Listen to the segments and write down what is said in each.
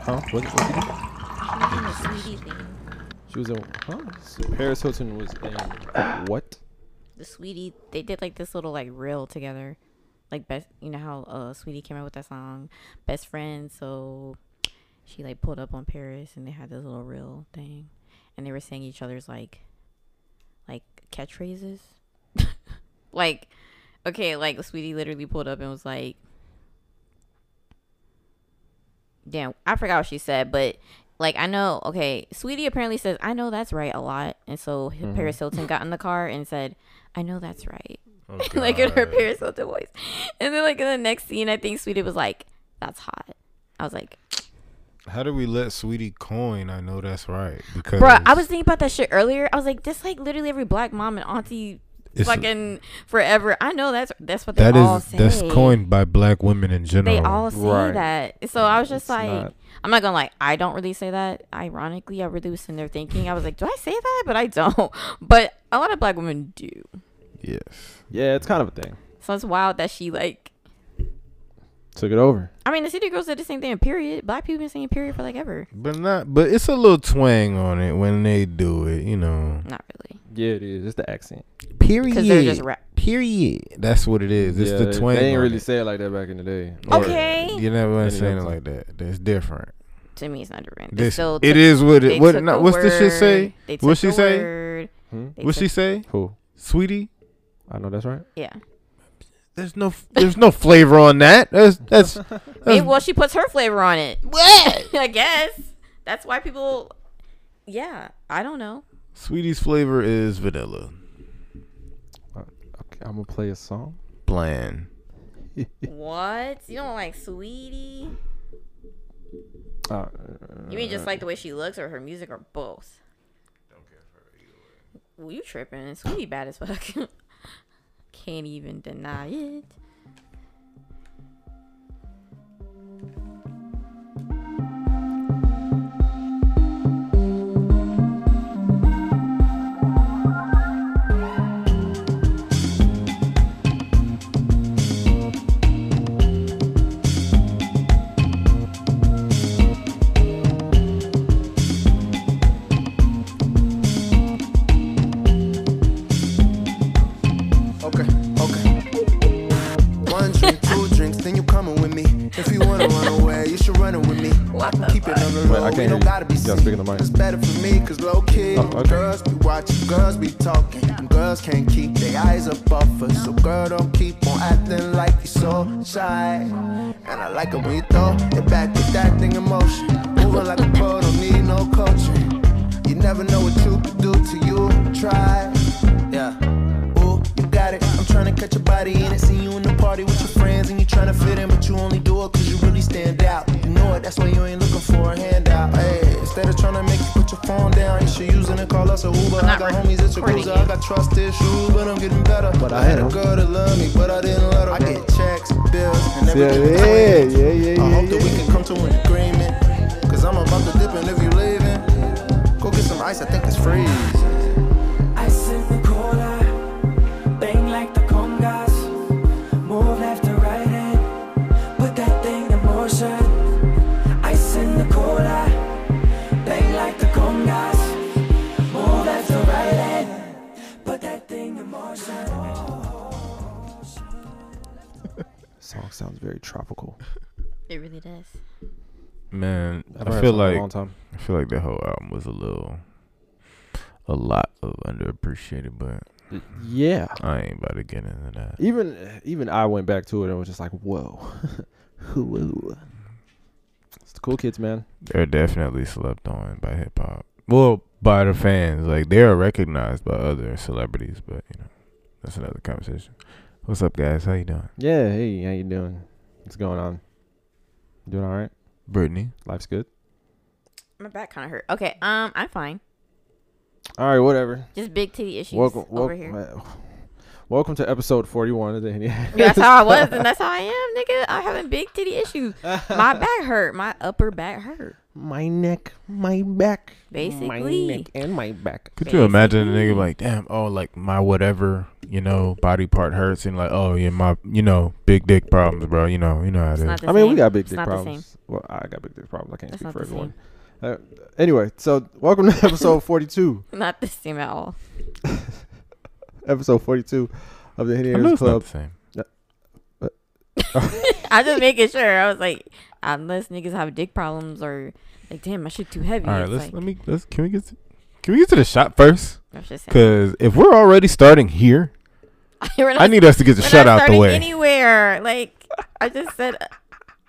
Huh? What? what She was doing the sweetie thing. she was in. Huh? So Paris Hilton was in. What? The sweetie, they did like this little like reel together, like best. You know how uh sweetie came out with that song, best friend. So she like pulled up on Paris and they had this little reel thing, and they were saying each other's like, like catchphrases. like, okay, like sweetie literally pulled up and was like. Damn, I forgot what she said, but like I know, okay, Sweetie apparently says, I know that's right a lot. And so Mm-hmm. h- Paris Hilton got in the car and said, I know that's right. Oh, like in her Paris Hilton voice. And then like in the next scene, I think Sweetie was like, That's hot. I was like, How do we let Sweetie coin? I know that's right. Because Bruh, I was thinking about that shit earlier. I was like, This like literally every black mom and auntie It's- fucking forever. I know that's that's what they that all is say. that's coined by black women in general. They all say Right. that. So I was just It's like, not- I'm not gonna lie, I don't really say that. Ironically, I really was sitting there thinking, I was like, do I say that? But I don't. But a lot of black women do. yes. Yeah, it's kind of a thing. So it's wild that she like. Took it over. I mean, the city girls did the same thing. Period. Black people been saying period for like ever. But not but it's a little twang on it when they do it, you know. Not really, Yeah, it is. It's the accent. Period. because they're just rap. Period. That's what it is. It's yeah, the twang. They ain't on really it. say it like that back in the day. Or- Okay. You know what I'm Any saying other- like that. That's different. To me, it's not different. They This still it took- is what it they what took not, a what's the shit say? word, they What took she a say? word, Hmm? they What she took- say? Cool. Sweetie? I know that's right. Yeah. There's no there's no flavor on that. That's that's, Maybe, that's well, she puts her flavor on it. What? I guess that's why people. Yeah, I don't know. Sweetie's flavor is vanilla. Okay, I'm gonna play a song. Bland. What? You don't like Sweetie? Uh, You mean just like the way she looks or her music or both? Well, you tripping. Sweetie bad as fuck. Can't even deny it. Okay, okay. One drink, two drinks, then you coming with me. If you wanna run away, you should run it with me. I can keep it on the Wait, I low. can't We hear don't you. gotta be You gotta seen. speak in the mic. It's better for me, cause low key, Oh, okay. girls be watching, girls be talking, and girls can't keep their eyes up off us. So girl, don't keep on acting like you're so shy. And I like it when you throw it back with that thing in motion. Moving like a pro, don't need no coaching. You never know what you could do till you try. Yeah. Ooh, you got it. I'm tryna catch your body in it. See you in the party with your friends and you tryna fit in, but you only do it cause you really stand out. You know it, that's why you ain't looking for a handout. Ayy, instead of tryna make you put your phone down, you should use it and call us a Uber. I not got homies at your recording cruiser. you. I got trust issues, but I'm getting better. But I had 'em. a girl to love me, but I didn't let her. I get checks, bills, and everything. yeah, between. yeah, yeah, I yeah, hope that we can come to an agreement. Cause I'm about to dip and if you leaving, go get some ice, I think it's freezing. Ice and cola, bang like the congas. Move left to right hand, put that thing in motion. Ice and the cola, bang like the congas. Move left to right hand, put that thing in motion. Song sounds very tropical. It really does. Man, haven't I heard feel that song in like a long time. I feel like the whole album was a little, a lot of underappreciated, but Yeah. I ain't about to get into that. Even even I went back to it and was just like, whoa. Whoa. It's the cool kids, man. They're definitely slept on by hip hop. Well, by the fans, like they are recognized by other celebrities, but you know, that's another conversation. What's up, guys? How you doing, Yeah, hey, how you doing? What's going on? Doing all right? Brittany? Life's good? My back kind of hurt. Okay, um, I'm fine. All right, whatever. Just big titty issues Welcome, over welcome. here. Welcome to episode 41 of the E Handy. That's how I was, and that's how I am, nigga. I'm having big titty issues. My back hurt. My upper back hurt. my neck, my back, my Basically. neck and my back. Could you imagine a nigga like, damn, oh, like my whatever, you know, body part hurts, and like, oh yeah, my, you know, big dick problems, bro. You know, you know how it It's is. not the I mean, we same. got big It's dick not the same. problems. Well, I got big dick problems. I can't That's speak not for the everyone. same. Uh, anyway, so welcome to episode 42. Not the same at all. Episode 42 of the Handy I know Haters it's not Club. the same. I just making sure. I was like, unless niggas have dick problems or like, damn, my shit too heavy. All right, It's let's like, let me let's can we get to, can we get to the shot first? I'm just saying. Because if we're already starting here, We're not- I need us to get the we're shot not out the starting way. Anywhere, like I just said, uh,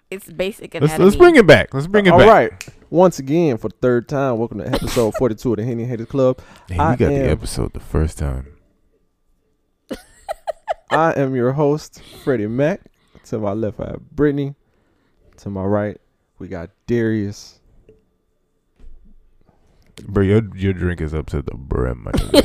it's basic anatomy. let's let's bring it back. Let's bring it All back. right. Once again, for the third time, welcome to episode 42 of the Henny Haters Club. Hey, I we got am- the episode the first time. I am your host, Freddie Mac. To my left, I have Brittany. To my right, we got Darius. Bro, your your drink is up to the brim, my nigga.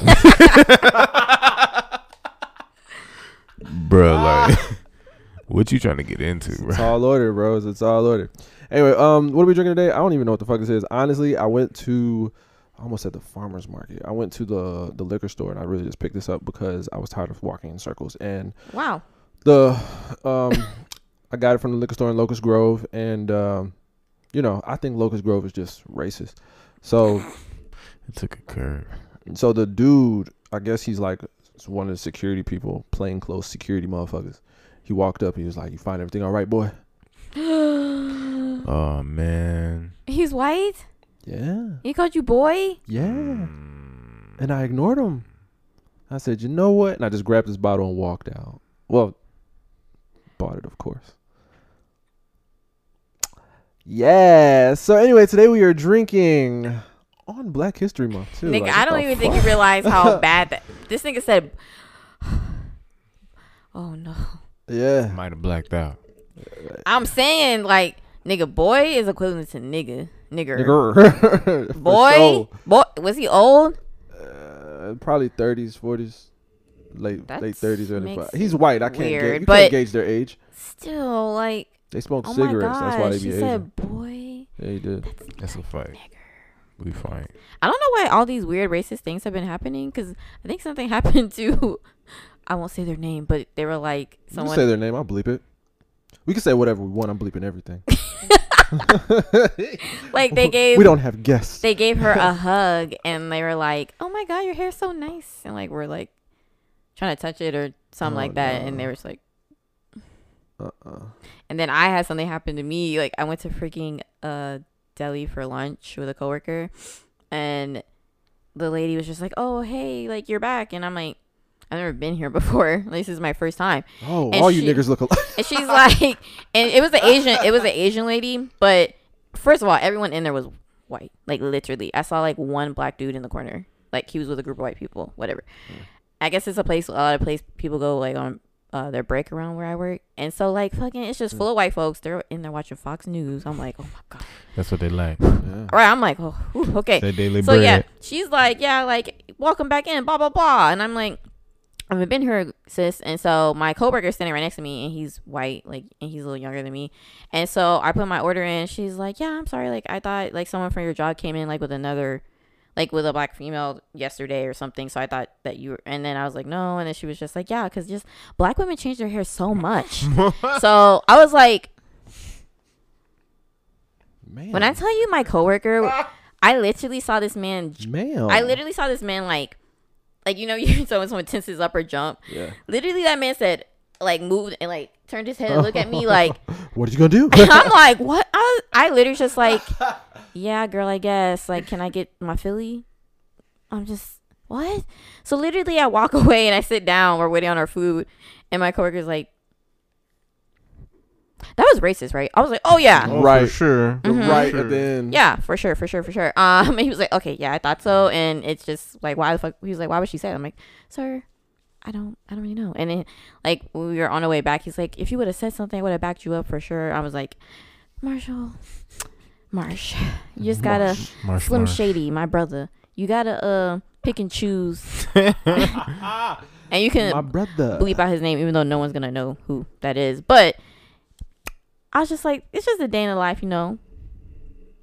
Bro, Ah. like, what you trying to get into, It's bro? all order, bro. It's all order. Anyway, um, what are we drinking today? I don't even know what the fuck this is. Honestly, I went to, I almost said the farmer's market. I went to the the liquor store and I really just picked this up because I was tired of walking in circles. And Wow. the, um, I got it from the liquor store in Locust Grove. And, um, you know, I think Locust Grove is just racist. So It took a curve. So the dude, I guess he's like one of the security people, plainclothes security motherfuckers. He walked up. He was like, "You find everything all right, boy?" Oh man. He's white. Yeah, He called you boy. yeah. Hmm. And I ignored him. I said, "You know what?" And I just grabbed his bottle and walked out. Well, bought it, of course. Yeah. So anyway, today we are drinking on Black History Month too. nigga, Like, I what don't the even think you fuck? realize how bad that. This nigga said. Oh no. Mm, Yeah. Might have blacked out. I'm saying like nigga boy is equivalent to nigga. Nigger. Nigger. For Boy. sure. Boy was he old? Uh, probably thirties, forties, late late That's- thirties, early. makes 40s. He's white. I can't, weird, gauge, you but- can't gauge their age. Still like They smoked oh cigarettes. my That's why they gosh. be He Asian. said boy. yeah, he did. That's a fight. We fight. I don't know why all these weird racist things have been happening because I think something happened to I won't say their name, but they were like You can someone say their name. I'll bleep it. We can say whatever we want. I'm bleeping everything. like they gave we don't have guests. they gave her a hug and they were like, "Oh my god, your hair's so nice," and like we're like trying to touch it or something Oh, like that, no. and they were just like. uh-uh. And then I had something happen to me. Like I went to freaking uh deli for lunch with a coworker and the lady was just like, "Oh, hey, like you're back." And I'm like, "I've never been here before. This is my first time." Oh, And all she- you niggers look alike. And she's like, and it was an Asian, it was an Asian lady, but first of all, everyone in there was white. Like literally, I saw like one black dude in the corner. Like he was with a group of white people, whatever. I guess it's a place a lot of place people go like on uh, their break around where I work, and so like fucking, it's just full of white folks. They're in there watching Fox News. I'm like, oh my god. That's what they like. yeah. All right, I'm like, oh, whew, okay. Their daily So yeah, bread. she's like, yeah, like welcome back in, blah blah blah, and I'm like, I haven't been here, sis. And so my coworker's standing right next to me, and he's white, like, and he's a little younger than me. And so I put my order in. She's like, yeah, I'm sorry, like I thought like someone from your job came in like with another, like with a black female yesterday or something. So I thought that you were, and then I was like, no, and then she was just like, yeah, because just black women change their hair so much. so I was like, Man. when I tell you my coworker, I literally saw this man Ma'am. I literally saw this man like, like you know, you so when someone tenses up or jump, Yeah. literally that man said like moved and like turned his head and looked at me like What are you gonna do? I'm like what I was I literally just like yeah girl I guess like can I get my Philly? I'm just what? So literally I walk away and I sit down. We're waiting on our food, and my coworker's like. That was racist, right? I was like, "Oh yeah, Right. sure. right at the end. Mm-hmm. yeah, for sure, for sure, for sure. Um, and he was like, okay, yeah, I thought so. And it's just like, why the fuck? He was like, why would she say that? I'm like, sir, I don't, I don't really know. And then, like, when we were on our way back, he's like, if you would have said something, I would have backed you up for sure. I was like, Marshall, Marsh, you just gotta Marsh, Slim Marsh. Shady, my brother. You gotta uh pick and choose, and you can My brother. bleep out his name, even though no one's gonna know who that is. But I was just like, it's just a day in the life, you know,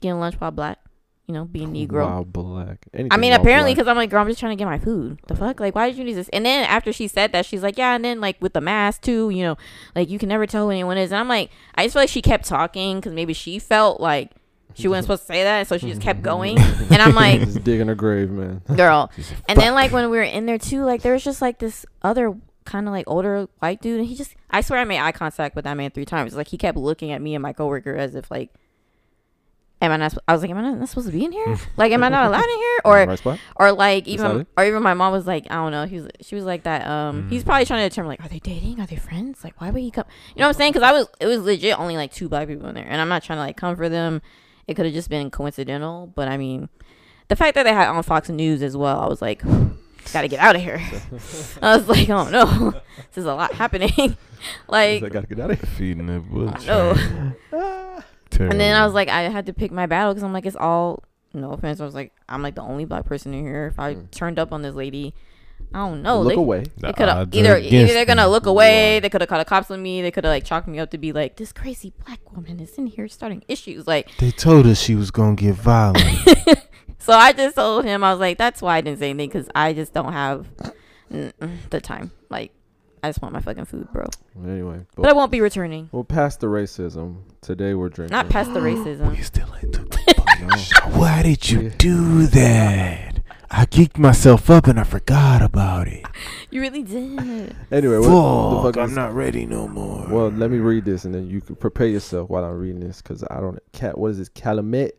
getting lunch while black, you know, being Negro. Wow, black. I Anything mean, while apparently, black. because I'm like, girl, I'm just trying to get my food. The fuck? Like, why did you need this? And then after she said that, she's like, yeah, and then like with the mask too, you know, like you can never tell who anyone is. And I'm like, I just feel like she kept talking because maybe she felt like she wasn't supposed to say that, so she just kept going. And I'm like, Just digging a grave, man. girl. She's And then like when we were in there too, like there was just like this other kind of like older white dude, and he just I swear I made eye contact with that man three times. Like he kept looking at me and my coworker as if like, am I not? sp- I was like, am I not, not supposed to be in Hmm. here? like, am I not allowed in here? Or right spot. or like Decided? even or even my mom was like I don't know he was she was like that um he's probably trying to determine like are they dating are they friends like why would he come you know what I'm saying because I was it was legit only like two black people in there and I'm not trying to like comfort them it could have just been coincidental but I mean the fact that they had on Fox News as well I was like gotta get out of here I was like oh no this is a lot happening He's like like, gotta get out of here. feeding the bullets. no. Terrible. Oh. And then I was like, I had to pick my battle because I'm like, it's all no offense. I was like, I'm like the only black person in here. If I turned up on this lady, I don't know. Mm. Look Oh, they, away. They The could have odds are either either uh, against they're gonna them. look away. They could have called the cops on me. They could have like chalked me up to be like this crazy black woman is in here starting issues. Like They told us she was gonna get violent. so, I just told him I was like, that's why I didn't say anything because I just don't have mm, mm, the time. Like I just want my fucking food, bro. Anyway, But I but won't be returning. well, past the racism. Today we're drinking. Not past the racism. You still ain't took the punch. Why did you do that? I geeked myself up and I forgot about it. You really did. Anyway, what the Fuck, fuck I'm is- not ready no more. Well, let me read this, and then you can prepare yourself while I'm reading this, because I don't. Cat, what is this? Calumet,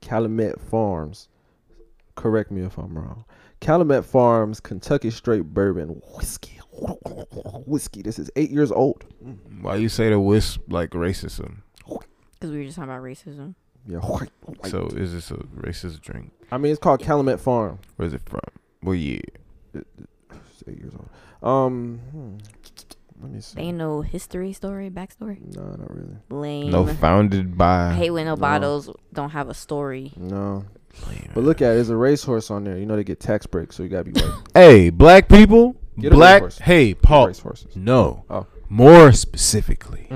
Calumet Farms. Correct me if I'm wrong. Calumet Farms, Kentucky Straight Bourbon Whiskey. Whiskey. This is eight years old. Why you say the wisp like racism? Because we were just talking about racism. Yeah. So is this a racist drink? I mean, it's called Calumet Farm. Where's it from? Well, yeah. It's eight years old. Um, hmm, let me They see. ain't no history, story, backstory. No, not really. Lame. No, founded I by. hate when no, No. bottles don't have a story. No, but look at it. There's a racehorse on there. You know they get tax breaks, so you gotta be white. Hey, black people. Get a Black. racehorse. Hey, Paul. Mm-hmm. Racehorses. No. Oh. Mm. More specifically,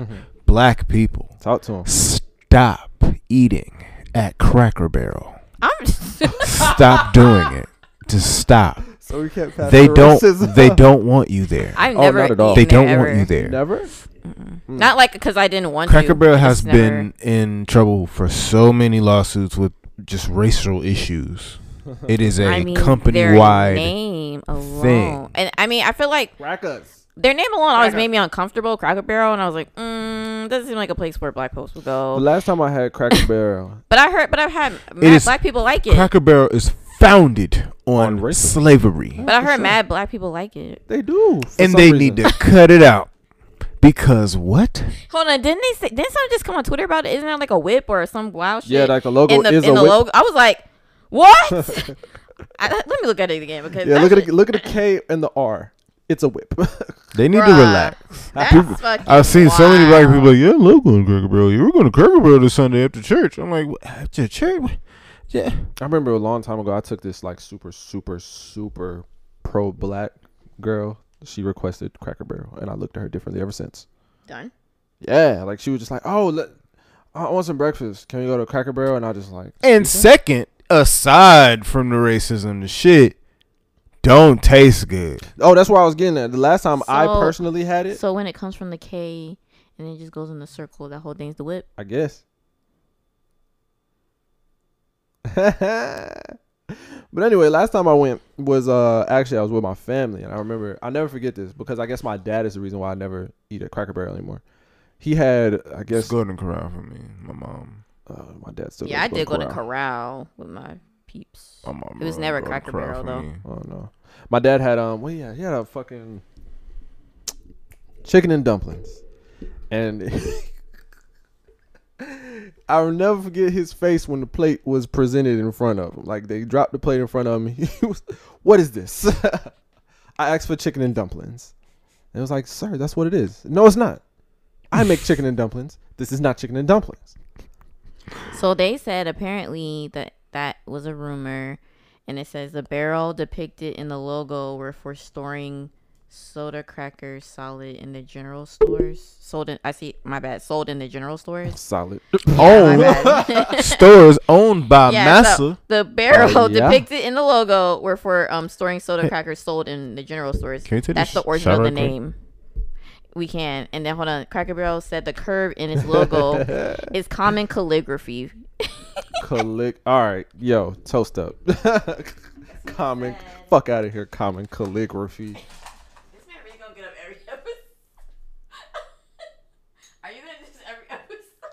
black people. Talk to him. Stop eating at Cracker Barrel. I'm Stop doing it. Just stop. So we can't pass. They the don't. racism. They don't want you there. I've Oh, never not at all. They eaten don't there want ever. you there. Never. Not like because I didn't want to. Mm. Cracker Barrel I has just never- been in trouble for so many lawsuits with just racial issues. It is a I mean, their company wide. name alone, thing. and I mean, I feel like Crackers. their name alone always made me uncomfortable. Cracker Barrel, and I was like, mm, doesn't seem like a place where black folks would The go. last time I had Cracker Barrel, But I heard, but I've had mad is black people like it. Cracker Barrel is founded On on, racism. slavery, but I heard mad black people like it. they do. for and some they reason. need to cut it out because what? Hold on, didn't they say? Didn't someone just come on Twitter about it? Isn't there like a whip or some wild shit? Yeah, like the logo in the, is in a the whip. logo. I was like, what? I, let me look at it again because Yeah, that look at shit- the, look at the K and the R. It's a whip. They need to Bruh. relax. That's People- fucking I've seen so many black people wild. like, yeah, I love going to Cracker Barrel. You were going to Cracker Barrel this Sunday after church. I'm like, "What? after church? Yeah. I remember a long time ago, I took this like super super super pro black girl. She requested Cracker Barrel, and I looked at her differently ever since. Done. Yeah, like she was just like, "Oh, let, I want some breakfast. Can we go to Cracker Barrel?" And I just like, Mm-hmm. And second, aside from the racism, the shit don't taste good. "Oh, that's where I was getting at." The last time I So- personally had it, So when it comes from the K and it just goes in the circle, that whole thing's the whip. I guess. but anyway, last time I went was uh actually I was with my family and I remember I never forget this because I guess my dad is the reason why I never eat at Cracker Barrel anymore. He had I It's guess uh, Golden Corral for me. My mom. my dad still yeah, I goes did go to Corral. corral with my peeps. My mom It was really never Golden Cracker Barrel, Corral for though. me. Oh no. My dad had um well yeah, he had a fucking chicken and dumplings. And I'll never forget his face when the plate was presented in front of him. Like they dropped the plate in front of him. He was what is this? I asked for chicken and dumplings. And it was like, sir, that's what it is. No, it's not. I make chicken and dumplings. This is not chicken and dumplings. So they said apparently that that was a rumor, and it says the barrel depicted in the logo were for storing soda crackers solid in the general stores. Sold in I see my bad, sold in the general stores. Solid. My Oh, bad. stores owned by Yeah, Massa. so the barrel Oh, yeah. depicted in the logo were for um, storing soda crackers sold in the general stores. Can we take That's this the origin of shower the real quick? name. We can. And then hold on. Cracker Barrel said the curve in its logo is common calligraphy. Callic. All right, yo, toast up. Common. Fuck out of here. Common calligraphy. This man really gonna get up every episode. Are you gonna do this every episode?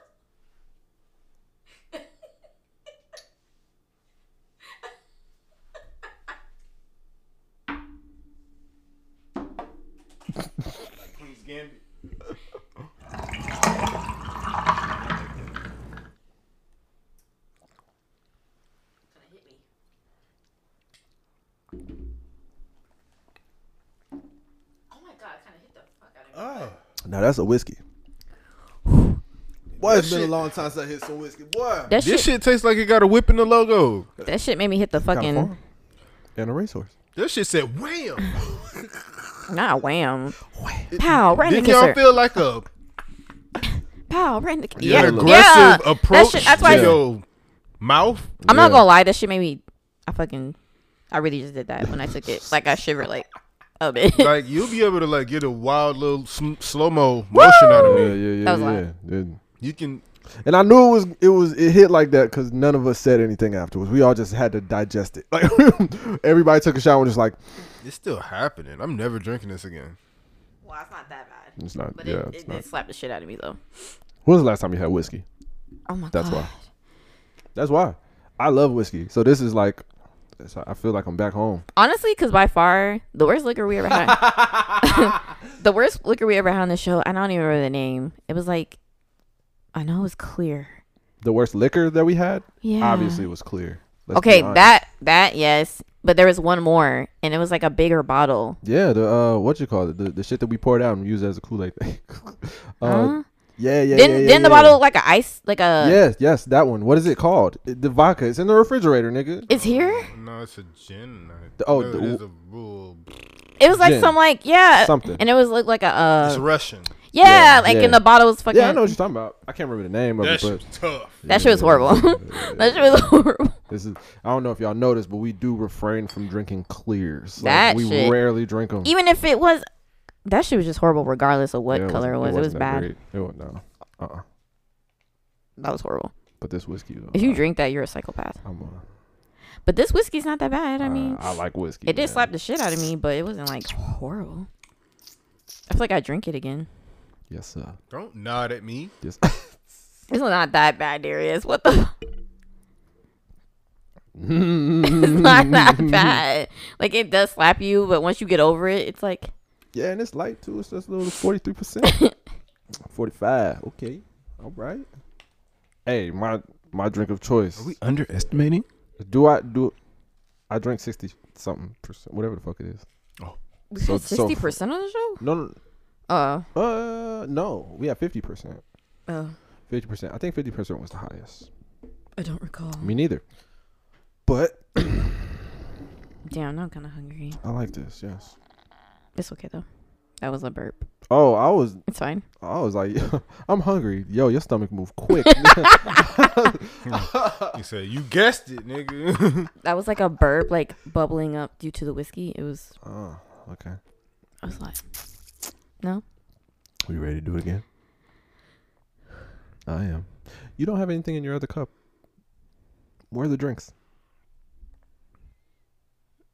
Oh my god, kind of hit the fuck out of me. Now that's a whiskey. Boy, it's been a long time since I hit some whiskey. Boy. That shit, This shit tastes like it got a whip in the logo. that shit made me hit the fucking And a racehorse. This shit said wham. not wham, pow right in Didn't the y'all kisser, feel like a pow right in the Yeah, yeah, that yeah. look- aggressive approach That shit, that's to why Yeah. your mouth? I'm not Yeah. gonna lie, that shit made me. I fucking, I really just did that when I took it. Like I shivered like a bit. Like you'll be able to like get a wild little sm- slow mo motion out of Yeah, me. yeah, That yeah, was yeah. wild. Dude. You can And I knew it was it was it hit like that because none of us said anything afterwards. We all just had to digest it. Like everybody took a shower and just like it's still happening. I'm never drinking this again. well, it's not that bad, it's not. but yeah, it, it's it, not. it slapped the shit out of me though. When was the last time you had whiskey? Oh my That's god. why. That's why I love whiskey. So this is like, it's- I feel like I'm back home. Honestly, because by far the worst liquor we ever had, the worst liquor we ever had on the show. I don't even remember the name. It was like, I know it was clear. The worst liquor that we had, Yeah. obviously, was clear. Let's Okay, be honest. that that yes, but there was one more, and it was like a bigger bottle. Yeah, the uh, what you call it, the, the shit that we poured out and used as a Kool Aid thing. uh, Huh? Yeah, yeah, didn't yeah, yeah, didn't yeah. the bottle look like an ice like a? Yes, yes, that one. What is it called? It- the vodka. It's in the refrigerator, nigga. It's here. No, it's a gin. I- The- oh, no, the- it is a rule. Uh, It was like Gin. some like yeah Something. and it was look like a It's uh Russian. yeah, Yeah, like yeah. in the bottle was fucking yeah, I know what you're talking about. I can't remember the name of That it, but shit's tough. that shit was horrible. that shit was horrible. this is. I don't know if y'all noticed, but we do refrain from drinking clears. Like, That we shit. rarely drink them. Even if it was, that shit was just horrible regardless of what color it was. It was, bad. It was no. Uh. uh That was horrible. But this whiskey. Though, If you I- drink that, you're a psychopath. I'm a- But this whiskey's not that bad. I mean, Uh, I like whiskey. it did man. slap the shit out of me, but it wasn't like horrible. I feel like I drink it again. Yes, sir. Don't nod at me. Yes. It's not that bad, Darius. What the? it's not that bad. Like it does slap you, but once you get over it, it's like yeah, and it's light too. It's just a little forty-three percent. Forty-five. Okay. All right. Hey, my my drink of choice. underestimating? do I do? I drink sixty something percent, whatever the fuck it is. we So- had so- sixty percent on the show. No, no, Oh, uh, no. We have fifty percent. oh, Fifty percent. I think fifty percent was the highest. I don't recall. Me neither. But Damn, now I'm kind of hungry. I like this. Yes. It's okay though. That was a burp. Oh, I was It's fine. I was like, I'm hungry. Yo, your stomach move quick. He said, "You guessed it, nigga." That was like a burp, like bubbling up due to the whiskey. It was. oh, okay. I was like, We ready to do it again? I am. You don't have anything in your other cup. Where are the drinks?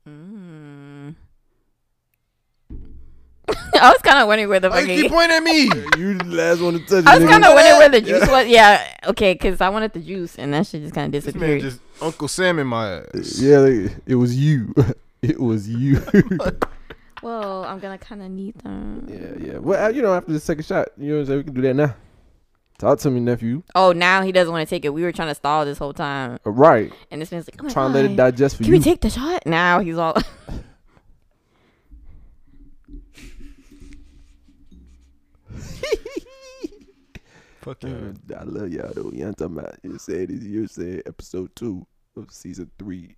mm. I was kind of wondering where the Why you fucking. keep pointing at me? You the last one to touch I was it, kind nigga. of wondering where the juice was. Yeah, okay, because I wanted the juice, and that shit just kind of This man disappeared. just Uncle Sam in my ass. Yeah, like, it was you. it was you. well, I'm gonna kind of need them. yeah, yeah. Well, uh, you know, after the second shot, you know what I'm saying? We can do that now. Talk to me, nephew. Oh, now he doesn't want to take it. We were trying to stall this whole time, Uh, Right. and this man's like, oh my Trying God, to let it digest for Can you. we take the shot? Now he's all. Fuck yeah. Uh, I love y'all though. You know what I'm talking about? You said it. You said episode two of season three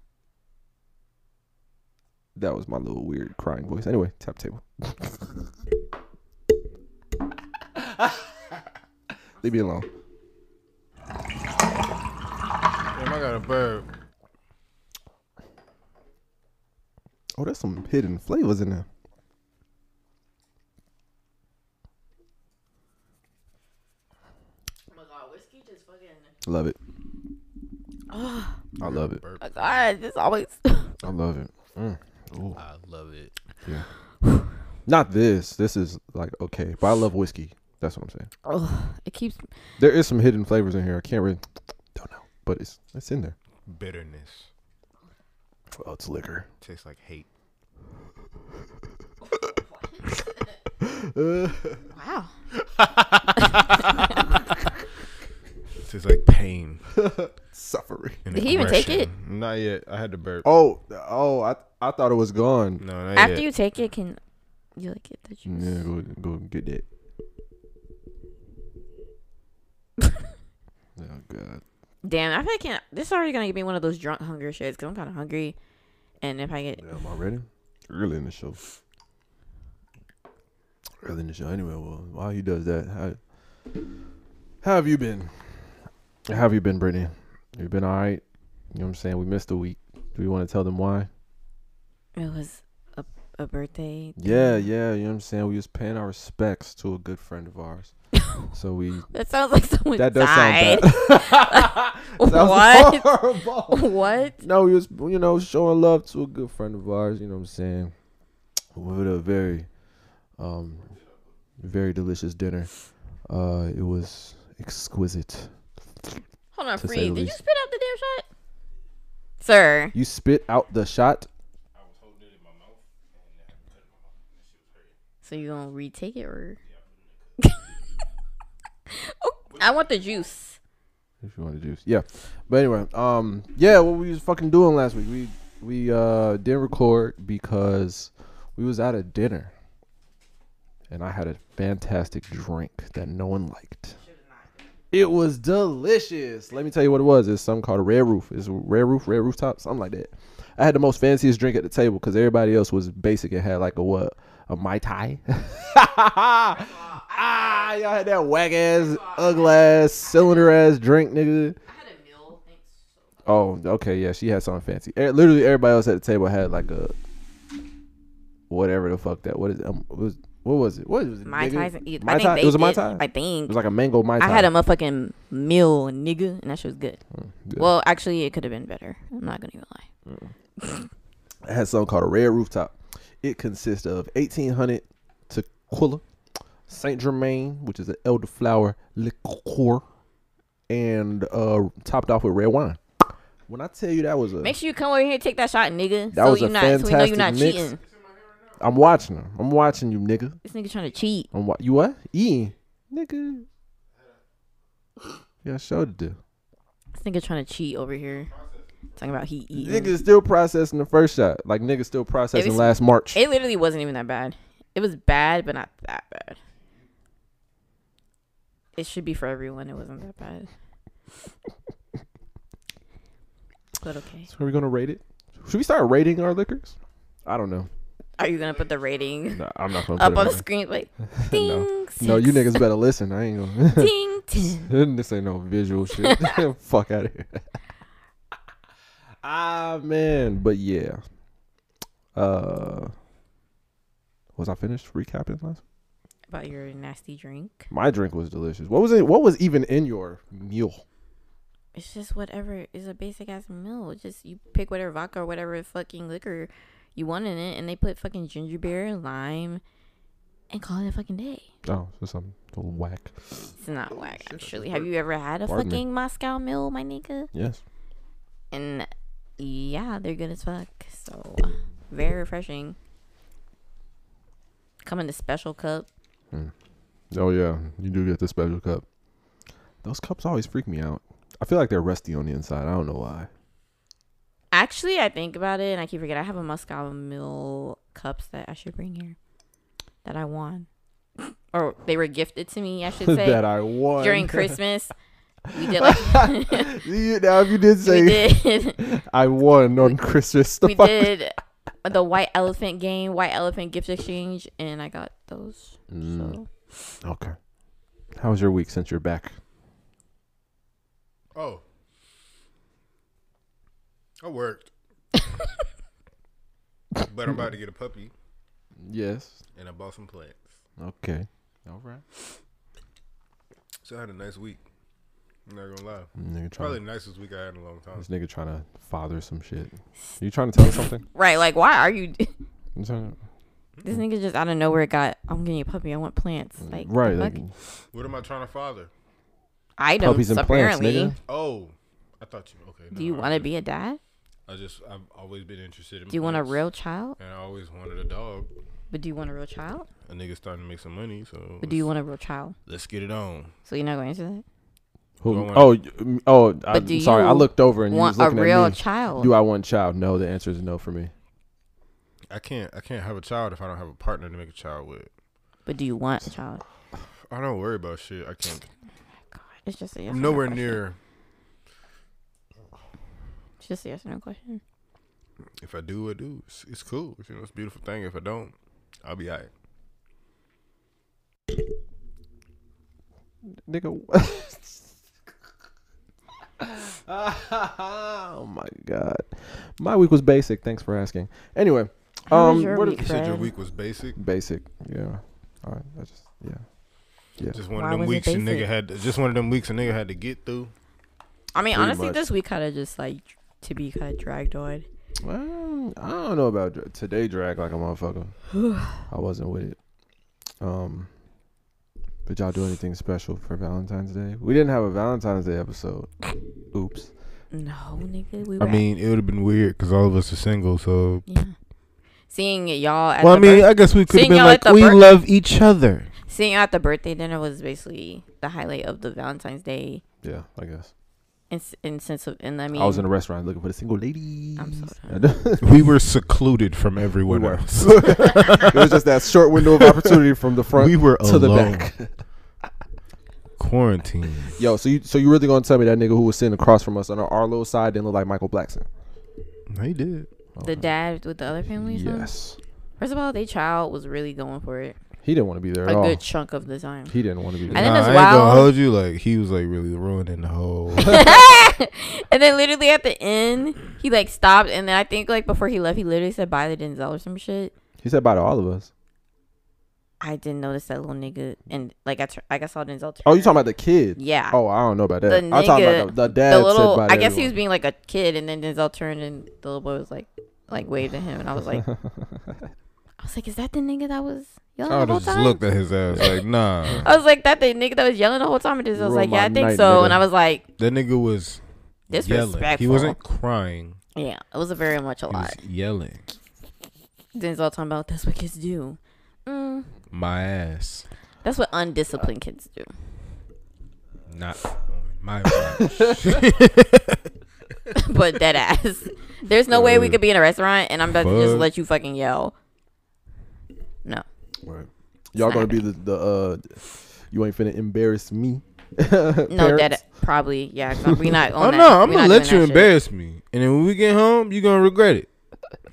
That was my little weird crying voice. Anyway, tap table. Leave me alone. Damn, I got a burp. Oh, there's some hidden flavors in there. Oh my god, whiskey just fucking. Love it. I love it. Oh god, this always. I love it. Mm. Ooh. I love it. Yeah. Not this. This is like okay, but I love whiskey. That's what I'm saying. Ugh, it keeps. There is some hidden flavors in here. I can't really don't know, but it's it's in there. Bitterness Oh, it's liquor. tastes like hate. Wow. tastes like pain. Suffering. Did he even take it? Not yet. I had to burp. Oh, oh, I I thought it was gone. No, not After yet. you take it, can you like get the juice? Yeah, go go get that. oh god. Damn, I feel like I can't. This is already gonna give me one of those drunk hunger shits because I'm kind of hungry, and if I get Damn, already? Early in the show. Early in the show. Anyway, well, while he does that, how, how have you been? How have you been, Brittany? You've been all right? You know what I'm saying? We missed a week. Do we want to tell them why? it was a a birthday. Yeah, yeah. You know what I'm saying? We was paying our respects to a good friend of ours. so we. That sounds like someone That does died. sound bad. Sounds what? horrible. what? No, we was you know showing love to a good friend of ours. You know what I'm saying? With a very, um, very delicious dinner. Uh, it was exquisite. Hold on, To say Free. the Did you least. spit out the damn shot? Sir. You spit out the shot. So you gonna retake it or? Oh, I want the juice. If you want to juice, yeah. But anyway, um, yeah, what we was fucking doing last week? We we uh didn't record because we was at a dinner, and I had a fantastic drink that no one liked. It was delicious. Let me tell you what it was. It's something called a red roof. It's red roof, red rooftop, something like that. I had the most fanciest drink at the table because everybody else was basic and had like a what a mai tai. ah, y'all had that whack ass, ugly ass, cylinder ass drink, nigga. I had a meal. Thanks. Oh, okay, yeah, she had something fancy. Eh, Literally, everybody else at the table had like a whatever the fuck that. What is it? Um, what was what was it? What was it? My nigga? ties. and eat- Mai I Tai? think they It was a did. mai tai. I It think. was like a mango mai tai. Mm, I had a motherfucking meal, nigga, and that shit was good. good. Well, actually, it could have been better. I'm not gonna even lie. It has something called a red rooftop. It consists of 1800 tequila, Saint Germain, which is an elderflower liqueur, and uh, topped off with red wine. When I tell you that was a Make sure you come over here and take that shot, nigga. That so was a you not, so we know you're fantastic not mix. cheating. I'm watching her. I'm watching you, nigga. This nigga trying to cheat. On what you what? Eating. Nigga. Yeah, sure to do. This nigga trying to cheat over here. Talking about he eating. Niggas still processing the first shot. Like niggas still processing It's- last March. It literally wasn't even that bad. It was bad, but not that bad. It should be for everyone. It wasn't that bad. but okay. so are we gonna rate it? Should we start rating our liquors? I don't know. Are you gonna put the rating Nah, I'm not gonna up put on it the on screen? Like, ding. there. No, you six, niggas better listen. I ain't gonna Ding. ten. this ain't no visual shit. Fuck out of here. ah man, but yeah. Uh was I finished recapping last? About your nasty drink. My drink was delicious. What was it? What was even in your meal? It's just whatever is a basic ass meal. It's just you pick whatever vodka or whatever fucking liquor you want in it, and they put fucking ginger beer and lime, and call it a fucking day. Oh, so some little whack. It's not whack, actually. Have you ever had a Pardon me. fucking Moscow Mule, my nigga? Yes. And yeah, they're good as fuck. So very refreshing. Come in the special cup. Oh yeah, you do get the special cup. Those cups always freak me out. I feel like they're rusty on the inside. I don't know why. Actually, I think about it and I keep forgetting I have a Moscow Mule cups that I should bring here that I won, or they were gifted to me. I should that say I won during Christmas. We did like You- now if you did we say did I won on Christmas, the we fuck- did the white elephant game, white elephant gift exchange, and I got those. Mm. So Okay. How was your week since you're back? Oh. I worked. Mm. but I'm about to get a puppy Yes. and I bought some plants. Okay. All right. So I had a nice week. I'm not gonna lie. Nigga trying, Probably the nicest week I had in a long time. this nigga trying to father some shit. You trying to tell us something? right, like why are you? You trying to- this nigga just out of nowhere got. I'm getting a puppy. I want plants. Like right. fuck? Like, What am I trying to father? items. puppies and plants, apparently, nigga. Oh, I thought you. Okay. do you want to be a dad? I just I've always been interested in. Do you want a plants, real child? And I always wanted a dog. But do you want a real child? A nigga starting to make some money, so. But do you let's- want a real child? Let's get it on. So you're not going to answer Who? Go on. Oh, you- mm, oh. I, But do am sorry. I you looked over that. and you Want was a looking real at me. child? Do I want a child? No. The answer is no for me. I can't I can't have a child if I don't have a partner to make a child with. but do you want a child? I don't worry about shit. I can't. God, it's just a yes. I'm or no nowhere question. near. It's just a yes or no question. If I do, I do. It's, it's cool. You know, it's a beautiful thing. If I don't, I'll be alright. Nigga. oh my god. My week was basic. Thanks for asking. Anyway, How was um, your what- week, You said your Fred? week was basic. basic. Yeah. All right. I just yeah. Just one Why of them was it weeks a nigga basic? had. To, just one of them weeks a nigga had to get through. I mean, Pretty honestly, much. this week kind of just like to be kind of dragged on. Well, I don't know about dra- today. Drag like a motherfucker. I wasn't with it. Um, did y'all do anything special for Valentine's Day? We didn't have a Valentine's Day episode. Oops. No, nigga, we I were. mean, it would have been weird because all of us are single. So, yeah. Seeing y'all at well, I the mean, birth- I guess we could have Seeing been y'all like, at the we birth- love each other. seeing y'all at the birthday dinner was basically the highlight of the Valentine's Day. Yeah, I guess. In, in sense of, and I mean, I was in a restaurant looking for the single lady. I'm so We were secluded from everyone were. else. it was just that short window of opportunity from the front we were to alone. the back. Quarantine. Yo, so you so you really gonna tell me that nigga who was sitting across from us on our, our little side didn't look like Michael Blackson? He did. the dad with the other family. or something? Yes. First of all, they child was really going for it He didn't want to be there a at all. good chunk of the time. He didn't want to be I there. think Nah, I that's ain't gonna wild. hold you. Like he was like really ruining the whole. And then literally at the end, he like stopped, and then I think like before he left, he literally said bye to Denzel or some shit. He said bye to all of us. I didn't notice that little nigga, and like I tur- like I saw Denzel. Oh, you turn. talking about the kid? Yeah. Oh, I don't know about that. The I'm talking nigga- about the, the dad the little. said bye. I guess he was being like a kid, and then Denzel turned, and the little boy was like, like waved at him, and I was like, I was like, is that the nigga that was yelling I the whole would've just time? Oh. looked at his ass like, nah. I was like, that the nigga that was yelling the whole time, and Denzel was Ruined like, yeah, my I think night, so, nigga. and I was like, That nigga was yelling. disrespectful. He wasn't crying. Yeah, it was a very much a He was lot. yelling. Denzel talking about that's what kids do. Mm, My ass. that's what undisciplined kids do. Not on my watch. but dead ass. There's no way we could be in a restaurant and I'm about to just Fuck. let you fucking yell. No. Right. Y'all gonna be the, the uh you ain't finna embarrass me. No, dead probably. Yeah, 'cause we're not on Oh that. no, I'm We gonna not let doing you that shit. embarrass me, and then when we get home, you gonna regret it.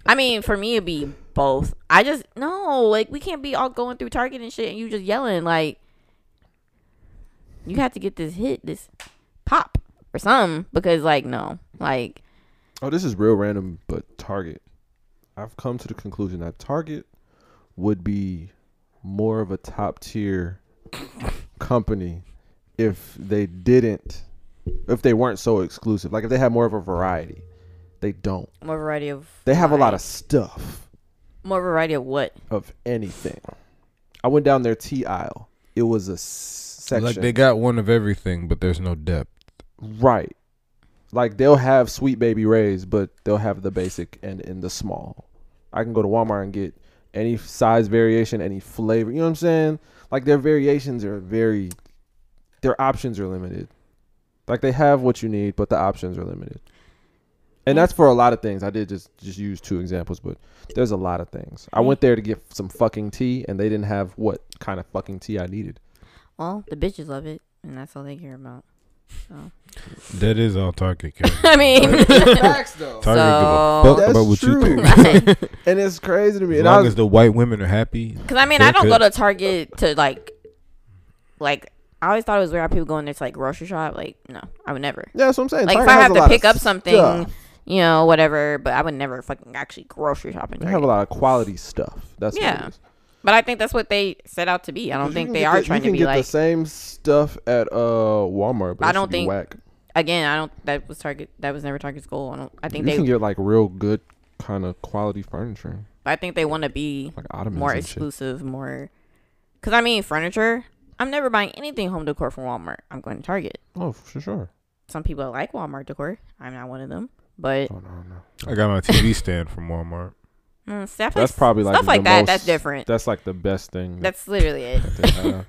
I mean, for me it'd be both. I just no, like we can't be all going through Target and shit and you just yelling like you have to get this hit, this pop or something because like no. Like Oh, this is real random, but Target. I've come to the conclusion that Target would be more of a top tier company if they didn't, if they weren't so exclusive. Like if they had more of a variety. They don't. more variety of They have a lot like, of stuff more variety of what? of anything. I went down their tea aisle. It was a s- section. Like they got one of everything, but there's no depth. Right. Like they'll have Sweet Baby Ray's, but they'll have the basic and in the small. I can go to Walmart and get any size variation, any flavor. You know what I'm saying? Like their variations are very, their options are limited. Like they have what you need, but the options are limited. And that's for a lot of things. I did just just use two examples, but there's a lot of things. I went there to get some fucking tea, and they didn't have what kind of fucking tea I needed. Well, the bitches love it and that's all they care about. So That is all Target can. I mean, Facts though. Target give So- a fuck about what That's you think. true. And it's crazy to me. As And I long was, as the white women are happy, Because I mean, They I don't could. go to Target to like, like I always thought it was weird how people go in there to like grocery shop. Like, no, I would never. yeah, that's what I'm saying. Like, Target if has I have a to lot pick of up something, stuff. you know, whatever. But I would never fucking actually grocery shop in they have a Target. lot of quality stuff. That's what Yeah. it is. But I think that's what they set out to be. I don't 'Cause you think can they get are the- trying you to can be get like the same stuff at uh Walmart. But it I should don't be think- whack. again. I don't. That was Target. That was never Target's goal. I don't. I you think can they. get like real good kind of quality furniture, I think they want to be like ottomans more and exclusive, more. Because I mean, furniture. I'm never buying anything home decor from Walmart. I'm going to Target. shit. Oh, for sure. Some people like Walmart decor. I'm not one of them, but Oh no, no. I got my TV stand from Walmart. mm, stuff That's like, probably like stuff like the that. most- that's different. That's like the best thing. that that's literally it. they have.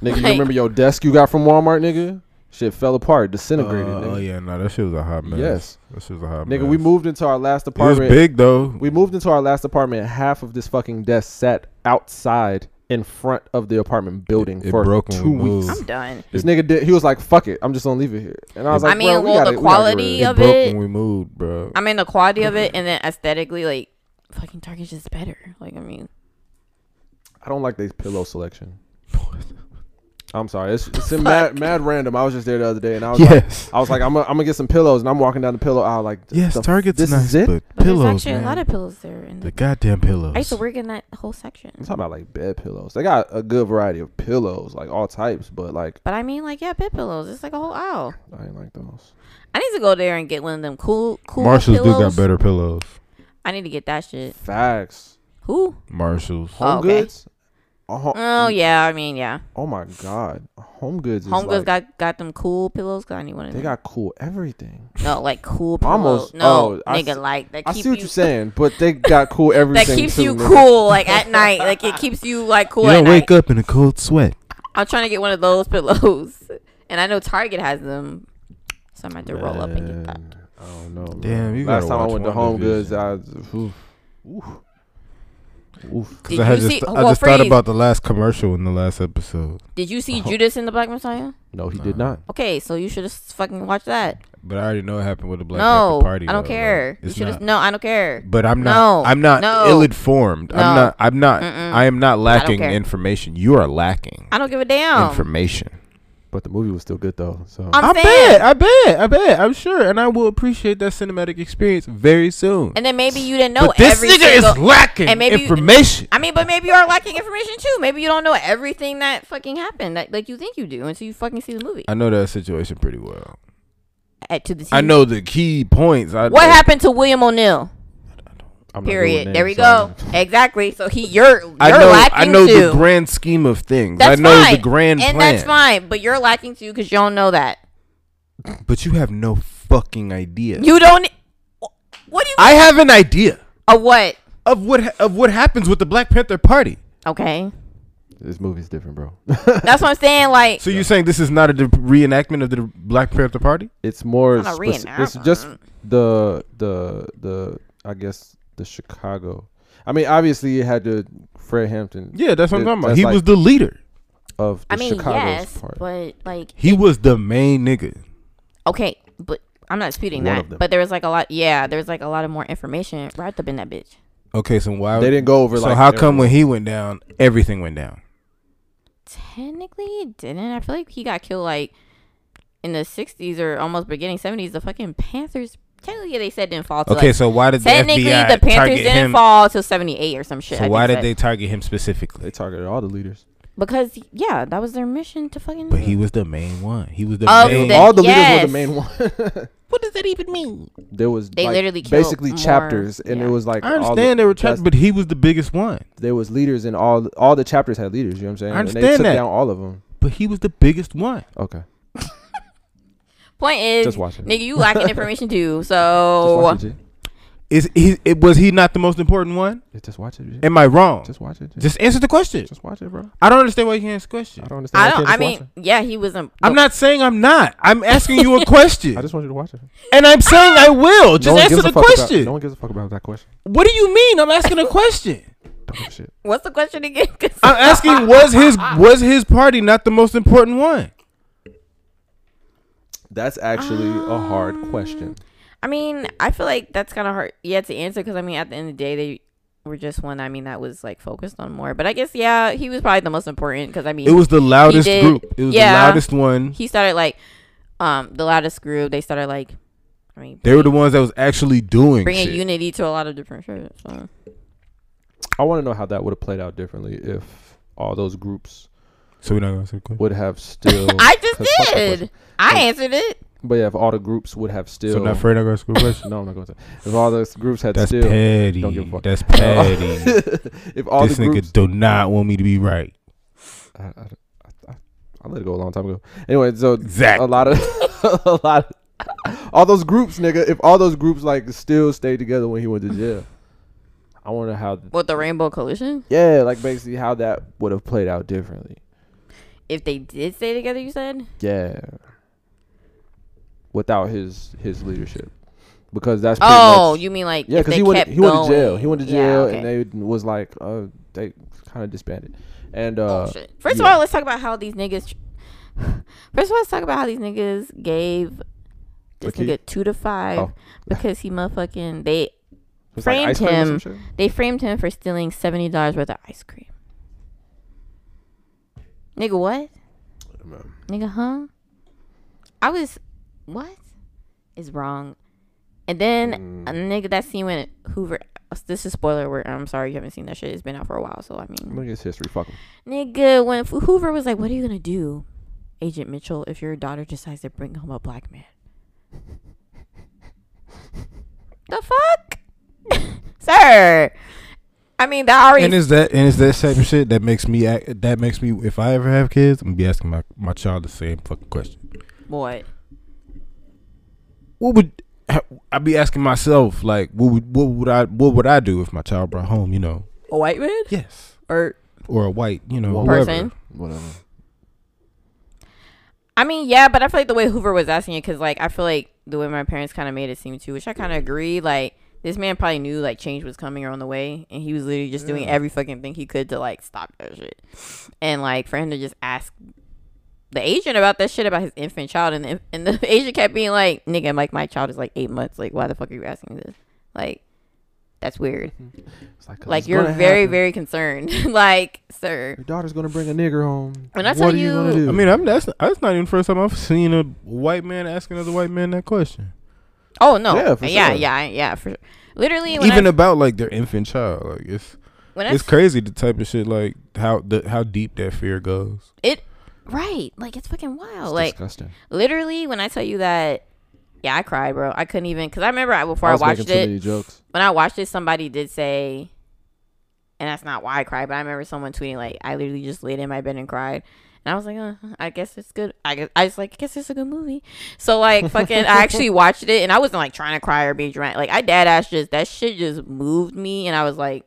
Nigga, you Like- remember your desk you got from Walmart, nigga? Shit fell apart, disintegrated. Uh, nigga. oh yeah, no, that shit was a hot mess. Yes. that shit was a hot mess. Nigga, we moved into our last It was apartment. big though. We moved into our last apartment. and Half of this fucking desk sat outside in front of the apartment building It- it for broke when two we moved. weeks. I'm done. This nigga did. He was like, "Fuck it, I'm just gonna leave it here." And I was I like, mean, "Bro, we well, the gotta- we gotta get rid quality of of it." it broke it- when we moved, bro. I mean, the quality of it, and then aesthetically, like fucking Target's just better. Like I mean, I don't like this pillow selection. I'm sorry. It's, it's in mad, mad random. I was just there the other day, and I was like, yes, I was like, I'm gonna, I'm gonna get some pillows, and I'm walking down the pillow aisle like, yes. the f- Target's this nice, is it. but, but there's pillows, actually man. a lot of pillows there. In the the, goddamn pillows. I used to work in that whole section. I'm talking about like bed pillows. They got a good variety of pillows, like all types, but like But I mean, like yeah, bed pillows. It's like a whole aisle. I ain't like those. I need to go there and get one of them cool, cool Marshalls pillows. do got better pillows. I need to get that shit. Facts. Who? Marshalls. Home Oh, okay. goods. Oh, ho- Oh yeah, I mean yeah. oh my god. Home goods. Is Home like, Goods got got them cool pillows. Cause I need one of them. They got cool everything. no like cool pillows. Almost- no oh, I nigga see- like that. I keep see what you're saying, but they got cool That everything. keeps too, you nigga. cool like at night. Like it keeps you like cool you at don't night. wake up in a cold sweat. I'm trying to get one of those pillows, and I know Target has them, so I might have to roll up and get that. Man, I don't know. Damn, man. you Last gotta time I watch went to WandaVision. Home Goods, I oof, oof, oof. Cause Did I had you just, see- I well, just thought freeze. about Oh. the last commercial in the last episode, Did you see Judas in the Black Messiah? No, he Nah. did not. Okay, so you should have fucking watched that. but I already know what happened with the Black no, Panther party. I don't though. care. Like, You it's should not- have. No, I don't care. But I'm No. not. I'm not No. ill-informed. I'm No. not. I'm not. Mm-mm. I am not lacking care. information. You are lacking I don't give a damn. information. But the movie was still good though. So I'm I saying. bet. I bet. I bet. I'm sure, and I will appreciate that cinematic experience very soon. And then maybe you didn't know but this every nigga single. is lacking and maybe you- information. I mean, but maybe you are lacking information too. Maybe you don't know everything that fucking happened, that, like you think you do, until you fucking see the movie. I know that situation pretty well. At, to the I T. know the key points. I, Mm. what happened to William I'm O'Neill. not good with Period. names, There we so go. I'm- Exactly. So he, you're, you're I know. lacking I know too. the grand scheme of things. That's I know fine. the grand and plan. that's fine. But you're lacking too because you don't know that. But you have no fucking idea. You don't. What do you? I have an idea. A what? of what ha- of what happens with the Black Panther Party. Okay, This movie's different, bro. that's what I'm saying. Like, So you're saying this is not a de- reenactment of the Black Panther Party? it's more. It's not a speci- it's just reenactment. the the the I guess the Chicago. I mean, obviously it had the Fred Hampton Yeah, that's what I'm It- talking about. that's He like- was the leader. of the I mean, Chicago's yes, part. but like, He was the main nigga. okay, but I'm not disputing One of them. that. But there was like a lot. Yeah, there was like a lot of more information wrapped up in that bitch. Okay, so why they didn't go over. So like, how come every- when he went down, everything went down? Technically, it didn't. I feel like he got killed like in the '60s or almost beginning '70s. The fucking Panthers. Technically, they said didn't fall. To, Okay, like, so why did the technically FBI the Panthers target didn't him? fall till '78 or some shit. So I why think did they target him specifically? they targeted all the leaders? Because yeah, that was their mission to fucking. But he was the main one. He was the Of main. the- all the leaders yes. were the main one. what does that even mean? there was They like, literally killed basically more- chapters, and yeah. it was like I all the- understand they were that's- targeted, but he was the biggest one. there was leaders in all all the chapters had leaders. You know what I'm saying? I and they understand took that. down all of them. But he was the biggest one. Okay, Point is, Just watch it. nigga, you lacking information too. just So watch it. G. Is he? It, was he not the most important one? Yeah, Just watch it. G. Am I wrong? Just watch it. G. Just answer the question. Just watch it, bro. I don't understand why you can't ask a question. I don't understand. I why don't. can't I just watch mean, it. yeah, he wasn't. I'm not saying I'm not. I'm asking you a question. I just want you to watch it. and I'm saying I will. No Just one answer gives a the fuck about- question. no one gives a fuck about that question. what do you mean? I'm asking a question. Don't give a shit. What's the question again? 'Cause- I'm asking was his was his party not the most important one? That's actually a hard Ah. question. I mean, I feel like that's kind of hard, yeah, to answer because I mean, at the end of the day, they were just one. I mean, that was like focused on more. But I guess yeah, he was probably the most important because I mean, It was the loudest did- group. It was yeah. the loudest one. he started like, um, the loudest group. They started like, I mean, They were the ones that was actually doing bringing shit. unity to a lot of different shirts. So. I want to know how that would have played out differently if all those groups so we're not gonna say quick. would have still. I just 'cause fuck that did. question. I answered it. But yeah, if all the groups would have still. So not afraid of our school question. no, I'm not going to. If all those groups had That's still. petty. don't give a fuck. That's petty. if all this the nigga groups, do not want me to be right. I, I, I, I- I let it go a long time ago. Anyway, so Exactly. a lot of a lot of, all those groups, nigga. If all those groups like still stayed together when he went to jail, I wonder how. With the Rainbow Coalition, Yeah, like basically how that would have played out differently. if they did stay together, you said. Yeah, without his his leadership, because that's pretty Oh, much, you mean like yeah, if because he they went kept he went to jail. going. He went to Yeah, jail, okay. and they was like, uh, they kind of disbanded, and uh, Oh, shit. First yeah. of all, let's talk about how these niggas. First of all, let's talk about how these niggas gave this Lakeith? nigga two to five Oh. because he motherfucking they it was like framed ice cream or some him. shit? they framed him for stealing seventy dollars worth of ice cream. Nigga, what? Nigga, huh? I was what is wrong? And Mm. then a nigga that scene when Hoover. This is spoiler alert. I'm sorry you haven't seen that shit. It's been out for a while, so I mean. Look at his history. Fuck him. Nigga, when F- Hoover was like, "What are you gonna do, Agent Mitchell, if your daughter decides to bring home a black man?" the fuck, sir. I mean, that already. And is that and is that type of shit that makes me act, that makes me if I ever have kids, I'm gonna be asking my, my child the same fucking question. what? What would I'd be asking myself like what would what would I what would I do if my child brought home you know A white man yes or or a white you know One whoever. person? Whatever. I mean, yeah, but I feel like the way Hoover was asking it, because like I feel like the way my parents kind of made it seem too, which I kind of agree. Like this man probably knew like change was coming or on the way, and he was literally just doing every fucking thing he could to like stop that shit. And like for him to just ask the agent about that shit about his infant child, and the, and the agent kept being like, "Nigga, I'm like my child is like eight months. Like why the fuck are you asking me this? Like that's weird. It's like, 'cause Like it's you're gonna very happen. very concerned. like sir, Your daughter's gonna bring a nigger home. When I what tell are you, gonna you- do? I mean I'm that's that's not even the first time I've seen a white man ask another white man that question oh no, Yeah, yeah, for yeah, sure. yeah, yeah, for sure. Literally, when even I, about like their infant child like it's when I it's crazy the type of shit like how the how deep that fear goes It right, like it's fucking wild. It's Oh, like disgusting. literally, when I tell you that, yeah, I cried, bro. I couldn't even because I remember I, before I I, was making watched too it. many jokes. When I watched it, somebody did say, and that's not why I cried, but I remember someone tweeting like, "I literally just laid in my bed and cried." And I was like, uh, I guess it's good. I guess, I was like, I guess it's a good movie. So like, fucking, I actually watched it, and I wasn't like trying to cry or be dramatic. Like, I dad ass just that shit just moved me, and I was like,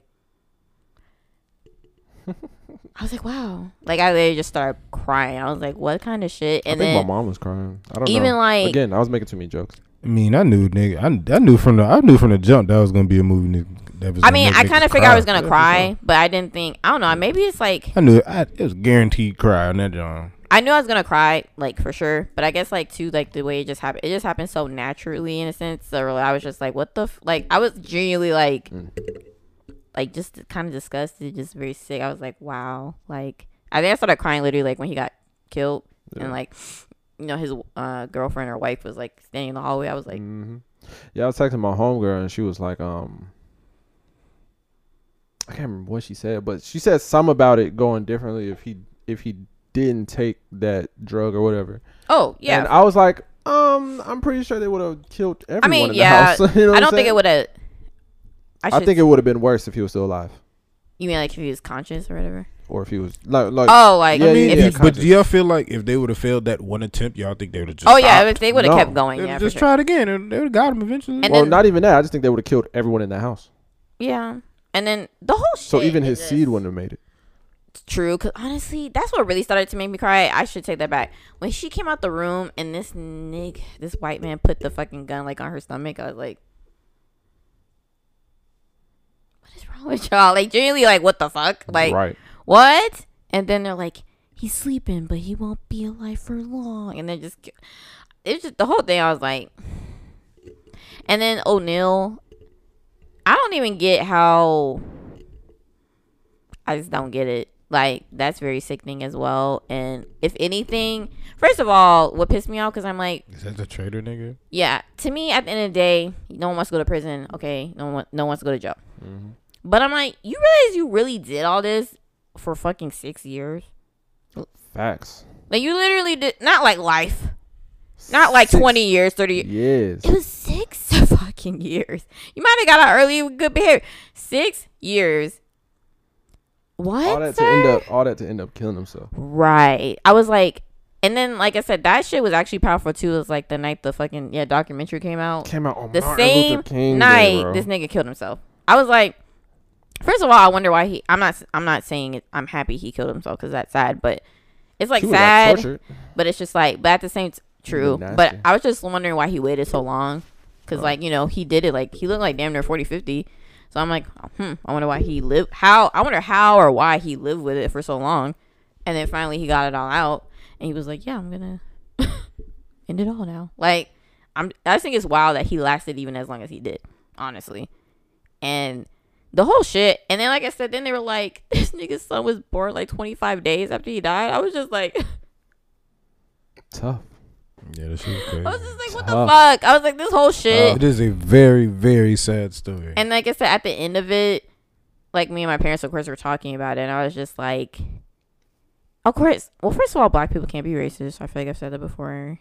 I was like, wow. Like, I literally just started crying. I was like, what kind of shit? I And think then my mom was crying. I don't even know. like- again, I was making too many jokes. I mean, I knew nigga. I, I knew from the I knew from the jump that was gonna be a movie. nigga, That was. I gonna mean, make I niggas kind of figured I was cry. gonna cry, but I didn't think. I don't know. Maybe it's like I knew it. I, it was guaranteed cry on that joint. I knew I was gonna cry, like for sure. But I guess like too, like the way it just happened, it just happened so naturally in a sense. So really, I was just like, what the f-? like? I was genuinely like, like just kind of disgusted, just very sick. I was like, wow. Like I think I started crying literally like when he got killed, and like you know his uh, girlfriend or wife was like standing in the hallway. I was like, Mm-hmm. Yeah, I was texting my homegirl and she was like, um, I can't remember what she said, but she said some about it going differently if he if he didn't take that drug or whatever. oh yeah. And I was like, um, I'm pretty sure they would have killed everyone I mean, in yeah. the house. You know what I I'm don't think saying? it would have. I, I should, think it would have been worse if he was still alive, you mean like if he was conscious or whatever. or if he was like, like Oh, like Uh, Yeah, if yeah, he- yeah. but conscious. do y'all feel like if they would have failed that one attempt, y'all think they would have just? oh yeah, stopped? if they would have No. kept going. They'd Yeah, have for just sure. tried again. and They would have got him eventually. And well, then- not even that. I just think they would have killed everyone in the house. Yeah. And then the whole shit. So even is his just seed wouldn't have made it. True. Because honestly, that's what really started to make me cry. I should take that back. When she came out the room and this nigga, this white man put the fucking gun like on her stomach, I was like, what is wrong with y'all? Like, genuinely, like, what the fuck? Like, right. what? And then they're like, he's sleeping, but he won't be alive for long. And then just, it's just the whole thing. I was like, and then O'Neal. I don't even get how. I just don't get it. Like that's very sickening as well. And if anything, first of all, what pissed me off because I'm like, Is that the traitor nigga? yeah. To me, at the end of the day, no one wants to go to prison. Okay, no one, no one wants to go to jail. Mm-hmm. But I'm like, you realize you really did all this for fucking six years. Facts. Like you literally did not like life, not like twenty years, thirty. years. Yes. It was six fucking years. You might have got out early with good behavior. Six years. What? All that to sir? end up. All that to end up killing himself. Right. I was like, and then like I said, that shit was actually powerful too. It was like the night the fucking yeah documentary came out. Came out on The Oh, Martin same Luther King night Day, bro. this nigga killed himself. I was like, first of all, I wonder why he. I'm not. I'm not saying it, I'm happy he killed himself because that's sad, but it's like He was, like, sad. tortured. But it's just like, but at the same, t- true. nasty. But I was just wondering why he waited so long, because like you know he did it like he looked like damn near 40, 50. So I'm like, hmm, I wonder why he lived how I wonder how or why he lived with it for so long, and then finally he got it all out, and he was like, yeah, I'm gonna end it all now. Like I'm, I just think it's wild that he lasted even as long as he did, honestly, and. The whole shit, and then like I said, then they were like, "This nigga's son was born like 25 days after he died." I was just like, Tough. Yeah, that shit I was just like, what the Tough. fuck? I was like, this whole shit. it is a very, very sad story. And like I said, at the end of it, like me and my parents, of course, were talking about it, and I was just like, of course. Well, first of all, black people can't be racist. I feel like I've said that before.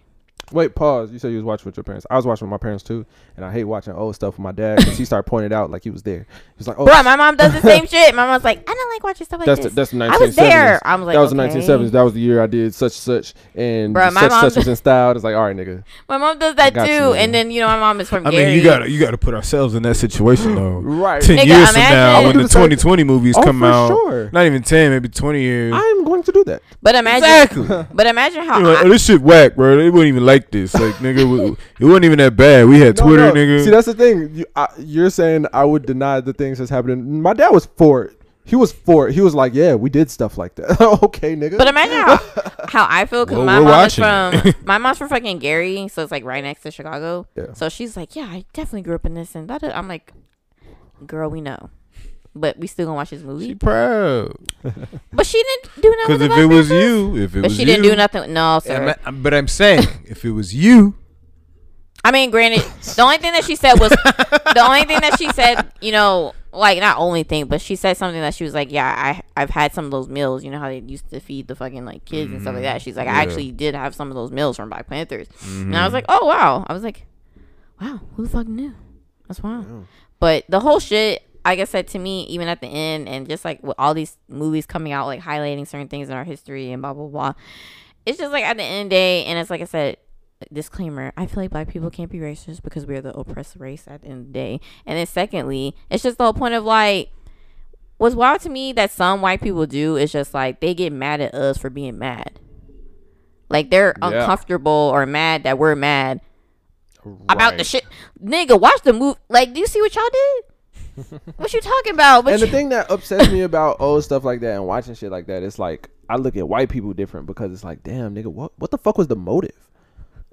Wait, pause. You said you was watching with your parents. I was watching with my parents too, and I hate watching old stuff with my dad because he started pointing it out like he was there. He was like, "Oh, Bruh, my mom does the same shit. My mom's like, I don't like watching stuff like that's the this. that's the 1970s. I was there. I was like, that was the okay. 1970s. That was the year I did such such and Bruh, my such mom- such was in style. It's like, all right, nigga. my mom does that I got too. you, man. and then you know, my mom is from I Gary. mean, you gotta you gotta put ourselves in that situation though. Right. Ten Nigga, years from now, imagine- when the 2020 movies Oh, come for out, sure. not even 10, maybe 20 years. I'm going to do that. but imagine, exactly. but imagine how You know, I- like, oh, this shit whack, bro. They wouldn't even like this. Like, nigga, w- it wasn't even that bad. We had No, Twitter, no. nigga. See, that's the thing. You, I, you're saying I would deny the things that's happening. My dad was for it. He was for it. He was like, yeah, we did stuff like that. okay, nigga. But imagine how, how I feel because Well, my we're mom is watching from my mom's from fucking Gary, so it's like right next to Chicago. Yeah. So she's like, yeah, I definitely grew up in this and that. I'm like, girl, we know, but we still gonna watch this movie. she proud. but she didn't do nothing. Because if about it was this. you, if it But was she you, didn't do nothing. No, sir. And I'm- but I'm saying, if it was you, I mean, granted, the only thing that she said was the only thing that she said, you know, like not only thing, but she said something that she was like, "Yeah, I I've had some of those meals. You know how they used to feed the fucking like kids and stuff like that." She's like, "I actually did have some of those meals from Black Panthers," and I was like, "Oh wow!" I was like, "Wow, who the fuck knew?" That's wild. But the whole shit, like I said to me, even at the end, and just like with all these movies coming out, like highlighting certain things in our history and blah blah blah. It's just like at the end of the day, and it's like I said, disclaimer. I feel like black people can't be racist because we are the oppressed race at the end of the day. And then secondly, it's just the whole point of like what's wild to me that some white people do is just like they get mad at us for being mad. Like they're uncomfortable or mad that we're mad about the shit. Nigga, watch the movie. Like, do you see what y'all did? what you talking about? But and the you- thing that upsets me about old stuff like that and watching shit like that, it's like I look at white people different because it's like, damn, nigga, what what the fuck was the motive?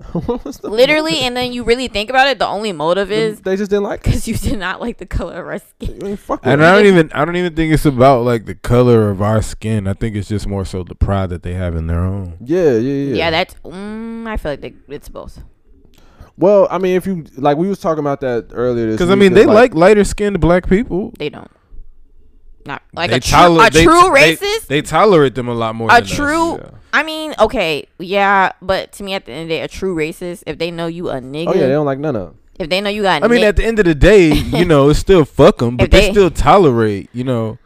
what was the literally, and then you really think about it, the only motive motive? is They just didn't like it. because you did not like the color of our skin. I mean, fuck and it. I don't even, I don't even think it's about like the color of our skin. I think it's just more so the pride that they have in their own. yeah, yeah, yeah. Yeah, that's. Mm, I feel like they, it's both. Well, I mean, if you like, we was talking about that earlier. this Because I week, mean, they it's like, lighter skinned black people. They don't. Not like They a, true toler- a they- true they- racist. They, tolerate them a lot more. a than us. true. yeah. I mean, okay, yeah, but to me, at the end of the day, a true racist, if they know you a nigga, oh yeah, they don't like none of. 'em. if they know you got, I mean, ni- at the end of the day, you know, it's still fuck them, but If they, they- still tolerate, you know,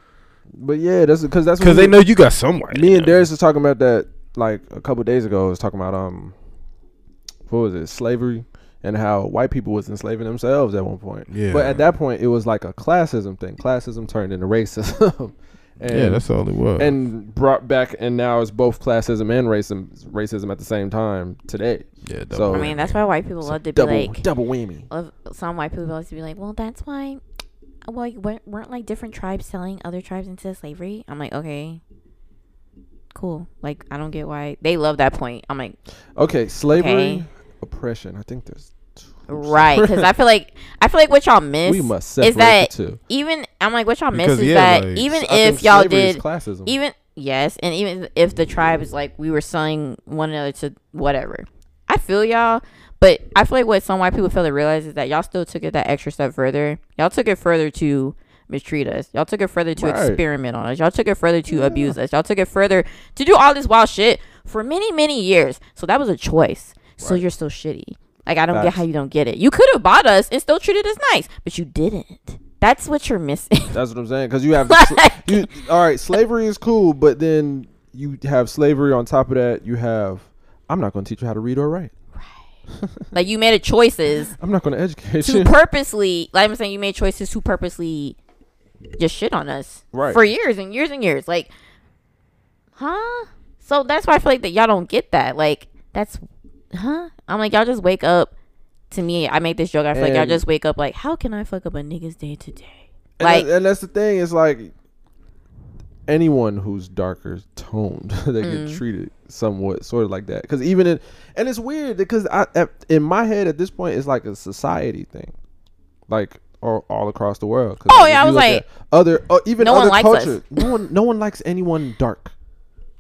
But yeah, that's because that's because what we- they know you got somewhere. Me and Darius was talking about that like a couple days ago. I was talking about um, what was it, slavery, and how white people was enslaving themselves at one point. Yeah. But at that point, it was like a classism thing. Classism turned into racism. and, Yeah, that's all it was. and brought back, and now it's both classism and racism, racism at the same time today. Yeah, So- double I mean, that's why white people love to be double, like, double whammy. love, some white people love to be like, well, that's why, well, you weren't, weren't like different tribes selling other tribes into slavery. I'm like, okay, cool. Like, I don't get why they love that point. I'm like, Okay, slavery Okay. oppression. I think there's two Right, because I feel like I feel like what y'all miss we must separate is that the two. even I'm like what y'all miss Because, is yeah, that like, even I think if y'all slavery is did classism, even yes, and even if the tribe is like we were selling one another to whatever, I feel y'all. But I feel like what some white people fail to realize is that y'all still took it that extra step further. Y'all took it further to mistreat us. Y'all took it further to Right. experiment on us. Y'all took it further to abuse us. Y'all took it further to do all this wild shit for many many years. So that was a choice. So you're still shitty. Like I don't get Facts. how you don't get it. You could have bought us and still treated us nice, but you didn't. That's what you're missing. That's what I'm saying. Because you have the sl- you, all right. Slavery is cool, but then you have slavery on top of that. You have I'm not going to teach you how to read or write. like you made a choices I'm not going to educate to you. purposely like I'm saying you made choices to purposely just shit on us Right. for years and years and years like huh so that's why I feel like that y'all don't get that like that's huh I'm like y'all just wake up to me I make this joke I feel like y'all And- just wake up like how can I fuck up a nigga's day today And like that- and that's the thing. It's like anyone who's darker toned, they get Mm. treated somewhat sort of like that. Because even in and it's weird because I at, in my head at this point it's like a society thing, like all, all across the world. 'Cause Oh, if yeah, I you was look like, at other uh, even no one other likes us. cultures. No one no one likes anyone dark.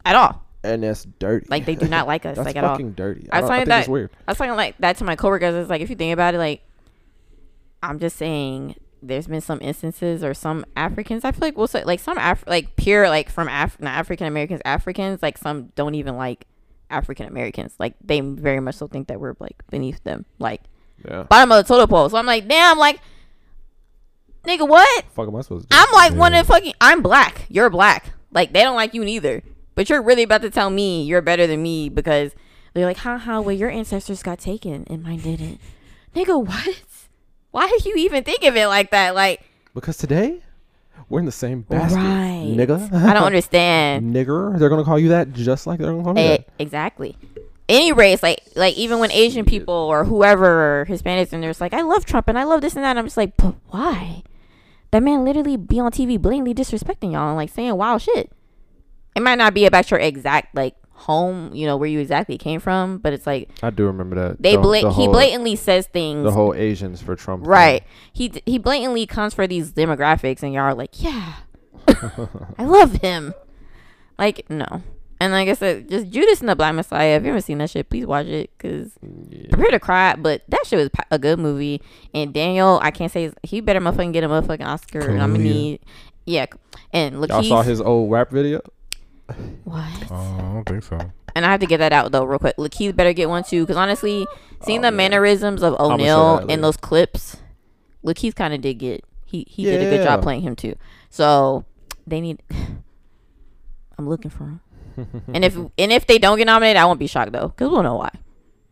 at all and that's dirty. like they do not like us that's like at all fucking dirty. I, I don't- was I talking think that it's weird. I was talking like that to my coworkers. It's like if you think about it, like I'm just saying, there's been some instances or some Africans. I feel like we'll say like some Af- like pure like from Af- not African Americans, Africans like some don't even like African Americans. Like they very much so think that we're like beneath them, like Yeah. bottom of the totem pole. So I'm like, damn, like nigga, what? Fuck am I supposed to? Do? I'm like one of the fucking. I'm black. You're black. Like they don't like you neither. But you're really about to tell me you're better than me because they're like, ha ha. Well, your ancestors got taken and mine didn't. Nigga, what? Why do you even think of it like that? Like, because today we're in the same basket, right, nigga. I don't understand. Nigger, they're gonna call you that just like they're gonna call me Eh, that. exactly. Any race, like, like even when Asian people or whoever, or Hispanics, and they're just like, I love Trump and I love this and that. I'm just like, but why? That man literally be on TV blatantly disrespecting y'all and like saying wild shit. It might not be about your exact like home, you know, where you exactly came from, but it's like I do remember that. they The- blat- the he whole- blatantly says things the whole Asians for Trump. thing. Right. He d- he blatantly comes for these demographics, and y'all are like, yeah, I love him. Like no, and like I said, just Judas and the Black Messiah. If you haven't seen that shit, please watch it because prepare to cry. But that shit was p- a good movie. And Daniel, I can't say his- he better motherfucking get a motherfucking Oscar nominee. Yeah, and Y'all Lakeith. saw his old rap video. what? Oh, I don't think so. And I have to get that out though, real quick. Lakeith better get one too, because honestly, seeing the mannerisms of Oh, say O'Neal that later. in those clips, Lakeith kind of did get. He he did a good Yeah. job playing him too. So they need. I'm looking for him. and if and if they don't get nominated, I won't be shocked though, because we'll know why.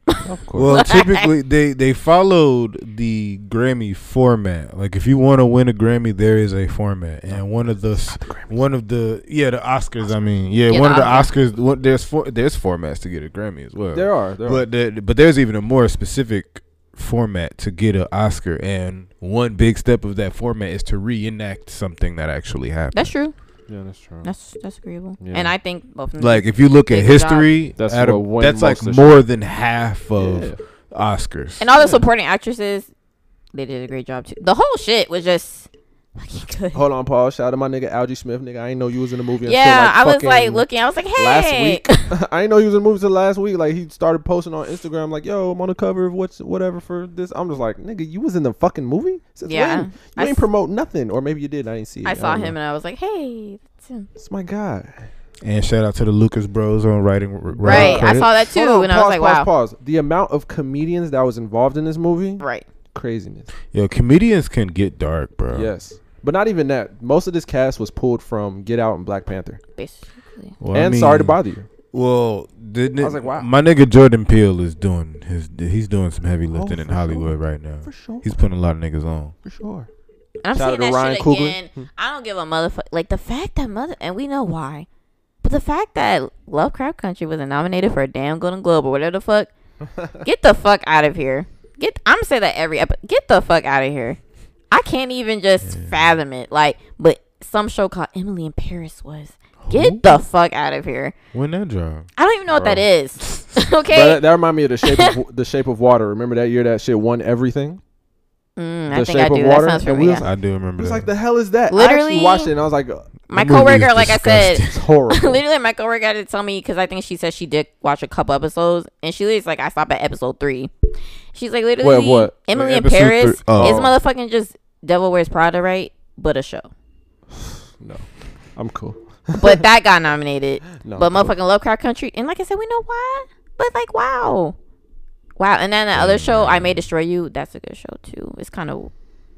Of course. Well, typically they they followed the Grammy format. Like if you want to win a Grammy, there is a format, and one of Oh, the s- one of the yeah the Oscars. I mean, yeah, Yeah, one the of the Oscars. What, there's four, there's formats to get a Grammy as well. there are. There are. but the, but there's even a more specific format to get an Oscar, and one big step of that format is to reenact something that actually happened. That's true. Yeah, that's true. That's that's agreeable. Yeah. And I think both. Of them like if you look at Did a good history, That's that's, out of, what won that's like most of the more than half of Yeah. Oscars. and all the supporting actresses, they did a great job too. The whole shit was just fucking good. Hold on, Paul. Shout out to my nigga Algie Smith, nigga. I ain't know you was in the movie. Until yeah, like I was like fucking looking. I was like, hey. Last week, I ain't know he was in the movie till last week. Like he started posting on Instagram, like, "Yo, I'm on the cover of what's whatever for this." I'm just like, "Nigga, you was in the fucking movie? Since Yeah. when? You I ain't s- promote nothing, or maybe you did. and I didn't see. it. I saw don't him know. and I was like, hey, that's him. It's my god. And shout out to the Lucas Bros on writing. r- writing Right. I credits. saw that too. Hold on, and pause, I was like, pause, wow. pause. The amount of comedians that was involved in this movie, Right. craziness. Yo, comedians can get dark, bro. Yes, but not even that. Most of this cast was pulled from Get Out and Black Panther. Basically. Well, I and sorry to mean, bother you. Well, didn't I was like, wow. My nigga Jordan Peele is doing his. He's doing some heavy lifting Oh, in for Hollywood right now. For sure. He's putting a lot of niggas on. for sure. And I'm Shout out saying that to Ryan shit Coogler. again. I don't give a motherfucker. Like the fact that mother, and we know why, but the fact that Lovecraft Country wasn't nominated for a damn Golden Globe or whatever the fuck. get the fuck out of here. Get. I'm saying that every episode. Get the fuck out of here. I can't even just fathom it. Like, but some show called Emily in Paris was. Get the fuck out of here. When that drop? I don't even know what that is. But uh, okay. that, that remind me of the shape of the shape of water. Remember that year that shit won everything? Mm, The I think I Shape of do. Water? That sounds And we familiar. was- Yeah. I do remember It's that. like the hell is that? I actually Literally- watched it and I was like, "Ugh, My That movie is coworker, like I said, it's horrible. literally my coworker had to tell me because I think she said she did watch a couple episodes, and she was like, I stopped at episode three. She's like, literally, what? Emily in Episode Paris three- is oh. motherfucking just Devil Wears Prada, right? But a show. I'm cool. But that got nominated. No, but I'm cool. motherfucking Lovecraft Country, and like I said, we know why. But like, wow, wow. And then the other show, I May Destroy You. That's a good show too. It's kind of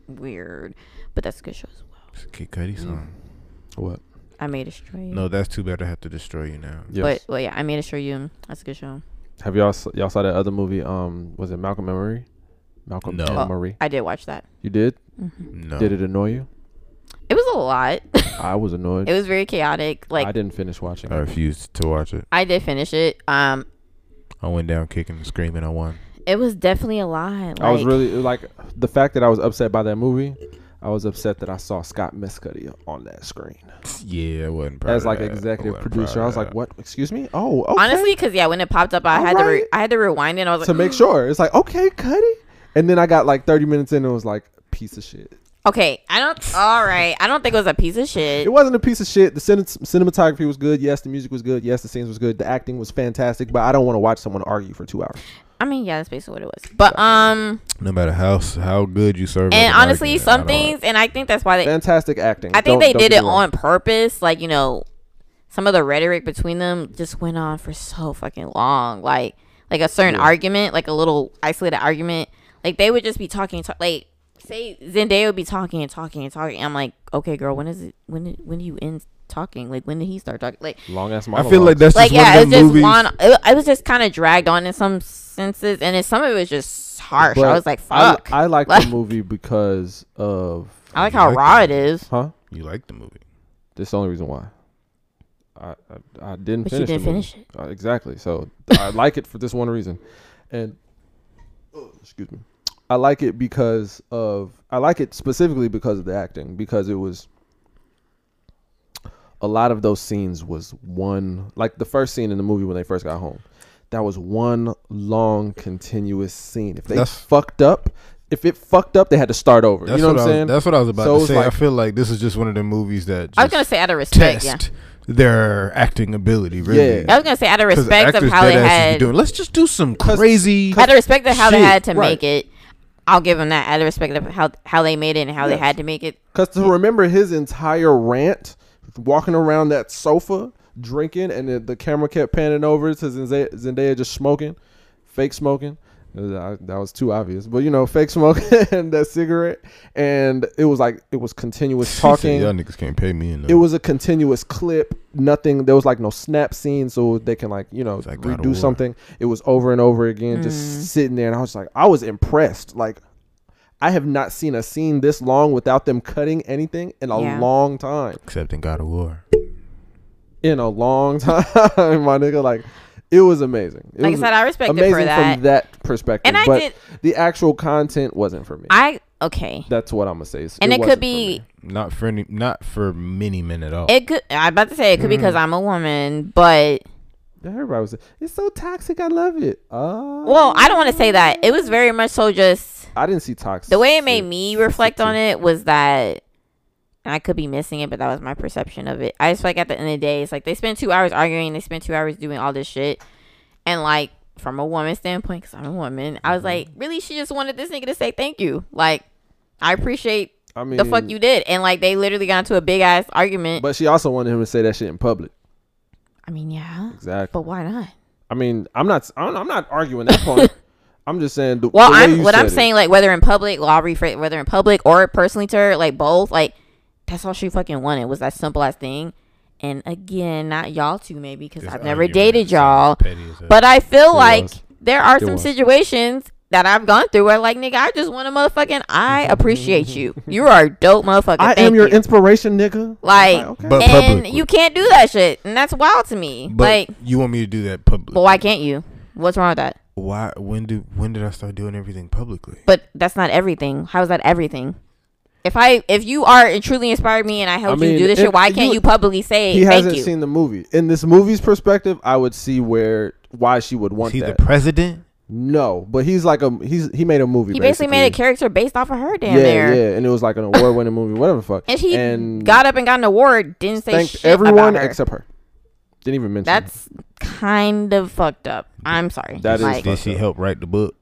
weird, but that's a good show as well. Kid Cudi song. What? I May Destroy You. No, that's too bad. I have to destroy you now. Yes. But well, yeah, I May Destroy You. That's a good show. Have y'all s- y'all saw that other movie? Um, was it Malcolm and Marie? Malcolm No. and Oh. Marie. I did watch that. Mm-hmm. You did? No. Did it annoy you? It was a lot. I was annoyed. it was very chaotic. Like I didn't finish watching. I it. refused to watch it. I did finish it. Um, I went down kicking and screaming. I won. it was definitely a lot. Like, I was really like the fact that I was upset by that movie. I was upset that I saw Scott Mescudi on that screen Yeah, I wasn't proud as of like that. I executive wasn't producer. proud I of was like, that. "What? Excuse me? Oh, okay." honestly because yeah, when it popped up, I had to re- Alright. I had to rewind it. And I was like, to make sure. It's like, okay, Cuddy. And then I got like 30 minutes in and was like, piece of shit. okay, I don't. All right, I don't think it was a piece of shit. It wasn't a piece of shit. The cin- cinematography was good. Yes, the music was good. Yes, the scenes was good. The acting was fantastic. But I don't want to watch someone argue for two hours. I mean, yeah, that's basically what it was. But um, No matter how how good you serve. and up an honestly, argument, I some don't- things, and I think that's why they. Fantastic acting. I think Don't- they don't did get it me wrong. on purpose. Like you know, some of the rhetoric between them just went on for so fucking long. Like like a certain argument, like a little isolated argument. Like they would just be talking, to, like say Zendaya would be talking and talking and talking. I'm like, okay, girl, when is it? When did, when do you end talking? Like when did he start talking? Like Long ass I feel like that's like just one of yeah, it was them just movies. one. It, it was just kind of dragged on in some senses, and then some of it was just harsh. I was like, fuck. I, like the Like- movie because of. I like how like raw that. it is. Huh? you like the movie. That's the only reason why. I I, I didn't But you finish. the didn't movie. finish it. Uh, exactly. So I like it for this one reason, and oh, excuse me, I like it because of I like it specifically because of the acting because it was a lot of those scenes was one like the first scene in the movie when they first got home. That was one long continuous scene. If they That's- fucked up, if it fucked up, they had to start over. That's you know what, what, I I'm was, saying? That's what I was about So it to was say. I like- feel like this is just one of the movies that just I was gonna say out of respect, test yeah. their acting ability. Really, Yeah. I was gonna say out of 'Cause respect of actors how they dead ass be had doing. Let's just do some 'Cause- crazy. out of respect of how they shit, had to right. make it. I'll give them that. Out of respect of how how they made it and how they Yes. had to make it. Because to remember his entire rant, walking around that sofa, drinking, and the, the camera kept panning over to Zendaya, Zendaya just smoking, fake smoking. Uh, I- That was too obvious, but you know, fake smoking and that cigarette, and it was like it was continuous talking. Y'all niggas can't pay me. It was a continuous clip. Nothing. There was like no snap scene, so they can like you know It's like God of redo War. something. It was over and over again, Mm. just sitting there, and I was like, I was impressed. Like, I have not seen a scene this long without them cutting anything in a Yeah. long time. except in God of War. In a long time, my nigga. Like, it was amazing. It Like I was said, I respect it for amazing that. from that perspective. And I but did- the actual content wasn't for me. I okay, That's what I'm gonna say. and it, wasn't could for be me. Not for any, not for many men at all. it could. I'm about to say it could be Mm. because I'm a woman, but Everybody was. It's so toxic. I love it. Uh, well, I don't want to say that. It was very much so just I didn't see toxic. the way it made me reflect on it was that and I could be missing it, but that was my perception of it. I just feel like at the end of the day, it's like they spent two hours arguing, they spent two hours doing all this shit, and like from a woman's standpoint, because I'm a woman, I was like, really, she just wanted this nigga to say thank you. Like, I appreciate I mean, the fuck you did, and like they literally got into a big ass argument. But she also wanted him to say that shit in public. I mean, yeah, Exactly. but why not? I mean, I'm not. I'm, I'm not arguing that point. I'm just saying. The, Well, the way I'm you what I'm said it. saying, like whether in public, well, I'll rephrase whether in public or personally to her, like both, like that's all she fucking wanted was that simple ass thing. And again, not y'all two maybe because This I've never argument dated is y'all, petty as hell. but I feel like was. there are some was. situations that I've gone through where like nigga, I just want a motherfucking I appreciate you. You are a dope motherfucker. Mm-hmm. I Thank am your you. inspiration, nigga. like, okay. But and publicly. you can't do that shit, and that's wild to me. But like, you want me to do that publicly? but why can't you? What's wrong with that? Why? When do? When did I start doing everything publicly? But that's not everything. How is that everything? If I if you are truly inspired me and I helped I mean, you do this if shit, why can't you- you publicly say he thank hasn't you? seen the movie. In this movie's perspective, I would see where why she would want Is he that. the president? no, but he's like a he's he made a movie. He basically made a character based off of her damn yeah, there. yeah, and it was like an award-winning movie, whatever the fuck. And he and got up and got an award, didn't say thanked shit everyone about her. except her. Didn't even mention. her. That's kind of fucked up. I'm sorry. That is like, fucked Did she up. help write the book?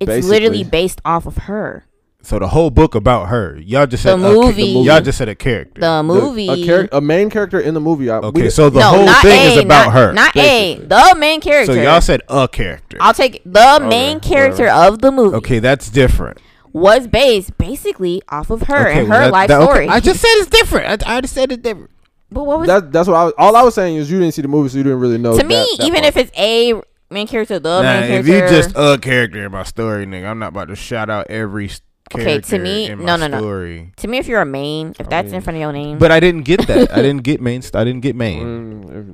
it's basically- literally based off of her. So the whole book about her. Y'all just The said a, movie. ca- y'all just said a character. The Look, movie. a, char- a main character in the movie. I, we okay, did- so the no, whole not thing a, is about not, her. Not basically. a the main character. so y'all said a character. I'll take the main character of the movie okay, that's different. was based basically off of her okay, and well, her that- life that- okay, story. I just said it's different. I, I just said it's different. but what was that, that's what I was. All I was saying is you didn't see the movie, so you didn't really know. to that- me? that even part. if it's a main character, the Nah, main if character. you just a character in my story, nigga, I'm not about to shout out every s- Okay, to character me, in no, no, my no. story. to me, if you're a main, if that's in front of your name, But I didn't get that. I didn't get main. St- I didn't get main.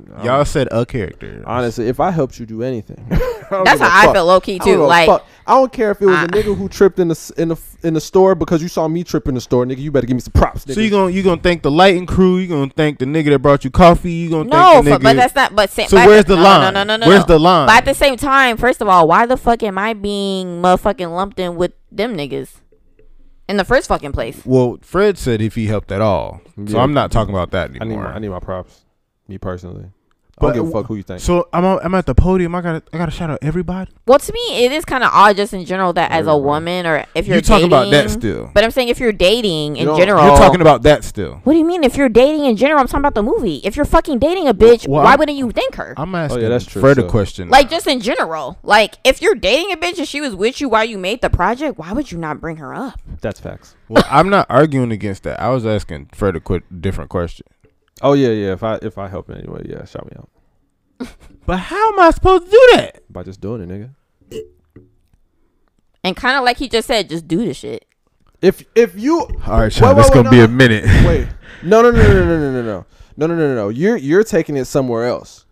Mm, if- Y'all said a character. honestly, if I helped you do anything, that's that's how I feel low key too. Like I don't care if it was a I- nigga who tripped in the s- in the f- in the store because you saw me trip in the store, nigga. You better give me some props, nigga. So you gonna you gonna thank the lighting crew? You gonna thank the nigga that brought you coffee? You gonna No, thank the but, nigga? but that's not. But sa- So but at where's the no, line? No, no, no, no. Where's no. the line? But at the same time, first of all, why the fuck am I being motherfucking lumped in with them niggas in the first fucking place? well, Fred said if he helped at all, so Yeah. I'm not talking about that I need anymore. my, I need my props. Me personally, I But- don't give a fuck who you think. so I'm I'm at the podium. I got I got to shout out everybody. Well, to me, it is kind of odd, just in general, that as a woman or if you're You talking about that dating- still. But I'm saying if you're dating in don't- you're general, You're talking about that still. What do you mean if you're dating in general? I'm talking about the movie. If you're fucking dating a bitch, well, why I'm- wouldn't you thank her? I'm asking Oh, that's true, Fred a so- question. like just in general, like if you're dating a bitch and she was with you while you made the project, why would you not bring her up? That's facts. well, I'm not arguing against that. I was asking Fred a qu- different question. Oh yeah, yeah. If I if I help in any way, yeah, shout me out But how am I supposed to do that? by just doing it, nigga. And kind of like he just said, just do the shit. If if you All right, Wait, Sean, wait, that's wait, gonna no, be no. a minute. Wait. No, no, no, no, no, no, no, no, no, no, no, no, no. You're you're taking it somewhere else.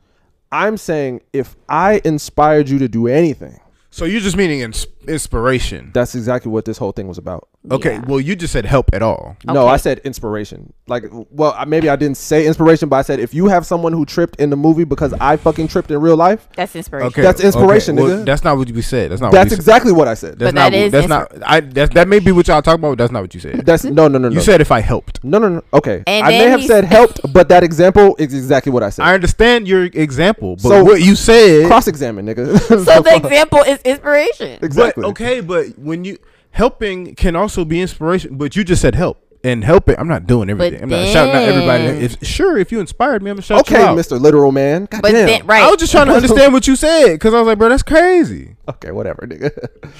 I'm saying if I inspired you to do anything, So you're just meaning ins- inspiration. that's exactly what this whole thing was about. Okay, Yeah. well you just said help at all. No, Okay. I said inspiration. Like, well, I- maybe I didn't say inspiration, but I said if you have someone who tripped in the movie because I fucking tripped in real life, That's inspiration. Okay, That's inspiration, well, nigga. that's not what you said. That's not. that's what Oh, you exactly what I said. Said. That's But not. that is that's not. I. That's, that may be what y'all talking about. But that's not what you said. That's no, no, no, no. you said if I helped. no, no, no. Okay, And I may then have he said s- helped, but that example is exactly what I said. I understand your example, but So- what you said. Cross-examine, nigga. So the example is inspiration. exactly. But, okay, but when you helping can also be inspiration, but you just said help and helping. I'm not doing everything. I'm not shouting out everybody. then- If, sure, if you inspired me, I'm gonna shout you Okay, out. Mister Literal Man. God But damn. then, I was right, just trying to understand what you said because I was like, bro, that's crazy. Okay, whatever, nigga.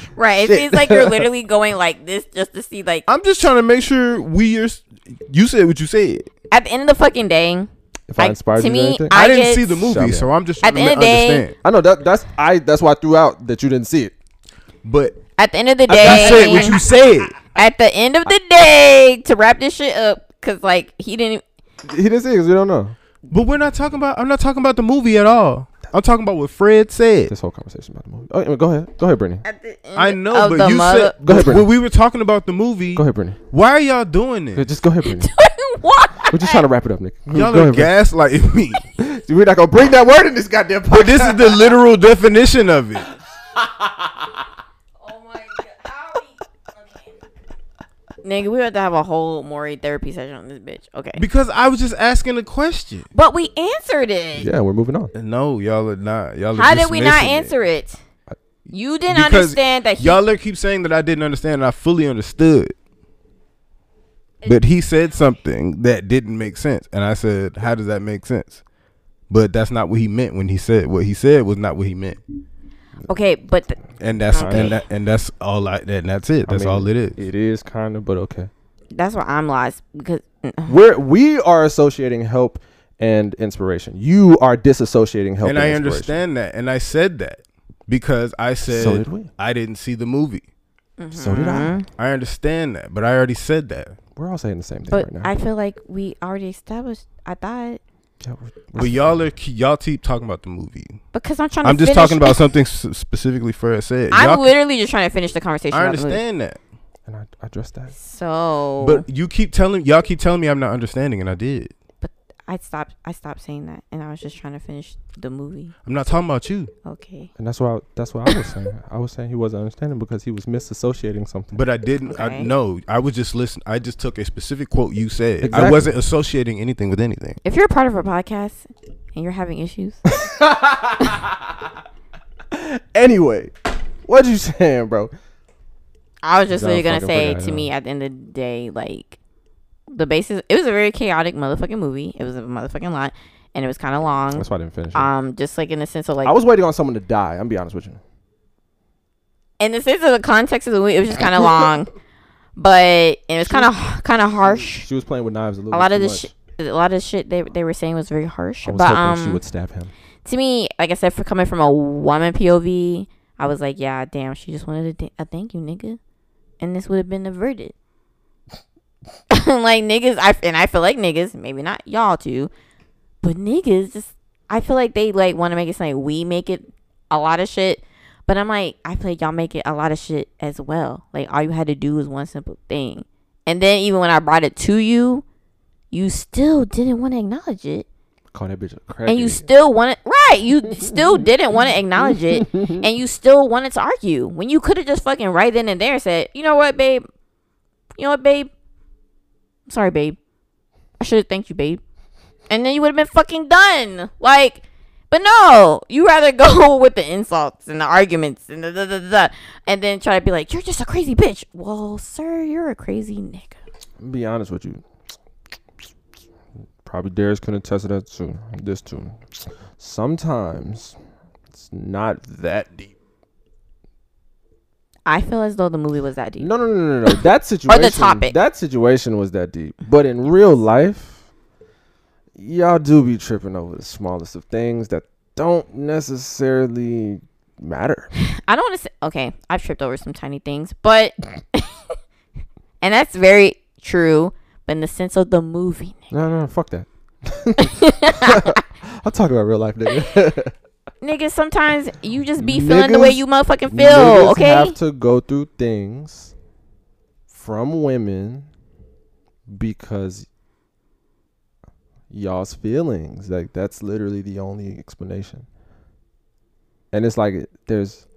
right. It seems like you're literally going like this just to see, like, I'm just trying to make sure we are. You said what you said. at the end of the fucking day, If I, I- inspired to you to me, anything? I I, didn't get- see the movie, Shout so I'm just At trying the to end of the day, understand. I know that that's I that's why I threw out that you didn't see it. But at the end of the you said day, what you said. at the end of the day, to wrap this shit up, because, like, he didn't. He didn't see it because we don't know. But we're not talking about. I'm not talking about the movie at all. I'm talking about what Fred said. This whole conversation about the movie. Oh, anyway, go ahead. Go ahead, Brittany. At the end I know, of but the you mother- said Go ahead, Brittany. when we were talking about the movie. Go ahead, Brittany. Why are y'all doing Yeah, this? Just go ahead, Brittany. Why? We're just trying to wrap it up, nigga. Y'all go are ahead, Brittany. gaslighting me. We're not gonna bring that word in this goddamn but podcast. this is the literal definition of it. Oh my god. Nigga, we have to have a whole Maury therapy session on this bitch. Okay. Because I was just asking a question. But we answered it. Yeah, we're moving on. No, y'all are not. Y'all. Are How did we not dismissing answer it? You didn't Because understand that he, y'all are keep saying that I didn't understand. and I fully understood. But he said something that didn't make sense, and I said, "How does that make sense?" But that's not what he meant when he said what he said was not what he meant, okay, but th- and that's Okay. and that, and that's all I and that's it. That's I mean, all it is. It is kind of, but okay. that's why I'm lost because mm, We're we are associating help and inspiration. You are disassociating help and, and I inspiration. understand that, and I said that because I said did we. I didn't see the movie. So did mm-hmm. I. I understand that, but I already said that. We're all saying the same thing but right now. I feel like we already established. I thought Yeah, we're- we're- But y'all are y'all keep talking about the movie. because I'm trying. I'm to just finish- talking about something s- specifically Fred said. I'm Y'all- literally just trying to finish the conversation. I about the movie. understand that, and I I addressed that. So, but you keep telling y'all keep telling me I'm not understanding, and I did. but I stopped. I stopped saying that, and I was just trying to finish the movie. I'm not talking about you, Okay. And that's why that's what I was saying. I was saying he wasn't understanding because he was misassociating something. but I didn't. I Okay. no. I was just listening. I just took a specific quote you said. I Exactly. wasn't associating anything with anything. If you're a part of a podcast and you're having issues, Anyway, what you saying, bro? I was just Gotta literally gonna fucking say figure it to me at the end of the day, like the basis. It was a very chaotic motherfucking movie. It was a motherfucking lot, and it was kind of long. That's why I didn't finish. It. Um, just like in the sense of like I was waiting on someone to die. I'm gonna be honest with you. in the sense of the context of the movie, it was just kind of long, but and it was kind of kind of harsh. She was playing with knives a little. A lot bit of too the much. shit, a lot of shit they they were saying was very harsh. I was But hoping um, she would stab him. to me, like I said, for coming from a woman POV, I was like, yeah, damn, she just wanted a, da- a thank you, nigga, and this would have been averted. like niggas, I and I feel like niggas, maybe not y'all too, but niggas just, I feel like they like want to make it sound like we make it a lot of shit, but I'm like, I feel like y'all make it a lot of shit as well. Like all you had to do was one simple thing, and then even when I brought it to you, you still didn't want to acknowledge it Call that bitch a crack. and you still wanted right you still didn't want to acknowledge it and you still wanted to argue when you could have just fucking right then and there said you know what babe you know what babe I'm sorry babe i should have thanked you babe and then you would have been fucking done like but no you rather go with the insults and the arguments and the da, da, da, da, and then try to be like you're just a crazy bitch well sir you're a crazy nigga I'm be honest with you. Probably Darius could have tested that too. This too. Sometimes it's not that deep. i feel as though the movie was that deep No, no, no, no, no. That situation. topic. That situation was that deep. But in real life, y'all do be tripping over the smallest of things that don't necessarily matter. I don't want to say okay. I've tripped over some tiny things, but and that's very true. But in the sense of the movie, nigga. No, no, no fuck that. I'll talk about real life, nigga. nigga, sometimes you just be feeling the way Niggas- you motherfucking feel. Niggas okay, have to go through things from women because y'all's feelings. Like that's literally the only explanation. And it's like it- there's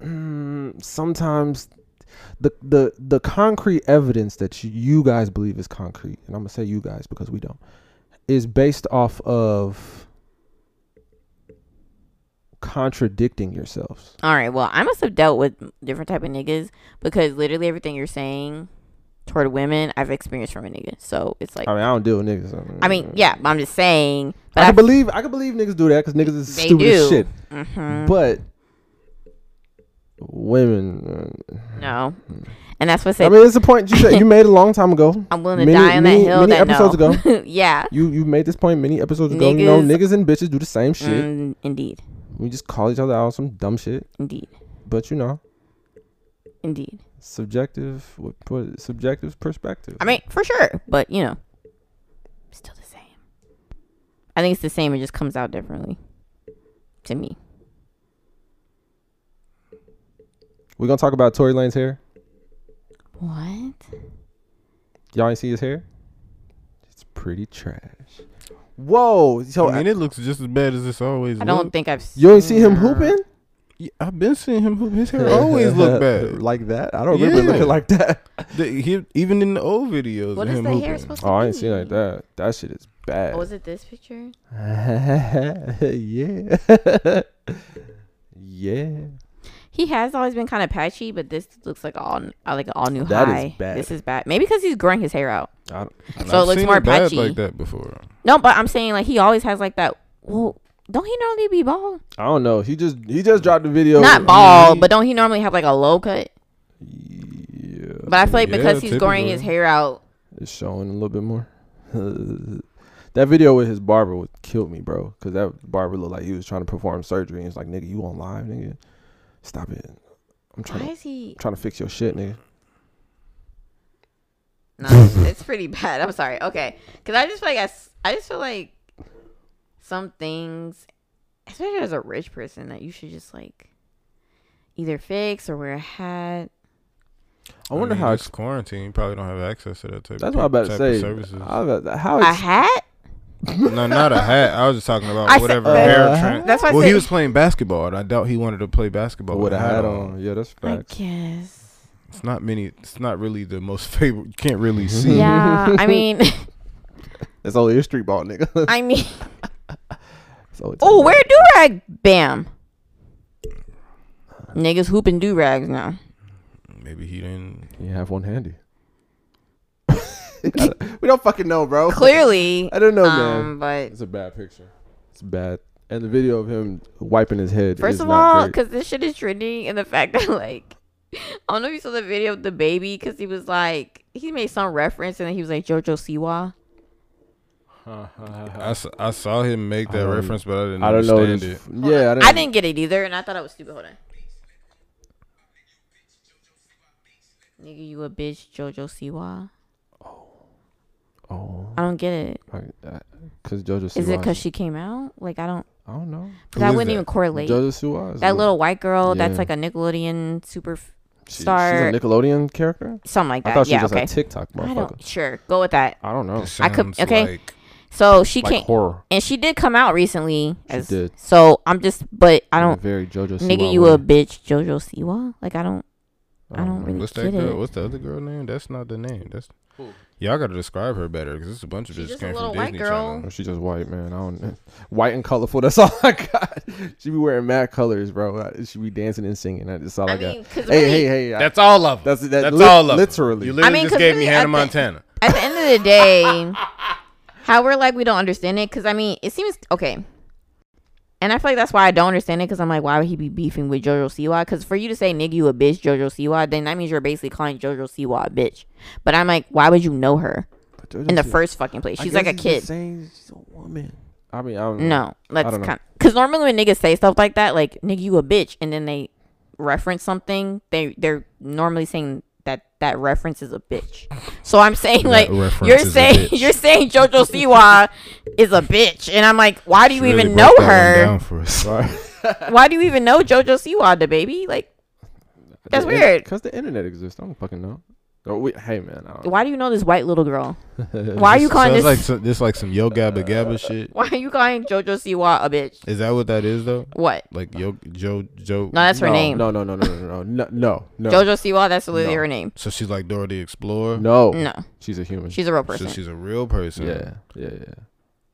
Mm, sometimes the the the concrete evidence that you guys believe is concrete, and I'm gonna say you guys because we don't, is based off of contradicting yourselves. All right. Well, I must have dealt with different type of niggas because literally everything you're saying toward women, I've experienced from a nigga. So it's like, I mean, I don't deal with niggas. so- I mean, yeah, I'm just saying. But Um, I I can believe I can believe niggas do that because niggas is They stupid as do. shit. mm-hmm, But women, uh, no, and that's what I I said. mean, it's a point you said you made a long time ago. I'm willing to many- die on many- that hill. many that episodes no. ago. yeah. You you made this point many episodes ago. You know, Niggas- niggas and bitches do the same shit. Mm, indeed. We just call each other out on some dumb shit, Indeed. but you know, Indeed. subjective what, what subjective perspective. I mean, for sure, but you know, still the same. I think it's the same. It just comes out differently to me. we're gonna talk about Tory Lane's hair. What? Y'all ain't see his hair? It's pretty trash. Whoa! So I I mean, it looks just as bad as it's always. I don't looked. think I've. you ain't see him her. hooping? Yeah, I've been seeing him. hoop. His hair always look bad. like that. I don't remember Yeah. looking like that. The- he- even in the old videos. What of is him the hair hooping. supposed to Oh, I be? ain't seen like that. That shit is bad. Oh, was it this picture? yeah, yeah. He has always been kind of patchy, but this looks like all uh, like an all new That is high. bad. This is bad. Maybe because he's growing his hair out, I don't- And so it I've looks seen more bad patchy. like that before. No, but I'm saying like he always has like that. Well, don't he normally be bald? I don't know. He just he just dropped the video. Not bald, but don't he normally have like a low cut? Yeah, But I feel like Yeah, because he's growing his typically. hair out, it's showing a little bit more. that video with his barber would kill me, bro. Cause that barber looked like he was trying to perform surgery, and it's like, nigga, you on live, nigga. Stop it. I'm trying. why To, is he? trying to fix your shit, nigga. No, it's pretty bad. I'm sorry. Okay, because I just feel like I, s- I just feel like some things, especially as a rich person, that you should just like either fix or wear a hat. I wonder mean, how. it's quarantine. You probably don't have access to that type. That's of, what I'm about to type say. Of services. I was about- how A ex- hat? no, not a hat. I was just talking about I said- whatever Uh, hair trend. That's why I Well, said he was playing basketball, and I doubt he wanted to play basketball with a hat on? Yeah, that's I facts. guess. It's not many. It's not really the most favorite. You can't really Mm-hmm. see. Yeah, I mean, That's only a street ball, nigga. I mean. That's all it takes. Oh, wear do rag. Bam. Uh, Niggas hooping do rags now. Maybe he didn't. You have one handy. we don't fucking know, bro. Clearly. I don't know, man. um, but It's a bad picture. It's bad. And the video of him wiping his head. first is of not all, great. because this shit is trending, and the fact that like, I don't know if you saw the video of the baby, because he was like, he made some reference, and then he was like JoJo Siwa. I, s- I saw him make that don't- reference, but I didn't I don't know. understand This, it. yeah, I didn't. I didn't get it either, and I thought I was stupid. Hold on. Nigga, you a bitch, JoJo Siwa. oh, I don't get it. because JoJo Siwa. Is it because she came out? Like I don't. I don't know. That is wouldn't that? even correlate. JoJo Siwa. is That a- little white girl Yeah. that's like a Nickelodeon super f- she- star, She's a Nickelodeon character. something like I that. thought she yeah, was just okay. a TikTok I motherfucker. don't sure. Go with that. I don't know. It I could- sounds okay. Like, So she Like can't, horror. and she did come out recently. As, did. So I'm just, but I in a don't, Very JoJo Siwa. nigga, you way. a bitch, JoJo Siwa. Like I don't, I don't really what's that get girl? it. What's the other girl name? That's not the name. That's y'all got to describe her better because it's a bunch of She's this just a came little from white Disney girl. Oh, She just white, man. I don't white and colorful. That's all I got. She be wearing mad colors, bro. I- She be dancing and singing. That's all I, I got. mean, 'cause hey, really- hey, hey, I- That's all of them. That's- That's that that's lit- all of 'em. literally. You literally I mean, just 'cause gave me really, I Hannah think- Montana. At the end of the day, how we're like we don't understand it because I mean it seems okay, and I feel like that's why I don't understand it because I'm like why would he be beefing with JoJo Siwa? Because for you to say nigga you a bitch JoJo Siwa, then that means you're basically calling JoJo Siwa a bitch. But I'm like why would you know her But JoJo in the Siwa- first fucking place? I She's like guess a it's the kid. same- She's a woman. I mean, I don't know. No, let's don't know. kind because normally when niggas say stuff like that, like nigga you a bitch, and then they reference something, they they're normally saying that that reference is a bitch. So I'm saying like reference you're is a saying bitch. you're saying JoJo Siwa is a bitch, and I'm like, why do you Really even broke know that one down her? for us. Why do you even know JoJo Siwa, the baby? Like, That's weird. Because the internet exists. I don't fucking know. Oh, we, hey, man. I don't why do you know this white little girl? Why are you calling Sounds this? like some, this like some yo gabba gabba shit. why are you calling JoJo Siwa a bitch? Is that what that is though? What? Like yo Joe Joe. No, that's her no, name. No, no, no, no, no, no, no, no, no. JoJo Siwa. That's literally No. her name. so she's like Dora the Explorer. No. No, She's a human. she's a real So person. she's a real person. yeah, yeah, yeah.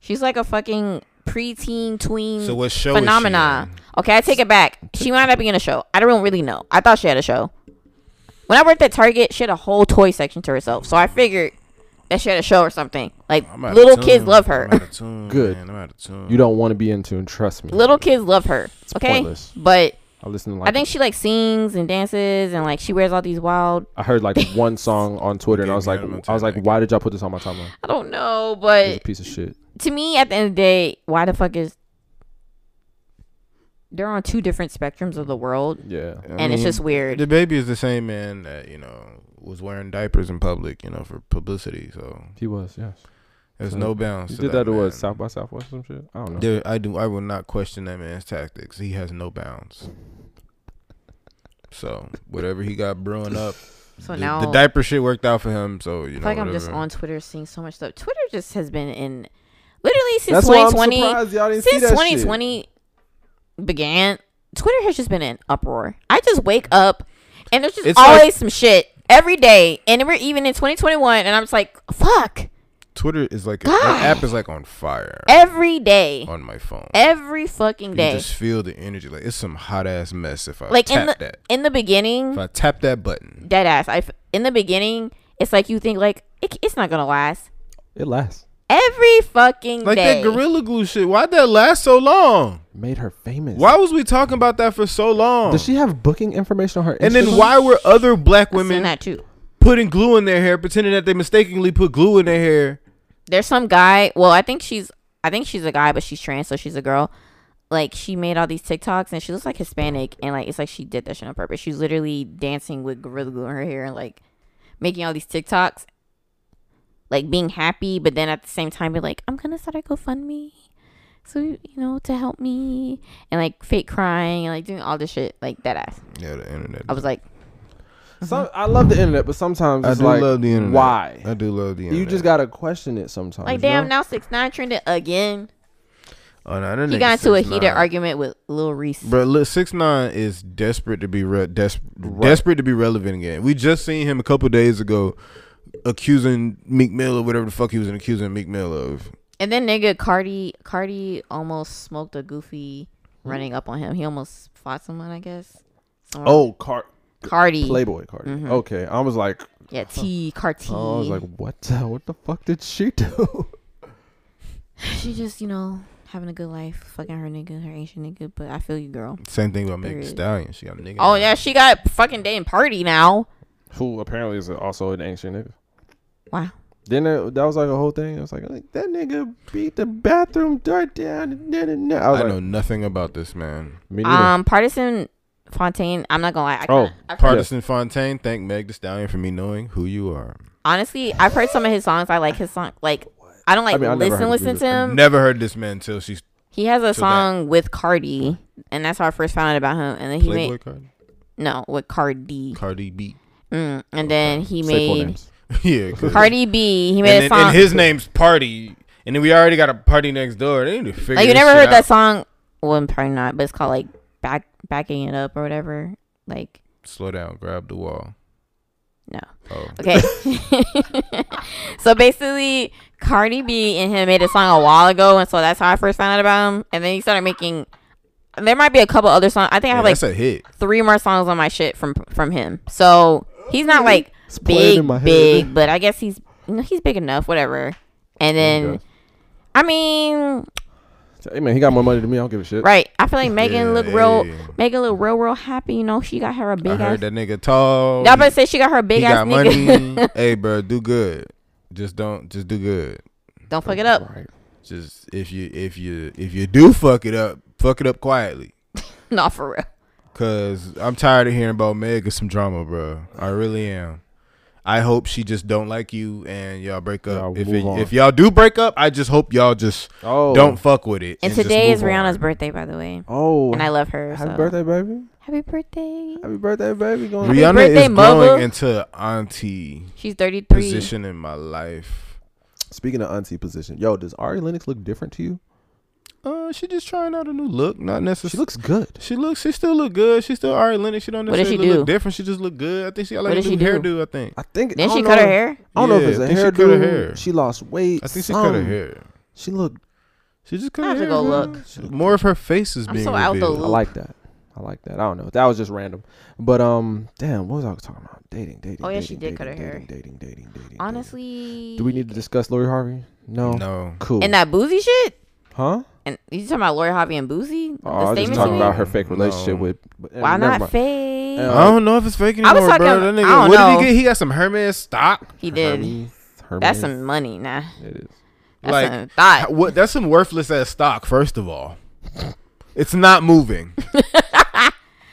She's like a fucking preteen tween So what show phenomena. Is she Okay, I take it back. She might not be in a show. I don't really know. I thought she had a show. When I worked at Target, she had a whole toy section to herself. So I figured that she had a show or something. Like in? I'm out of little tune. kids love her. I'm out of tune, Good. man. I'm out of tune. You don't want to be in tune. Trust me. little kids love her. Okay, pointless. but I listened to like I think she like sings and dances and like she wears all these wild. I heard like one song on Twitter, and I Gave was me like, Hannah I was like, Montana. why did y'all put this on my timeline? I don't know, It's a but piece of shit. to me, at the end of the day, why the fuck is they're on two different spectrums of the world, Yeah. I and it's mean, just weird. The baby is the same man that you know was wearing diapers in public, you know, for publicity. So He was, yes. there's So no bounds. You to did that, to man. what, South by Southwest or some shit? I don't know. There, I do. I will not question that man's tactics. He has no bounds. So whatever he got brewing up, So the, now- the diaper shit worked out for him. So you I know, feel like I'm just whatever. on Twitter seeing so much stuff. Twitter just has been in literally since That's why I'm 2020. surprised y'all didn't see since that shit. 2020 began, Twitter has just been in uproar. I just wake up and there's just It's always like- some shit every day, and we're even in 2021, and I'm just like, fuck, Twitter is like God. that app is like on fire every day, on my phone. every fucking You day. just feel the energy. Like it's some hot ass mess. If I like in the tap that, in the beginning, if I tap that button, dead ass. I f- in the beginning, it's like you think like it, it's not gonna last. It lasts. Every fucking like day. that gorilla glue shit. Why'd that last so long? Made her famous. Why was we talking about that for so long? Does she have booking information on her? and then Instagram? why were other black I've seen women that too. putting glue in their hair, pretending that they mistakenly put glue in their hair? there's some guy. Well, I think she's I think she's a guy, but she's trans, so she's a girl. Like she made all these TikToks and she looks like Hispanic and like it's like she did that shit on purpose. She's literally dancing with gorilla glue in her hair and like making all these TikToks, like being happy, but then at the same time be like, I'm gonna start a GoFundMe, so you know to help me and like fake crying and like doing all this shit like that ass. Yeah, the internet. I was like, Some, I love the internet, but sometimes I it's do like, love the internet. why? I do love the You internet. just gotta question it sometimes. Like you know? damn, now six nine trending again. Oh, no, that He nigga got into a 6'9". heated argument with Lil Reese. Bro, look, six nine is desperate to be re- des- desperate to be relevant again. We just seen him a couple days ago accusing Meek Mill or whatever the fuck he was accusing Meek Mill of. And then nigga Cardi Cardi almost smoked a goofy Hmm? running up on him. He almost fought someone, I guess. Someone- Oh, Car- Cardi. Playboy card. Okay, I was like, Yeah, T Carti. Oh, I was like, what? The, what the fuck did she do? she just, you know, having a good life, fucking her nigga, her ancient nigga, but I feel you, girl. Same thing about Megan Thee Period. Stallion. She got a nigga. Oh now. yeah, she got fucking dating party now. Who apparently is also an ancient nigga. Wow. Then it, that was like a whole thing. I was like, like, that nigga beat the bathroom door down. and then and then. I was I like, know nothing about this man. me neither. Um Partisan Fontaine, I'm not gonna lie. I Oh, kinda- I've heard- Partisan Fontaine, thank Meg Thee Stallion for me knowing who you are. honestly, I've heard some of his songs. I like his song like I don't like mean, I never heard listen his listen to music. him. Never heard this man until she's He has a So that- song with Cardi, and that's how I first found out about him. And then he Playboy made Cardi, no with Cardi, Cardi B. mm. and then he Oh, Say full made names. yeah, 'cause- Cardi B. He made And, a then- song. and his name's Party, and then we already got a party next door. They need to figure. like you this never shit heard out. that song? Well, probably not, but it's called like back backing it up or whatever. Like Slow down, grab the wall. no, Oh, okay. so basically, Cardi B and him made a song a while ago, and so that's how I first found out about him. And then he started making. There might be a couple other songs. I think I Man, have like that's a hit. three more songs on my shit from from him. So he's not like playing big, in my head. big, but I guess he's you know, he's big enough, whatever. And then Okay. I mean, Hey man, he got more money than me. I don't give a shit. right? I feel like Megan Yeah, look real, yeah. Megan look real, real happy. You know, she got her a I big ass. heard that nigga tall. Y'all better say she got her a big he ass got nigga. money. hey, bro, do good. Just don't. Just do good. Don't fuck it up. Right. Just if you if you if you do fuck it up, fuck it up quietly. No, for real. Cause I'm tired of hearing about Meg and some drama, bro. I really am. I hope she just don't like you and y'all break up. Y'all if move it- on. if y'all do break up, I just hope y'all just Oh, don't fuck with it. And, just today is move on. Rihanna's birthday, by the way, Oh, and I love her. happy so. birthday, baby. Happy birthday. Happy birthday, baby. Going. Rihanna birthday, is mother. growing into auntie She's thirty three. position in my life. Speaking of auntie position, yo, does Ari Lennox look different to you? Uh, she just trying out a new look. Not necessarily. She looks good. She looks. She still look good. She still Ari Lennox. She don't What does necessarily she look do? different. She just look good. I think she got What like a does new she do? hairdo. I think. I think. Then I she don't cut her know- hair. I don't know if Yeah, it's a I think she cut her hair. hairdo. She lost weight. I think she cut her some- hair. She looked. She just cut I her have to hair. go bro. Mm-hmm. look. She- More of her face is I'm being so out the revealed. I Oop. like that. I like that. I don't know. That was just random. But um, damn, what was I talking about? Dating, dating. Oh, yeah, dating, she did cut dating, her hair. Dating, dating, dating, dating. dating. Honestly, do we need to discuss Lori Harvey? No. No. Cool. and that boozy shit? huh? And you talking about Lori Harvey and Boozy? Oh, I was just statements talking you about made? her fake relationship No. with. But, eh, Why never not mind. fake? Uh, I don't know if it's fake I anymore, was talking- bro. That nigga, I don't what know. did he get? He got some Hermes stock. he did. Hermes, Hermes. That's some money, nah. It is. That's Like, some thought. How- What? That's some worthless ass stock. First of all, it's not moving.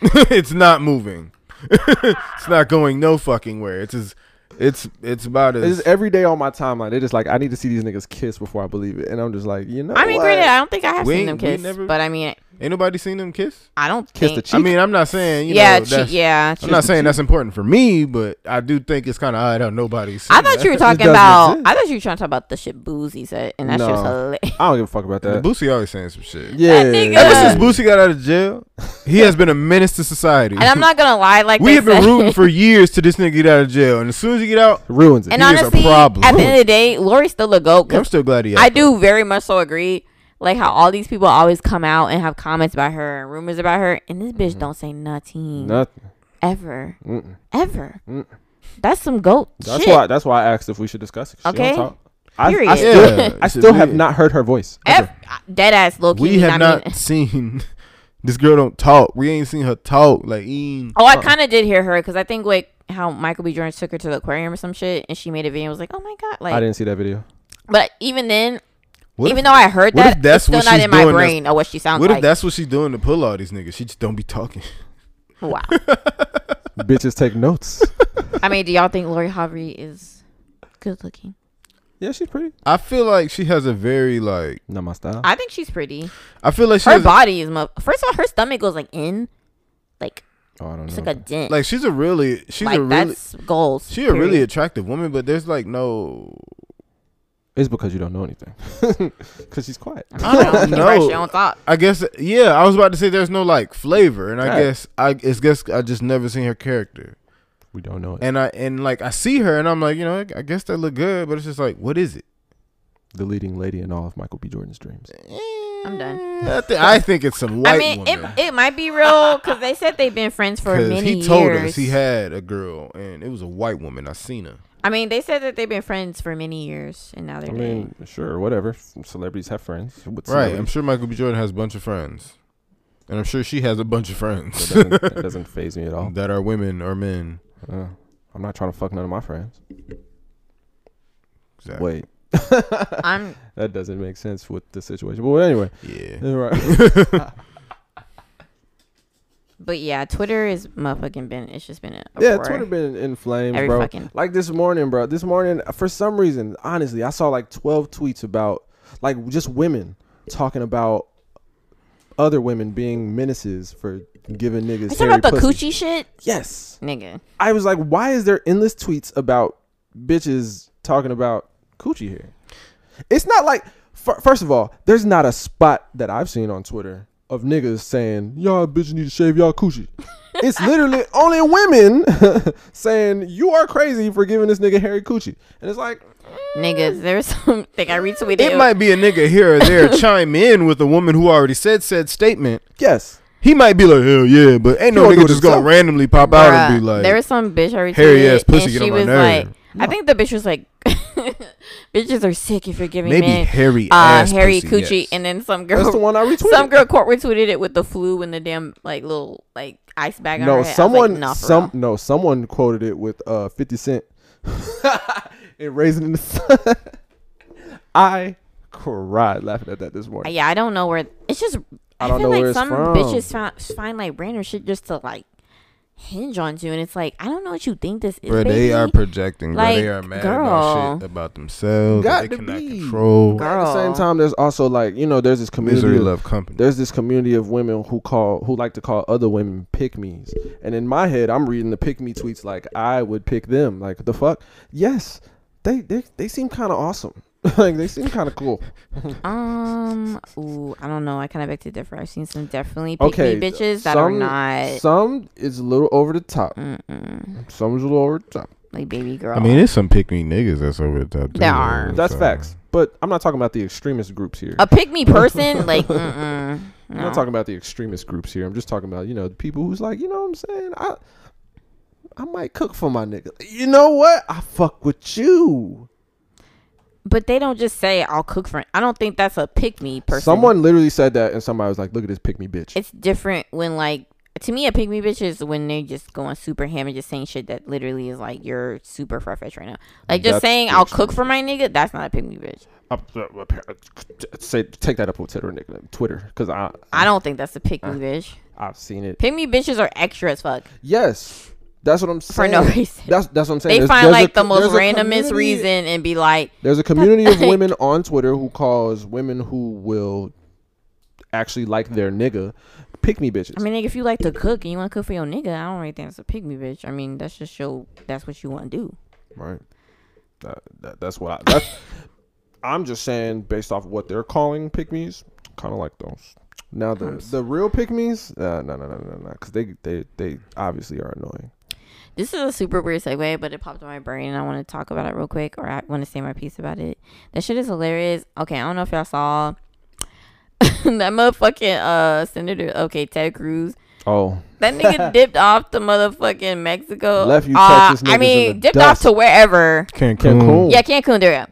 it's not moving. it's not going no fucking where. It's as, it's it's about It's as. just every day on my timeline. They're just like, I need to see these niggas kiss before I believe it, and I'm just like, you know. I mean, what? granted, I don't think I have We seen ain't- them we kiss, never- but I mean, Ain't nobody seen them kiss? I don't kiss the think. cheek. I mean, I'm not saying you yeah, know. che- that's- yeah. I'm cheek. not saying that's important for me, but I do think it's kind of odd how nobody's. Seen I thought you were talking doesn't about. exist. I thought you were trying to talk about the shit Boozy said, and that shit was No. hilarious. I don't give a fuck about that. that. Boosie always saying some shit. yeah. nigga- Ever since Boosie got out of jail, he has been a menace to society. And I'm not gonna lie, like we they have been said. rooting for years to this nigga get out of jail, and as soon as he get out, ruins it. And He is a honestly, problem. at the end of the day, Lori's still a goat. 'cause I'm still glad he. Out I do very much so agree. Like how all these people always come out and have comments about her and rumors about her, and this Mm-hmm. bitch don't say nothing Nothing. ever, Mm-mm. ever. Mm. That's some goat That's shit. why. That's why I asked if we should discuss it. She don't Okay. talk. I, I Period. still, Yeah, I it's a still have bit. not heard her voice. Ev- dead ass low key. We have I mean- not seen. This girl don't talk. We ain't seen her talk. Like, mm. oh, I kind of did hear her because I think like how Michael B. Jordan took her to the aquarium or some shit, and she made a video. and was like, oh my god, I like. didn't see that video. But even then, What even if, though I heard what if that, that's it's still what not she's in my doing? That's- brain or what she sounds what if like. that's what she's doing to pull all these niggas? She just don't be talking. wow. Bitches take notes. I mean, do y'all think Lori Harvey is good looking? Yeah, she's pretty. I feel like she has a very like. Not my style. I think she's pretty. I feel like she her has a- body is mo- first of all her stomach goes like in like Oh, I don't It's know. like a dent. Like, Mm. Like she's a really she's a really that's goals. she a really period. attractive woman, but there's like no it's because you don't know anything. Because she's quiet. I mean, don't she fresh, know. she don't talk. I guess yeah, I was about to say there's no like flavor, and I Right. guess I it's guess I just never seen her character, We don't know it. and I and like I see her, and I'm like you know I guess that look good, but it's just like what is it? the leading lady in all of Michael B. Jordan's dreams. I'm done. Eh, I, thi- I think it's some white I mean, it, woman it might be real because they said they've been friends for because many he told years. us he had a girl, and it was a white woman. I seen her. I mean, they said that they've been friends for many years, and now they're I mean, sure, whatever. Celebrities have friends. With Right, I'm celebrities, sure Michael B. Jordan has a bunch of friends, and I'm sure she has a bunch of friends That doesn't, that doesn't phase me at all. that are women or men. Uh, I'm not trying to fuck none of my friends. Exactly. Wait, dating. I'm that doesn't make sense with the situation. But anyway, Yeah. all right. But yeah, Twitter is motherfucking been. It's just been a yeah, uproar. Twitter been in flames, Every bro. fucking- Like this morning, bro. This morning, for some reason, honestly, I saw like 12 tweets about like just women talking about other women being menaces for giving niggas. Are you talking hairy about the pussy. coochie shit, Yes. nigga? I was like, why is there endless tweets about bitches talking about coochie hair? It's not like, f- first of all, there's not a spot that I've seen on Twitter of niggas saying, y'all bitches need to shave y'all coochie. it's literally only women saying, you are crazy for giving this nigga hairy coochie. And it's like, Niggas, there's something I retweeted. It might be a nigga here or there chime in with a woman who already said said statement. yes. He might be like, hell yeah, but ain't no don't do nigga it just gonna himself. randomly pop out and Bruh, be like, there was some bitch I retweeted, hairy ass pussy and get she on my was nerve. like, I think the bitch was like, bitches are sick if you're giving maybe men hairy uh ass hairy pussy, coochie, yes. and then some That's the girl, one I retweeted. some girl court retweeted it with the flu and the damn like little like ice bag on No, her head. I was like, someone, nah, for some, real. no, someone quoted it with uh, 50 Cent and Raising in the Sun. I cried laughing at that this morning. Uh, Yeah, I don't know where it's just. I, I don't feel know like where it's some from. bitches find, find like random shit just to like hinge onto, and it's like I don't know what you think this is. Bruh, baby. they are projecting. Bruh, Like, they are mad about girl. shit about themselves. that Got they to cannot be. control. But At the Girl. same time, there's also like you know, there's this community. Misery of- love company. There's this community of women who call who like to call other women pick me's. And in my head, I'm reading the pick me tweets like I would pick them. Like the fuck? Yes, they they they seem kind of awesome. like they seem kind of cool. Um, ooh, I don't know. I kind of beg to differ. I've seen some definitely picky okay, bitches that are some- not Some is a little over the top. mm-mm, Some is a little over the top. like baby girl. I mean, it's some pick me niggas that's over the top. too, There are. so- That's facts. But I'm not talking about the extremist groups here. a pick me person, like mm-mm, I'm no. not talking about the extremist groups here. I'm just talking about you know the people who's like, you know what I'm saying? I I might cook for my nigga. You know what? I fuck with you. but they don't just say I'll cook for. I don't think that's a pick me person. Someone literally said that, and somebody was like, "Look at this pick me bitch." it's different when like to me a pick me bitch is when they're just going super ham and just saying shit that literally is like you're super far fetched right now. Like just That's saying the I'll cook for my nigga, that's not a pick me bitch. Up- up- up here. Say take that up on Twitter, nigga, Twitter, because I I don't think that's a pick Uh. me bitch. I've seen it. Pick me bitches are extra as fuck. Yes, that's what I'm For saying. no reason. That's that's what I'm saying. They There's- find there's a like the co- most there's a randomest community- reason and be like, There's a community of women on Twitter who calls women who will actually like their nigga pick me bitches. I mean, like, if you like to cook and you want to cook for your nigga, I don't really think that's a pick me bitch. I mean, that's just show that's what you want to do. right? That, that that's what I. That's, I'm just saying based off what they're calling pick-me's, kind of like those. Now the the real pick-me's, uh, no no no no no, because they they they obviously are annoying. This is a super weird segue, but it popped in my brain and I want to talk about it real quick or I want to say my piece about it. That shit is hilarious. Okay, I don't know if y'all saw that motherfucking uh senator. Okay, Ted Cruz. Oh, That nigga dipped off to motherfucking Mexico. Left you Uh, Texas niggas I in mean, the dipped dust. Oh. off to wherever. Cancun. Cancun. Yeah, Cancun, there. you go.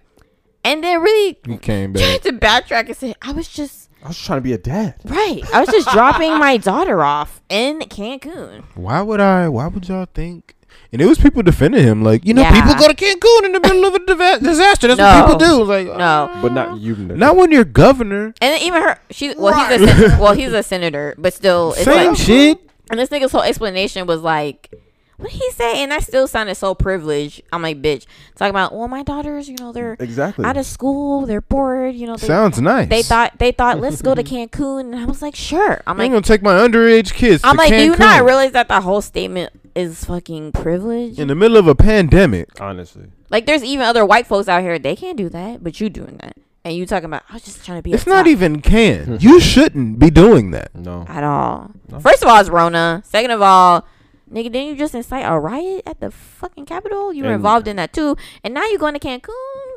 And then really He came back. tried to backtrack and say, I was just I was trying to be a dad. right. I was just dropping my daughter off in Cancun. Why would I? Why would y'all think? And it was people defending him, like you know, Yeah. people go to Cancun in the middle of a diva- disaster. That's No. what people do. Like No. But not you. Nigga. not when you're governor. And then even her, she well, he's a sen- well, he's a senator, but still, it's Same like, oh, shit. And this nigga's whole explanation was like, What did he say? And I still sounded so privileged. I'm like, bitch, talking about, well, my daughters, you know, they're Exactly. out of school, they're bored, you know, they, Sounds nice. they thought they thought let's go to Cancun, and I was like, sure. I'm I'm like, gonna take my underage kids. I'm to like, do you not Cancun realize that the whole statement is fucking privilege? in the middle of a pandemic. Honestly, Like, there's even other white folks out here they can't do that, but you doing that, and you talking about I was just trying to be. It's on not top." even can. You shouldn't be doing that. no. at all. First of all, it's Rona. Second of all, nigga, didn't you just incite a riot at the fucking Capitol? You were And- involved in that too, and now you going to Cancun,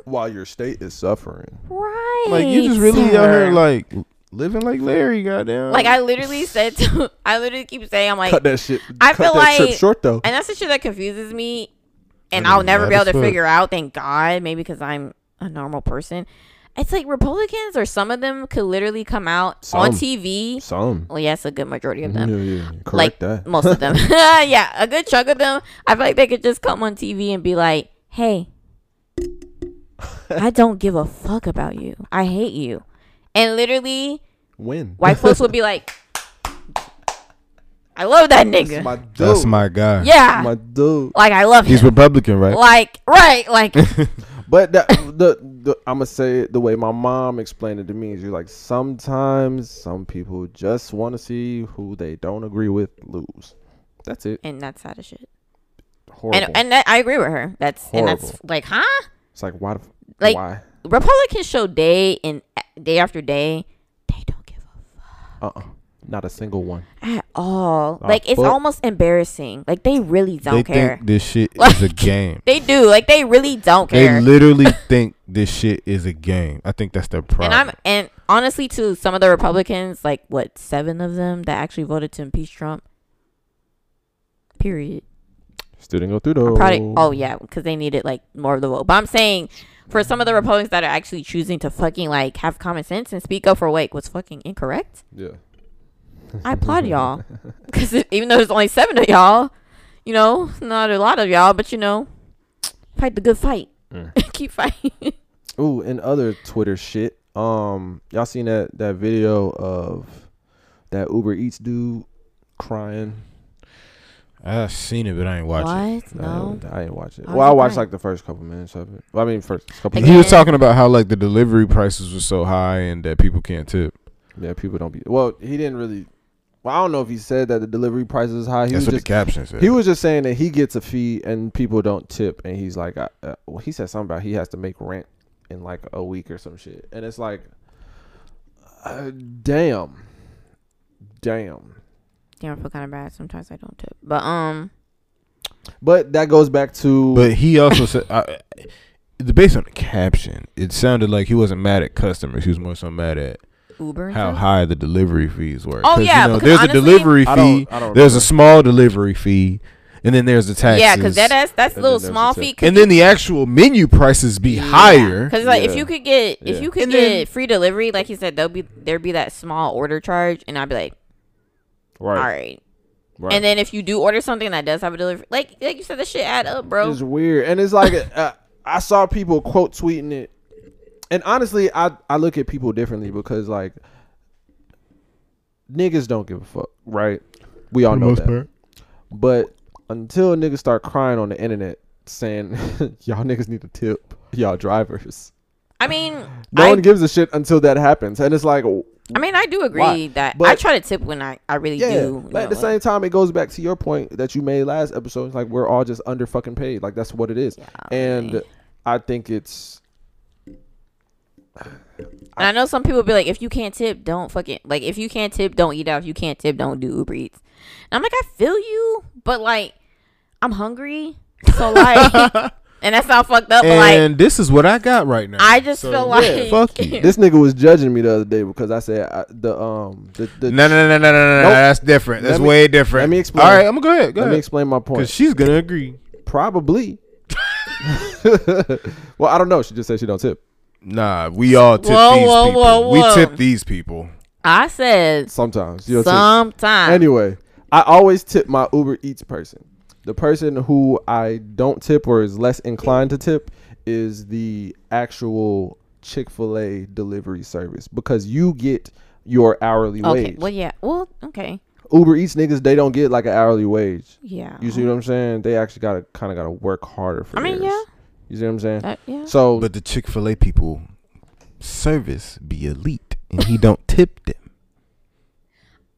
While your state is suffering, right? Like you just really out here sir? like living like Larry, goddamn. Like I literally said to, I literally keep saying, I'm like, cut that shit. I cut feel that trip like- short though. and that's the shit that confuses me and i'll never be mad able to as fuck. figure out thank god maybe because i'm a normal person it's like republicans or some of them could literally come out Some. on tv Some. well yes a good majority of Yeah, them yeah, correct like that. most of them yeah a good chunk of them i feel like they could just come on tv and be like hey i don't give a fuck about you i hate you and literally When? white folks would be like i love that nigga My dude. That's my guy. yeah My dude. like I love He's him. Republican, right? like right, like But that, the, the I'm gonna say it the way my mom explained it to me is you're like sometimes some people just want to see who they don't agree with lose. That's it. and that's out of shit. Horrible. And and that, I agree with her. That's and that's Horrible. like, huh? it's like why? The, f- like- why? Republicans show day and day after day, they don't give up Uh. uh Not a single one. at all. Nah, like it's fuck. almost embarrassing. Like they really don't they care. think this shit is a Like, game. they do. Like they really don't They care. literally think this shit is a game. I think that's their and problem. I'm and honestly, too, some of the Republicans, like what seven of them that actually voted to impeach Trump. Period. Still didn't go through though. Probably. Oh yeah, because they needed like more of the vote. But I'm saying for some of the Republicans that are actually choosing to fucking like have common sense and speak up for like what's fucking incorrect, Yeah. I applaud y'all. Because even though there's only seven of y'all, you know, not a lot of y'all, but you know, fight the good fight. Mm. Keep fighting. Ooh, and other Twitter shit. Um, y'all seen that that video of that Uber Eats dude crying? I've seen it, but I ain't watching. Uh, what? No. I, I didn't watch it. Why well, I was he watched crying? like the first couple minutes of it. Well, I mean, first couple. Like, He minutes. was talking about how like the delivery prices were so high and that people can't tip. Yeah, people don't be. Well, he didn't really. Well, I don't know if he said that the delivery price is high. He That's was what just the caption said. he was just saying that he gets a fee and people don't tip, and he's like, I, uh, well, he said something about he has to make rent in like a week or some shit, and it's like, uh, damn, damn. Damn, I feel kind of bad. Sometimes I don't tip. But, um, But that goes back to but he also said, I, the- based on the caption, it sounded like he wasn't mad at customers. He was more so mad at Uber. and how stuff? high the delivery fees were. Oh, 'Cause, yeah, you know, because there's honestly- a delivery I fee. don't, I don't There's a remember. small delivery fee, and then there's the taxes. Yeah, because that ass, that's And little then there's small the fee. tip. and then the actual menu prices be higher. Because like if Yeah. you could get if Yeah. you could And get then- free delivery, like you said, there'll be there'd be that small order charge, and I'd be like, right, all right. right. And then if you do order something that does have a delivery, like like you said, that shit add up, bro. It's weird, and it's like uh, I saw people quote tweeting it, and honestly, I I look at people differently because like niggas don't give a fuck, right? We all know that, but until niggas start crying on the internet saying y'all niggas need to tip y'all drivers, I mean, no I, one gives a shit until that happens, and it's like I mean, I do agree Why? that I But- try to tip when I I really Yeah, do. you but know, at the like- same time, it goes back to your point that you made last episode. It's like we're all just under fucking paid. Like that's what it is. and really. I think it's and I know some people be like, if you can't tip, don't fucking like if you can't tip, don't eat out. If you can't tip, don't do Uber Eats. And I'm like, I feel you, but like I'm hungry, so like, and that's not fucked up, but like. And this is what I got right now. I just So, feel like fuck you. this nigga was judging me the other day because I said I, the um the, the No, no, no, no, no, no, no. Nope. That's different. Let That's me- way different. let me explain. All right, I'm gonna go ahead. Go let me ahead. explain my point. Because she's gonna agree. Probably. well, I don't know. She just said she don't tip Nah, we all tip Whoa, these whoa, people. whoa, whoa. We tip these people. I said sometimes. You don't tip. sometimes. Anyway, I always tip my Uber Eats person. The person who I don't tip or is less inclined to tip is the actual Chick fil A delivery service because you get your hourly okay. wage. Well, yeah. Well, okay. Uber Eats niggas, they don't get like an hourly wage. Yeah. You see what I'm saying? They actually gotta kind of gotta work harder for. I mean, theirs. yeah. You see what I'm saying? That- yeah. So But the Chick Fil A people service be elite, and he don't tip them.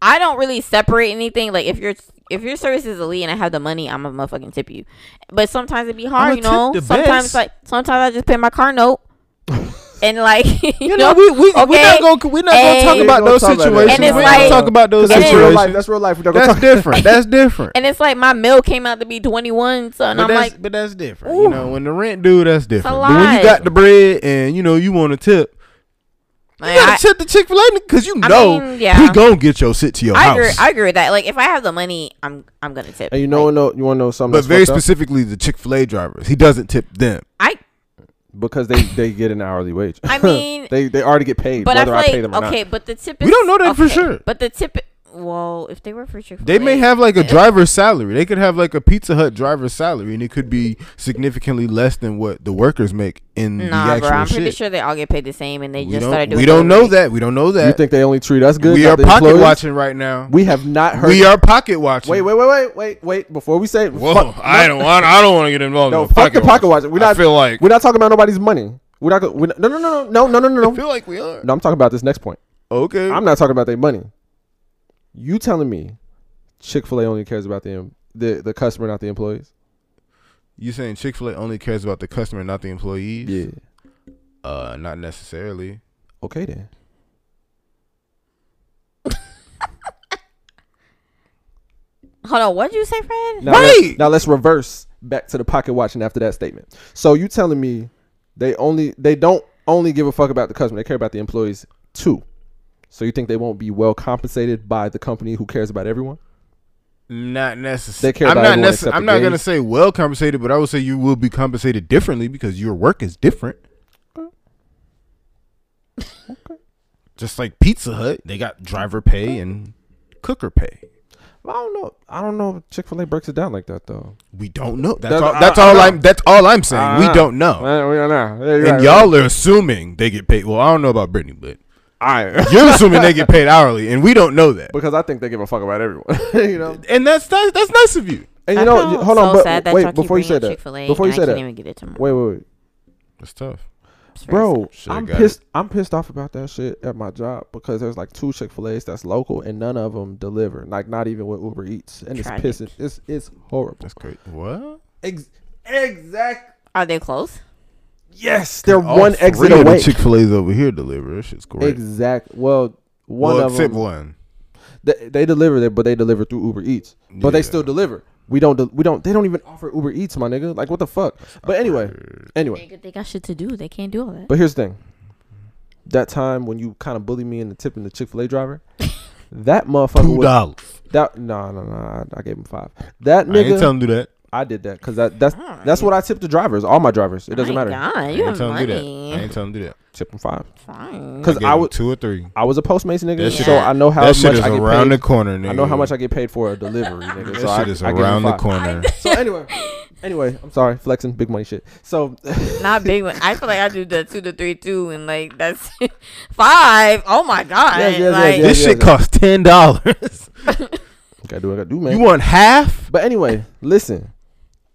I don't really separate anything. Like if your if your service is elite and I have the money, I'm a motherfucking tip you. But sometimes it be hard, I'ma you know. tip the Sometimes best. like sometimes I just pay my car note. and like you, You know, know, we we we're okay? not gonna we're not gonna talk And- about We ain't those gonna talk about situations. that. And it's We're not like- gonna talk about those and that's it's- real life. situations. That's real life. We're not gonna That's talk- different. That's different. and it's like my bill came out to be twenty one, so and but I'm that's, like but that's different. You know, when the rent due, that's different. a But when lot. you got the bread and you know you want to tip, man, you gotta I, tip the Chick Fil A because you I know mean, yeah. he gonna get your shit to your I house. agree I agree with that. Like if I have the money, I'm I'm gonna tip. and you know, like, no, you want to know something? but that's very fucked up? specifically, the Chick Fil A drivers, he doesn't tip them. I because they they get an hourly wage. I mean- they they already get paid but I whether feel I, like pay them or okay, not. but the tip is We don't know that for okay, sure. But the tip well, if they were for Chick They may have like a driver's salary. They could have like a Pizza Hut driver's salary, and it could be significantly less than what the workers make in the Nah, actual bro, I'm shit. pretty sure they all get paid the same and they we just don't, started doing we don't delivery. know that. We don't know You that. think they only treat us good? we not are the pocket employees? watching right now. We have not heard. we are pocket watching. Wait, wait, wait, wait, wait, wait. Before we say, Whoa, fuck- I no, don't want. I don't want to get involved. No, in fuck the pocket watching. We're I not. feel like we're not talking about nobody's money. We're not. go- We're not no, no, no, no, no, no, no, no, I no. feel like we are. No, I'm talking about this next point. Okay. I'm not talking about their money. You telling me Chick Fil A only cares about the em- the the customer, not the employees? you saying Chick Fil A only cares about the customer, not the employees? Yeah. Uh, not necessarily. Okay then. Hold on, what'd you say, Fred? Now let's- Right. now let's reverse back to the pocket watching after that statement. So you telling me they only they don't only give a fuck about the customer, they care about the employees too. So you think they won't be well compensated by the company who cares about everyone? Not necessarily. They care I'm about not. everyone necess- except I'm the not gonna gays. say well compensated, but I would say you will be compensated differently because your work is different. Just like Pizza Hut, they got driver pay and cooker pay. I don't know. I don't know if Chick Fil A breaks it down like that though. We don't know. Uh, That's That's- all. I- That's I all know. I'm. That's all I'm saying. I we know. don't know. Well, we don't know. Yeah, you're and right, y'all are assuming they get paid. Well, I don't know about Brittany, but right. I- you're assuming they get paid hourly, and we don't know that. because I think they give a fuck about everyone. you know. And that's that's, that's nice of you. And I you know, feel y- hold on, so but sad that y'all wait, keep before you bringing say up that, Chick-fil-A before you and I say can't that, even get it tomorrow. wait, wait, wait, That's tough. It's very sad. bro, Should've I'm got pissed. I'm pissed off about that shit at my job because there's like two Chick Fil A's that's local and none of them deliver. Like not even with Uber Eats, and Tragic. it's pissing. It's it's horrible. That's great. What? Ex- exact. Are they close? Yes, they're All one three exit of away. The Chick Fil A's over here deliver. That shit's great. exact. Well, one well, of except them. one. They, they deliver there, but they deliver through Uber Eats. But they Yeah. still deliver. We don't. de- we don't. They don't even offer Uber Eats, my nigga. Like what the fuck? But anyway, anyway. They, they got shit to do. They can't do all that. But here's the thing. That time when you kind of bullied me into tipping the Chick Fil A driver, that motherfucker. Two Was, dollars. that no no no, I, I gave him five. That I ain't nigga, I, telling you that. did that because that, that's Alright. that's what I tip the drivers, all my drivers. It doesn't My matter. God, I you ain't have telling you that. I money. ain't telling you that. Tip them five Fine. because Gave I him was two or three. I was a Postmates nigga, That so shit- I know how that much shit is I get around paid. the corner, nigga. I know how much I get paid for a delivery, nigga. so That shit I, is I give around him the five. corner. So anyway, anyway, I'm sorry, flexing, big money shit. So Not big one. I feel like I do the two to three two and like that's five. Oh my god. Yes, yes, yes, like yes. This shit costs ten dollars. gotta do what I gotta do, man. you want half? But anyway, listen.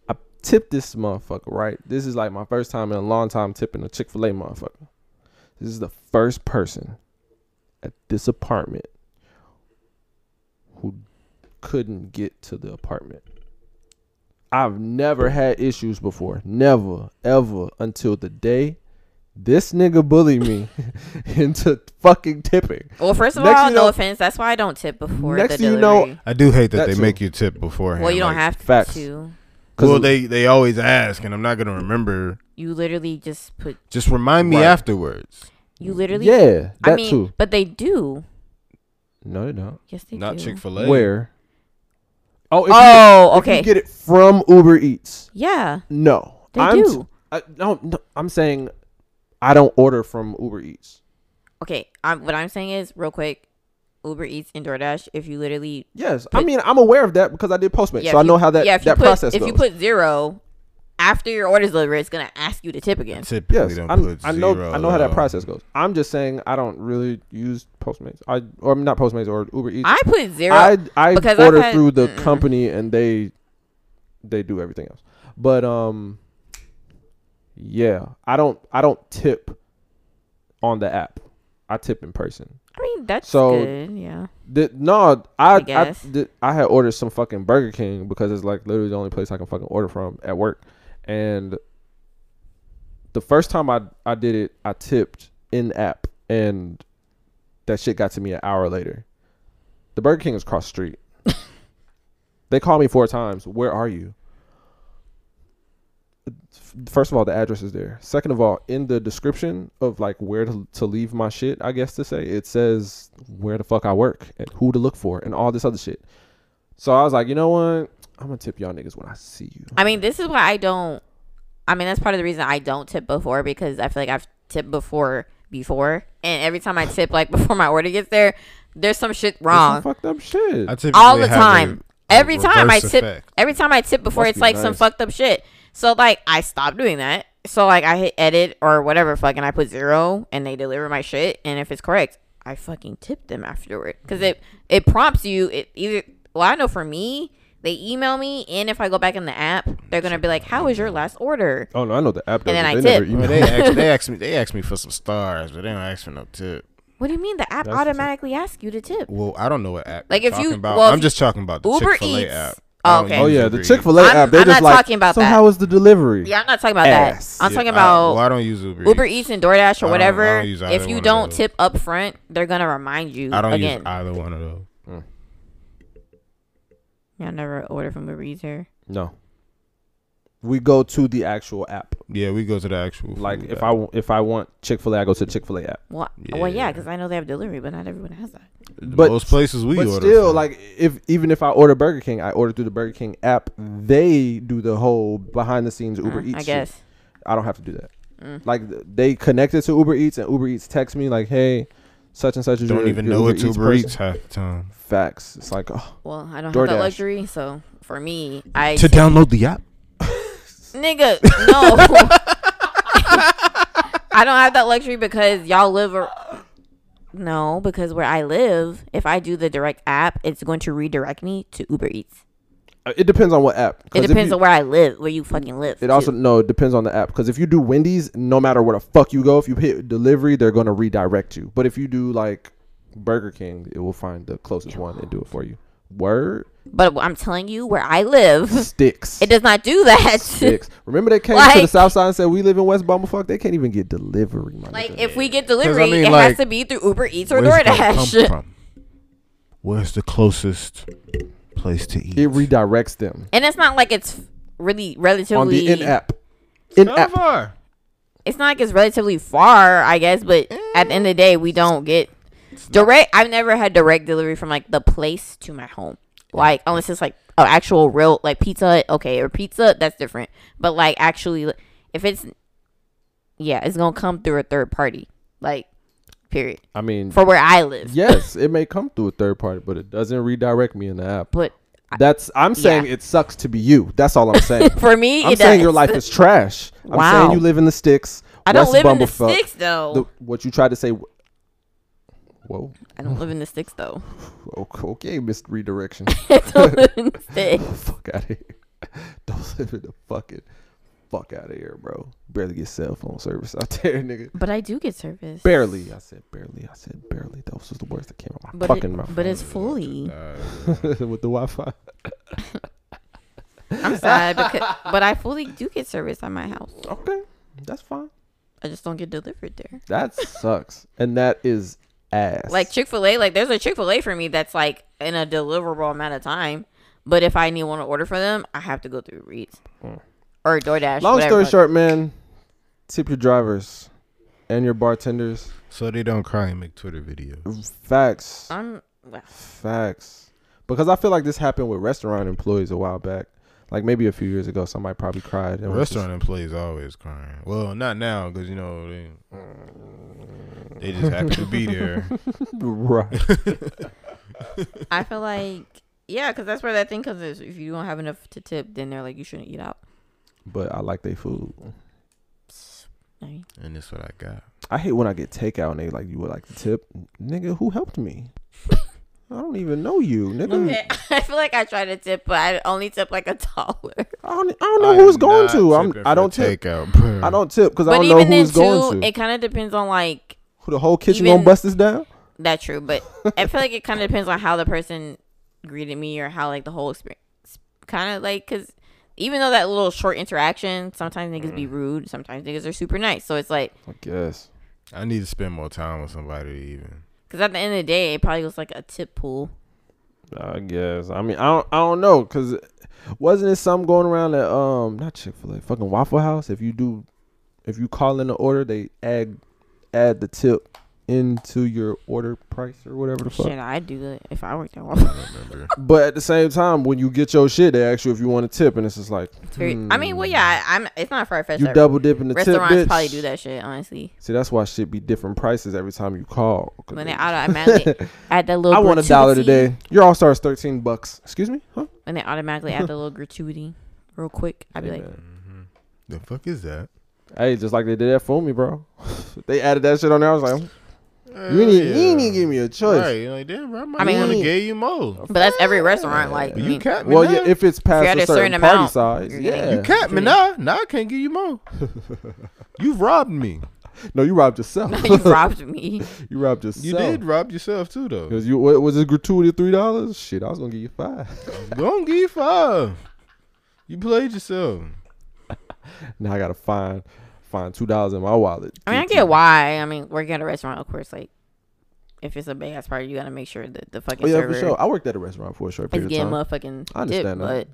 I tipped this motherfucker, right? This is like my first time in a long time tipping a Chick fil A motherfucker. This is the first person at this apartment who couldn't get to the apartment. I've never had issues before. Never, ever until the day this nigga bullied me into fucking tipping. Well, first of Next all, you no know- offense. That's why I don't tip before Next the thing you delivery. know, I do hate that, That they too. make you tip beforehand. well, you don't like- have facts. to. Well, they they always ask, and I'm not gonna remember. You literally just put. Just remind me Right. afterwards. You literally. yeah, that I mean, too. but they do. No, they don't. Yes, they Not do. Chick Fil A. Where? Oh, if you- Oh, If okay. you get it from Uber Eats. yeah, No, They I'm do. I, no, no, I'm saying I don't order from Uber Eats. okay. I'm, what I'm saying is, real quick, Uber Eats and DoorDash. If you literally, Yes, I But- mean I'm aware of that because I did Postmates, yeah, so I if you- know how that yeah, if you that put, process If goes. you put zero after your order's delivered, it's gonna ask you to tip again. Typically, Yes, don't I, put I know. zero uh, I know how that though. process goes. I'm just saying I don't really use Postmates. I or not Postmates or Uber Eats. I put zero. I I because I've order had- through the mm-mm. company and they they do everything else. But um, yeah, I don't I don't tip on the app. I tip in person. I mean, that's So- good. Yeah. The, no, I I I, guess. the- I had ordered some fucking Burger King because it's like literally the only place I can fucking order from at work. And the first time I I did it, I tipped in app, and that shit got to me an hour later. The Burger King is across the street. they called me four times. Where are you? F- First of all, the address is there. Second of all, in the description of like where to, to leave my shit, I guess to say, it says where the fuck I work and who to look for and all this other shit. So I was like, you know what? I'm gonna tip y'all niggas when I see you. I mean, this is why I don't. I mean, that's part of the reason I don't tip before because I feel like I've tipped before before, and every time I tip like before my order gets there, there's some shit There's some wrong fucked up shit. I typically all the have a- time. a Every time I reverse tip, effect. every time I tip before, Must it's be like some nice. fucked up shit. So like I stopped doing that. So like I hit edit or whatever, fucking I put zero and they deliver my shit. And if it's correct, I fucking tip them afterward because it it prompts you. It either well I know for me they email me and if I go back in the app, they're gonna be like, "How was your last order?" oh no, I know the app. does And it. then I they never tip. I email mean, they asked, they asked me. They asked me for some stars, but they don't ask for no tip. What do you mean the app That's- automatically asks you to tip? Well, I don't know what app. Like, you're if you- talking about. well, if I'm you- just talking about the Uber Chick Fil A Eats- app. Oh, I don't okay. use Oh yeah, Uber the Eats. Chick Fil A I'm- app. They're I'm just not like, talking about so that." how was the delivery? Yeah, I'm not talking about Ass. that. I'm Yeah, talking I- about well, I don't use Uber. Uber Eats. Eats and DoorDash or I don't- I whatever, don't use either if one you of don't those. tip up front, they're gonna remind you I don't again. use either one of those. Y'all never order from Uber Eats here. No. We go to the actual app. Yeah, we go to the actual. Like if I. I w- if I want Chick Fil A, I go to the Chick Fil A app. Well, well, yeah, Yeah. because I know they have delivery, but not everyone has that. but- most places we But order still, from. like if even if I order Burger King, I order through the Burger King app. They do the whole behind the scenes Uber Uh, Eats. I shit. guess. Mm. I don't have to do that. Like th- they connected to Uber Eats, and Uber Eats text me like, "Hey, such and such is don't your, even your know it's Uber person." Eats half the time. Facts. It's like, oh, Well, I don't have DoorDash. that luxury, so for me, I To tip- download the app. nigga no. I don't have that luxury because y'all live. Ar- no, because where I live, if I do the direct app, it's going to redirect me to Uber Eats. Uh, it depends on what app. 'Cause It if depends you- on where I live, where you fucking live. It also too. no, it depends on the app. Because if you do Wendy's, no matter where the fuck you go, if you hit delivery, they're gonna redirect you. But if you do like Burger King, it will find the closest one and do it for you. Word But I'm telling you, where I live, sticks. it does not do that. sticks. Remember they came to the Like- south side and said we live in West Bumblefuck. They can't even get delivery. My Like nigga. if we get delivery, mean, it like, has to be through Uber Eats or Where's it gonna come DoorDash. from? Where's the closest place to eat? it redirects them And it's not like it's really relatively on the in app. In Not app. far. It's not like it's relatively far, I guess, but at the end of the day, we don't get direct I've never had direct delivery from like the place to my home. Like unless it's like an actual real like pizza, Hut, okay, or pizza, that's different. But like actually if it's yeah, it's going to come through a third party. Like period. I mean, For where I live. yes, it may come through a third party, but it doesn't redirect me in the app. But That's I'm saying it sucks to be you. That's all I'm saying. for me, I'm it saying does. your life is trash. I'm Wow. saying you live in the sticks. I don't West live in the Bumblefuck. sticks though. The- what you tried to say. w- Whoa. I don't live in the sticks though. Okay, okay missed redirection. I don't live in the sticks. fuck out of here. Don't live in the fucking fuck out of here, bro. Barely get cell phone service out there, nigga. But I do get service. Barely. uh, I said barely. I said barely. That was just the words that came out my But, fucking it- mouth but it's fully. with the Wi-Fi. I'm sad because, but I fully do get service at my house. Okay, that's fine. I just don't get delivered there. That sucks, and that is ass. Like Chick Fil A, like there's a Chick Fil A for me that's like in a deliverable amount of time. But if I need one to order for them, I have to go through Reeds or DoorDash. Mm. Long whatever. story short, man, tip your drivers and your bartenders. So they don't cry and make Twitter videos. Facts. I'm well, Facts. Because I feel like this happened with restaurant employees a while back. Like maybe a few years ago, somebody probably cried. and was just- Restaurant employees always crying. Well, not now because you know they they just happy to be there. Right. I feel like yeah, because that's where that thing comes. Is if you don't have enough to tip, then they're like you shouldn't eat out. but I like their food. I mean, And that's what I got. I hate when I get takeout and they like you would like to tip, nigga. Who helped me? I don't even know you, nigga. okay. I feel like I tried to tip, but I only tip like a dollar. I don't, I don't know who's going to. I'm, I don't tip. Takeout, bro. I don't tip because I But don't know even then, who's too, going to. it kind of depends on like Who the whole kitchen even- gonna bust this down? that. True, but I feel like it kind of depends on how the person greeted me or how like the whole experience. Kind of like because even though that little short interaction, sometimes niggas be rude, sometimes niggas are super nice. So it's like I guess. I need to spend more time with somebody to even. because at the end of the day, it probably was like a tip pool. I guess. I mean, I don't. I don't know because wasn't it some going around that um not Chick Fil A fucking Waffle House? If you do, if you call in the order, they add add the tip into your order price or whatever the fuck. Shit, I'd do that if I worked at Waffle. I remember. But at the same time, when you get your shit, they ask you if you want a tip, and it's just like It's very- I mean, well, yeah, I- I'm. It's not far fetched. Hmm. you double dip in the tip. Restaurants bitch. probably do that shit, honestly. See, that's why shit be different prices every time you call. 'cause When they- they automatically add that little I want a dollar gratuity- today. Your all star is thirteen bucks. Excuse me, huh? When they automatically add the little gratuity real quick, I'd be like, Amen. The fuck is that? Hey, just like they did that for me, bro. they added that shit on there. I was like, you ain't, even- you ain't even give me a choice. Mm. Right, you're like damn, bro. I might I mean- want to give you more. but that's every restaurant. Like, But I you mean, cap me. Mm. Well, now. yeah, if it's past at a a certain certain, party amount, size, you're yeah. getting- you cap me Three. now. Now I can't give you more. you robbed me. No, you robbed yourself. you robbed me. you robbed yourself. You did rob yourself too, though. Cause you what, was it gratuity three dollars? Shit, I was gonna give you five. Don't give five. You played yourself. now I gotta find find two dollars in my wallet. I mean, I get why. I mean, working at a restaurant, of course, like if it's a big ass party, you gotta make sure that the fucking Oh yeah, server for sure. I worked at a restaurant for a short is period of getting time. motherfucking I tip. understand that. But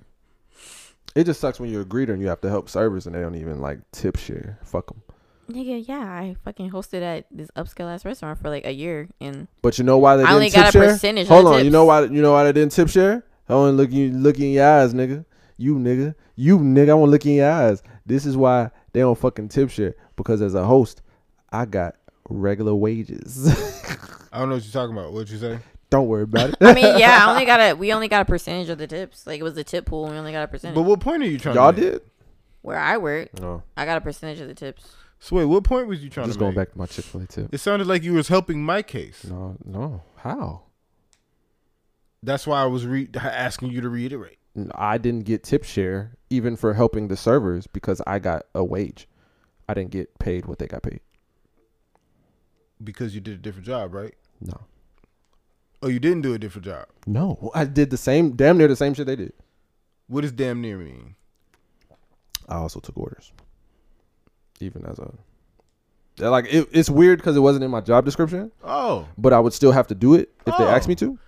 It just sucks when you're a greeter and you have to help servers and they don't even like tip share. Fuck them. nigga, yeah, I fucking hosted at this upscale ass restaurant for like a year, and But you know why they I didn't only tip got a share? percentage of Hold the on, you know tips. why you know why they didn't tip share? I want to look you look in your eyes, nigga. You nigga, you nigga. I want to look in your eyes. This is why they don't fucking tip share because as a host, I got regular wages. I don't know what you're talking about. What you say? don't worry about it. I mean, yeah, I only got a we only got a percentage of the tips. Like it was a tip pool, and we only got a percentage. But what point are you trying? Y'all to make? did? Where I work, No. I got a percentage of the tips. So wait, what point was you trying I'm just to going make? back to my Chick Fil A tip. It sounded like you was helping my case. No, no. How? That's why I was re- asking you to reiterate. N- I didn't get tip share even for helping the servers because I got a wage. I didn't get paid what they got paid. because you did a different job, right? No. Oh, you didn't do a different job. No, I did the same, damn near the same shit they did. What does damn near mean? I also took orders, even as a they're like it, it's weird because it wasn't in my job description, Oh, but I would still have to do it if they asked Oh. me to.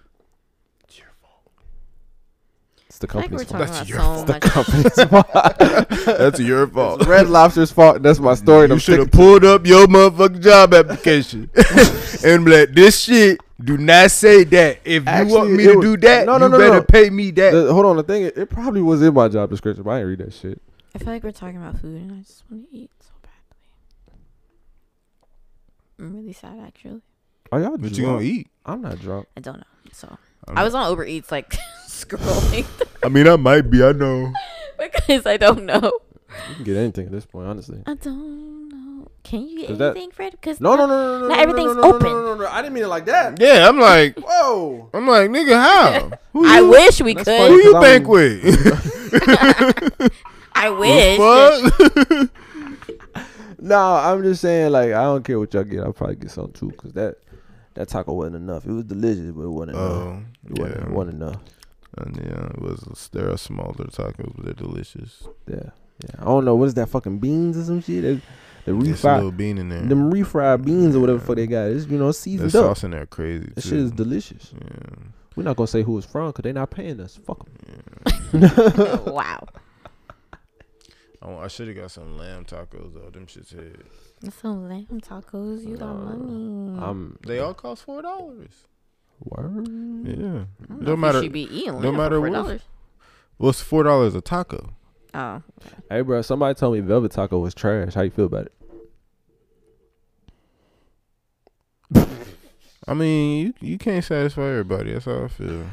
It's the I think company's we're fault. talking about so your much. Company's fault. that's your fault. Red Lobster's fault. That's my story. and You I'm should sticking have pulled up your motherfucking job application and be like, this shit. Do not say that. If you want Actually, me it to was- do that, no, no, you no, better no. pay me that. to- Uh, hold on, the thing it, it probably was in my job description, but I didn't read that shit. I feel like we're talking about food, and I just want to eat so badly. I'm really sad, actually. Are y'all what drunk? you gonna eat? I'm not drunk. I don't know. So I'm- I was on Uber Eats, like scrolling I mean, I might be. I know. because I don't know. You can get anything at this point, honestly. I don't know. Can you Is get that- anything, Fred? Because No, no, no, no, no. Not no, everything's no, no, no, open. No, no, no, no, no. I didn't mean it like that. Yeah, I'm like, Whoa. I'm like, nigga, how? Who I you, wish we That's Who could. funny. 'Cause you bank I'm- with? I wish. Fuck. No, I'm just saying, like, I don't care what y'all get. I'll probably get some too, cause that that taco wasn't enough. It was delicious, but it wasn't enough. Oh, It wasn't, it yeah. wasn't enough. And yeah, it was there are smaller tacos, but they're delicious. Yeah, yeah. I don't know what is that fucking beans or some shit. It- the There's a little refried, bean in there. them refried beans or whatever the fuck they got. It's you know that seasoned up. sauce in there crazy That too. shit is delicious. yeah. We're not gonna say who it's from, cause they not paying us. Fuck 'em. wow, Oh, I should have got some lamb tacos though. Them shits hit. some lamb tacos. You got money. I'm They all cost four dollars. word. I don't Yeah. know No if you matter should be eating. no lamb for matter what. $4. what's four dollars a taco? Oh, Hey, bro. Somebody told me velvet taco was trash. How you feel about it? I mean, you you can't satisfy everybody. That's how I feel.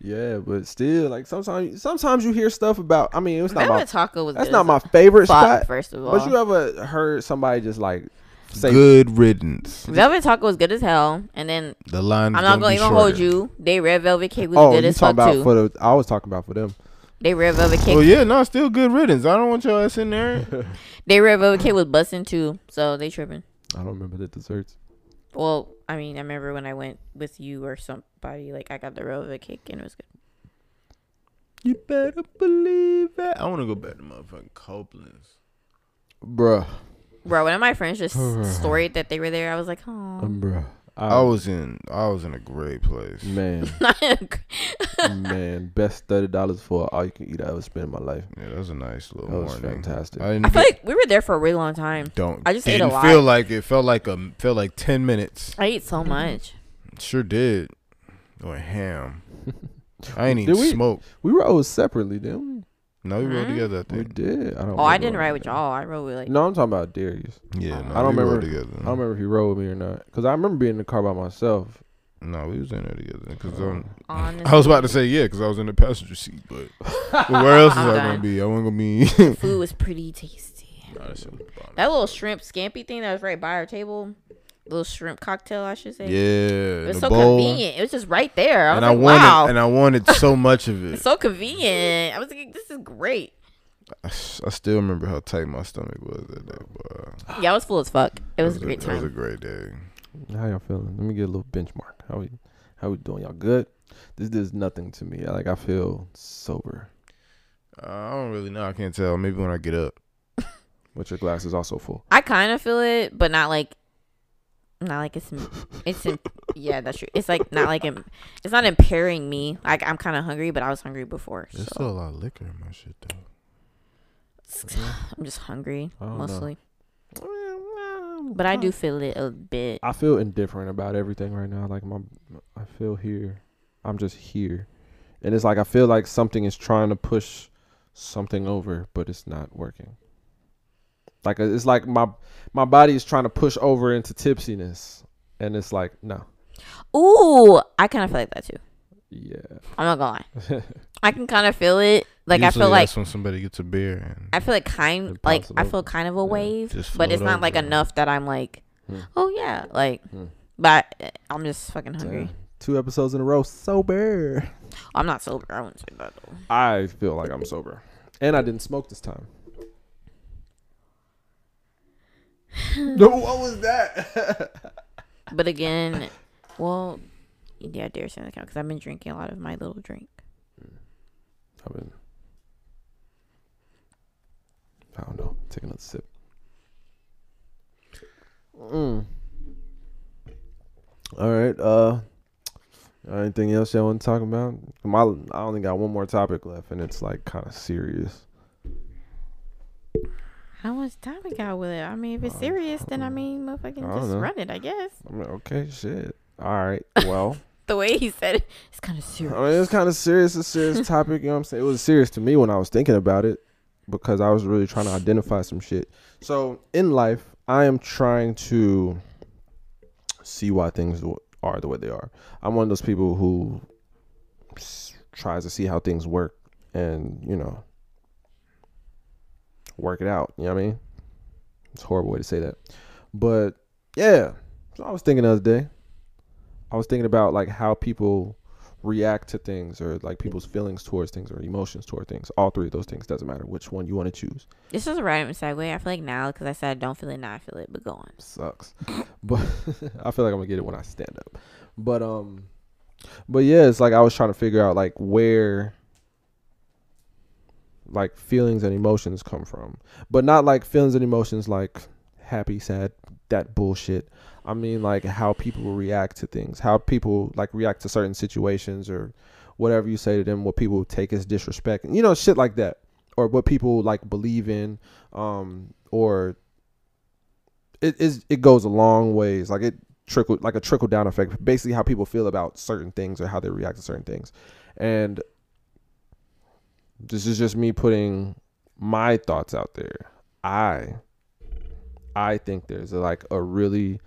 Yeah, but still, like sometimes, sometimes you hear stuff about. I mean, it's not Bella my Taco was that's good not as my a favorite fuck, spot. First of all, But you ever heard somebody just like say, Good riddance. Velvet Taco was good as hell, and then The line. I'm not gonna even hold you. They red velvet cake was "Oh, good you as talking fuck about too. for Oh, the?" I was talking about for them. they red velvet cake. Well, yeah, no, still good riddance. I don't want your ass in there. They red velvet cake was busting too, so they tripping. I don't remember the desserts. Well, I mean, I remember when I went with you or somebody, like I got the red velvet cake and it was good. You better believe it. I want to go back to motherfucking Copeland's. Bruh, Bro, one of my friends just storied that they were there. I was like, Um, oh, Mm. bruh. I Um, I, was in. I was in a great place. man, man, best thirty dollars for all you can eat I ever spent in my life. Yeah, that was a nice little That was morning. fantastic. I didn't I feel get- like we were there for a really long time. don't. I just ate a didn't lot. Feel like it felt like a felt like ten minutes. I ate so much. Sure did. Or ham. I ain't even Did we- smoke. We rode separately, then No, we rode Mhm. together. I we? think. did. I don't. Oh, I remember didn't when ride we with did. y'all. I rode with like. No, I'm talking about Darius. Yeah, no, I don't we rode remember- together. I don't remember if he rode with me or not. Cause I remember being in the car by myself. No, we was in there together. Cause um, honestly, I was about to say yeah, cause I was in the passenger seat, but where else is I'm I done. gonna be? I wasn't gonna be. food was pretty tasty. Nah, that shit was bomb. That little shrimp scampi thing that was right by our table, little shrimp cocktail, I should say. yeah, It was the so bowl. convenient. It was just right there. I was and I like, wanted, wow. and I wanted so much of it. it's so convenient. I was like, this is great. I s- I still remember how tight my stomach was that day. But uh, Yeah, I was full as fuck. It was, that a great It was a time. great day. How y'all feeling? Let me get a little benchmark. How we, how we doing? Y'all good? This does nothing to me. I, like I feel sober. Uh, I don't really know. I can't tell. Maybe when I get up. But your glass is also full. I kind of feel it, but not like, not like it's, Mm. it's, in, yeah, that's true. It's like not like im- it's not impairing me. Like I'm kind of hungry, but I was hungry before, so a lot of liquor in my shit though. I'm just hungry I Oh, don't know. mostly. But I do feel it a bit. I feel indifferent about everything right now. Like my, I feel here. I'm just here, and it's like I feel like something is trying to push something over, but it's not working. Like uh, it's like my my body is trying to push over into tipsiness, and it's like no, Ooh, I kind of feel like that too. yeah, I'm not gonna lie. I can kind of feel it. Like I feel like when somebody gets a beer and I feel like kind It like pops it I over. feel kind of a wave, just but it's float not like over. enough that I'm like, Hmm. oh yeah, like. Hmm. But uh, I'm just fucking hungry. Damn. two episodes in a row sober. I'm not sober. I wouldn't say that though. I feel like I'm sober, and I didn't smoke this time. no, what was that? But again, well, yeah, I dare say that count because I've been drinking a lot of my little drink. I mean, I don't know. Take another sip. Mm. All right. Uh, anything else y'all want to talk about? My, I only got one more topic left, and it's like kind of serious. How much time we got with it? I mean, if it's serious, then I mean, motherfucking Uh, hmm. I don't just know. run it, I guess. I'm like, okay, shit. All right. Well, The way he said it, it's kind of I serious. mean, it's kind of serious. A serious topic. You know what I'm saying? It was serious to me when I was thinking about it because I was really trying to identify some shit. So in life, I am trying to see why things w- are the way they are. I'm one of those people who s- tries to see how things work and you know work it out. You know what I mean? It's a horrible way to say that, but yeah. So I was thinking the other day. I was thinking about like how people react to things or like people's feelings towards things or emotions toward things. All three of those things doesn't matter which one you want to choose. This is a random segue. I feel like now because I said I don't feel it, now I feel it. But go on. sucks. But I feel like I'm gonna get it when I stand up. But um, but yeah, it's like I was trying to figure out like where like feelings and emotions come from, but not like feelings and emotions like happy, sad, that bullshit. I mean like how people react to things, how people like react to certain situations or whatever you say to them, what people take as disrespect, and you know shit like that, or what people like believe in, um, or it is it goes a long ways. Like it trickle like a trickle down effect. Basically, how people feel about certain things or how they react to certain things, and this is just me putting my thoughts out there. I I think there's like a really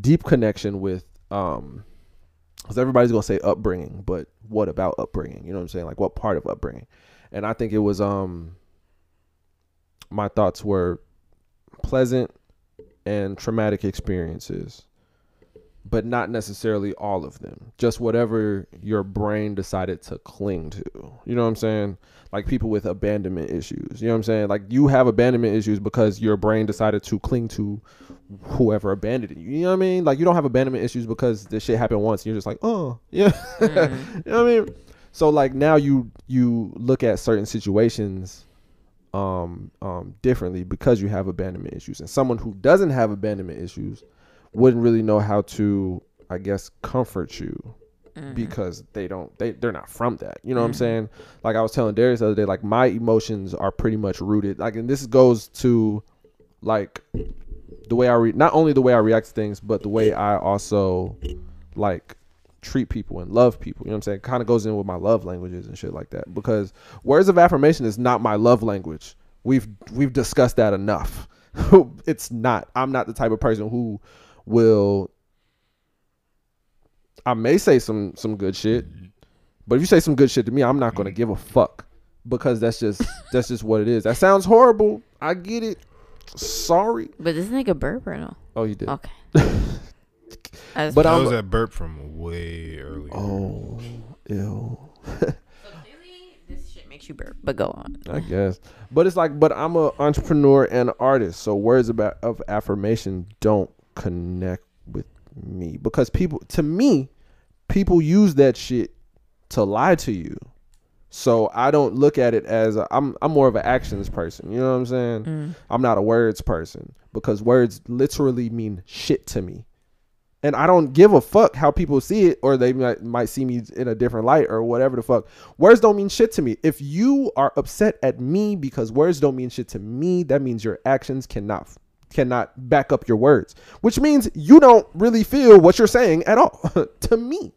deep connection with um because everybody's gonna say upbringing, but what about upbringing? You know what I'm saying? Like what part of upbringing? And I think it was um my thoughts were pleasant and traumatic experiences, but not necessarily all of them. Just whatever your brain decided to cling to. You know what I'm saying? Like people with abandonment issues. You know what I'm saying? Like you have abandonment issues because your brain decided to cling to whoever abandoned you. You know what I mean? Like you don't have abandonment issues because this shit happened once and you're just like, oh, yeah. you know what I mean? So like now you you look at certain situations um um differently because you have abandonment issues. And someone who doesn't have abandonment issues wouldn't really know how to, I guess, comfort you because they don't they they're not from that. You know what I'm saying? Like I was telling Darius the other day, like my emotions are pretty much rooted. Like and this goes to like the way I re- not only the way I react to things, but the way I also like treat people and love people. You know what I'm saying? Kind of goes in with my love languages and shit like that. Because words of affirmation is not my love language. We've we've discussed that enough. it's not. I'm not the type of person who will. I may say some some good shit, but if you say some good shit to me, I'm not gonna give a fuck because that's just that's just what it is. That sounds horrible. I get it. Sorry. But this nigga burp or no? Oh, you did. Okay. But but I I I'm- was at burp from way earlier. Oh, ew. this shit makes you burp. But go on. I guess. But it's like, but I'm an entrepreneur and an artist, so words about of affirmation don't connect with me because people, to me, people use that shit to lie to you. So I don't look at it as a, I'm. I'm more of an actions person. You know what I'm saying? I'm not a words person because words literally mean shit to me, and I don't give a fuck how people see it or they might, might see me in a different light or whatever the fuck. Words don't mean shit to me. If you are upset at me because words don't mean shit to me, that means your actions cannot cannot back up your words, which means you don't really feel what you're saying at all. to me,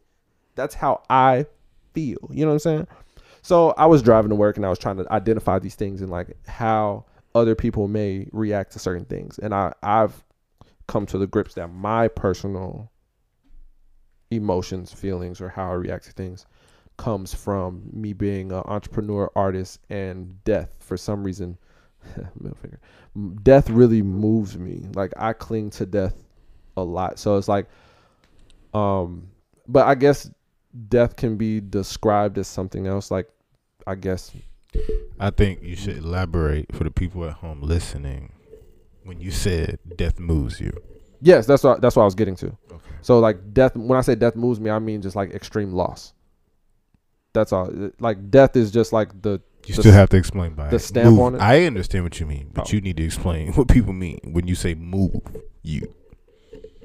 that's how I feel. You know what I'm saying? So I was driving to work and I was trying to identify these things and like how other people may react to certain things. And I, I've come to the grips that my personal emotions, feelings, or how I react to things comes from me being an entrepreneur, artist, and death. For some reason, middle finger, M- death really moves me. Like I cling to death a lot. So it's like, um, but I guess death can be described as something else. Like, I guess I think you should elaborate for the people at home listening when you said death moves you. Yes, that's what that's what I was getting to. So like death when I say death moves me, I mean just like extreme loss. That's all. It- Like death is just like the You the still s- have to explain by the it. stamp Move. on it? I understand what you mean, but Oh. you need to explain what people mean when you say move you.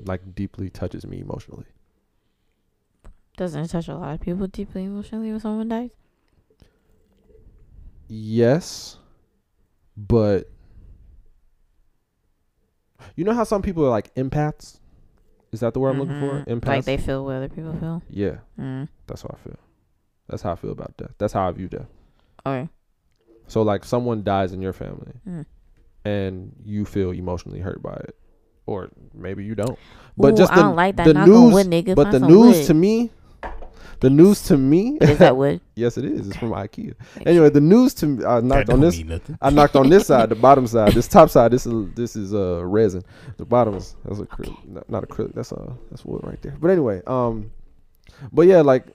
like deeply touches me emotionally. Doesn't it touch a lot of people deeply emotionally when someone dies? Yes, but you know how some people are like empaths. Is that the word I'm looking Mhm. for? Empaths. Like they feel what other people feel. yeah, Mm. that's how I feel. That's how I feel about death. That's how I view death. Okay. So like someone dies in your family Mm. and you feel emotionally hurt by it. Or maybe you don't. Ooh, I don't like that. the Knock on news, wood, nigga. but Find the some news wood. to me the news to me Is that wood? Yes it is. It's from IKEA. Anyway, the news to me I knocked That on don't this mean nothing. I knocked on this side, the bottom side. This top side, this is this is uh resin. The bottom is that's acrylic, not, not acrylic. That's uh that's wood right there. But anyway, um, but yeah, like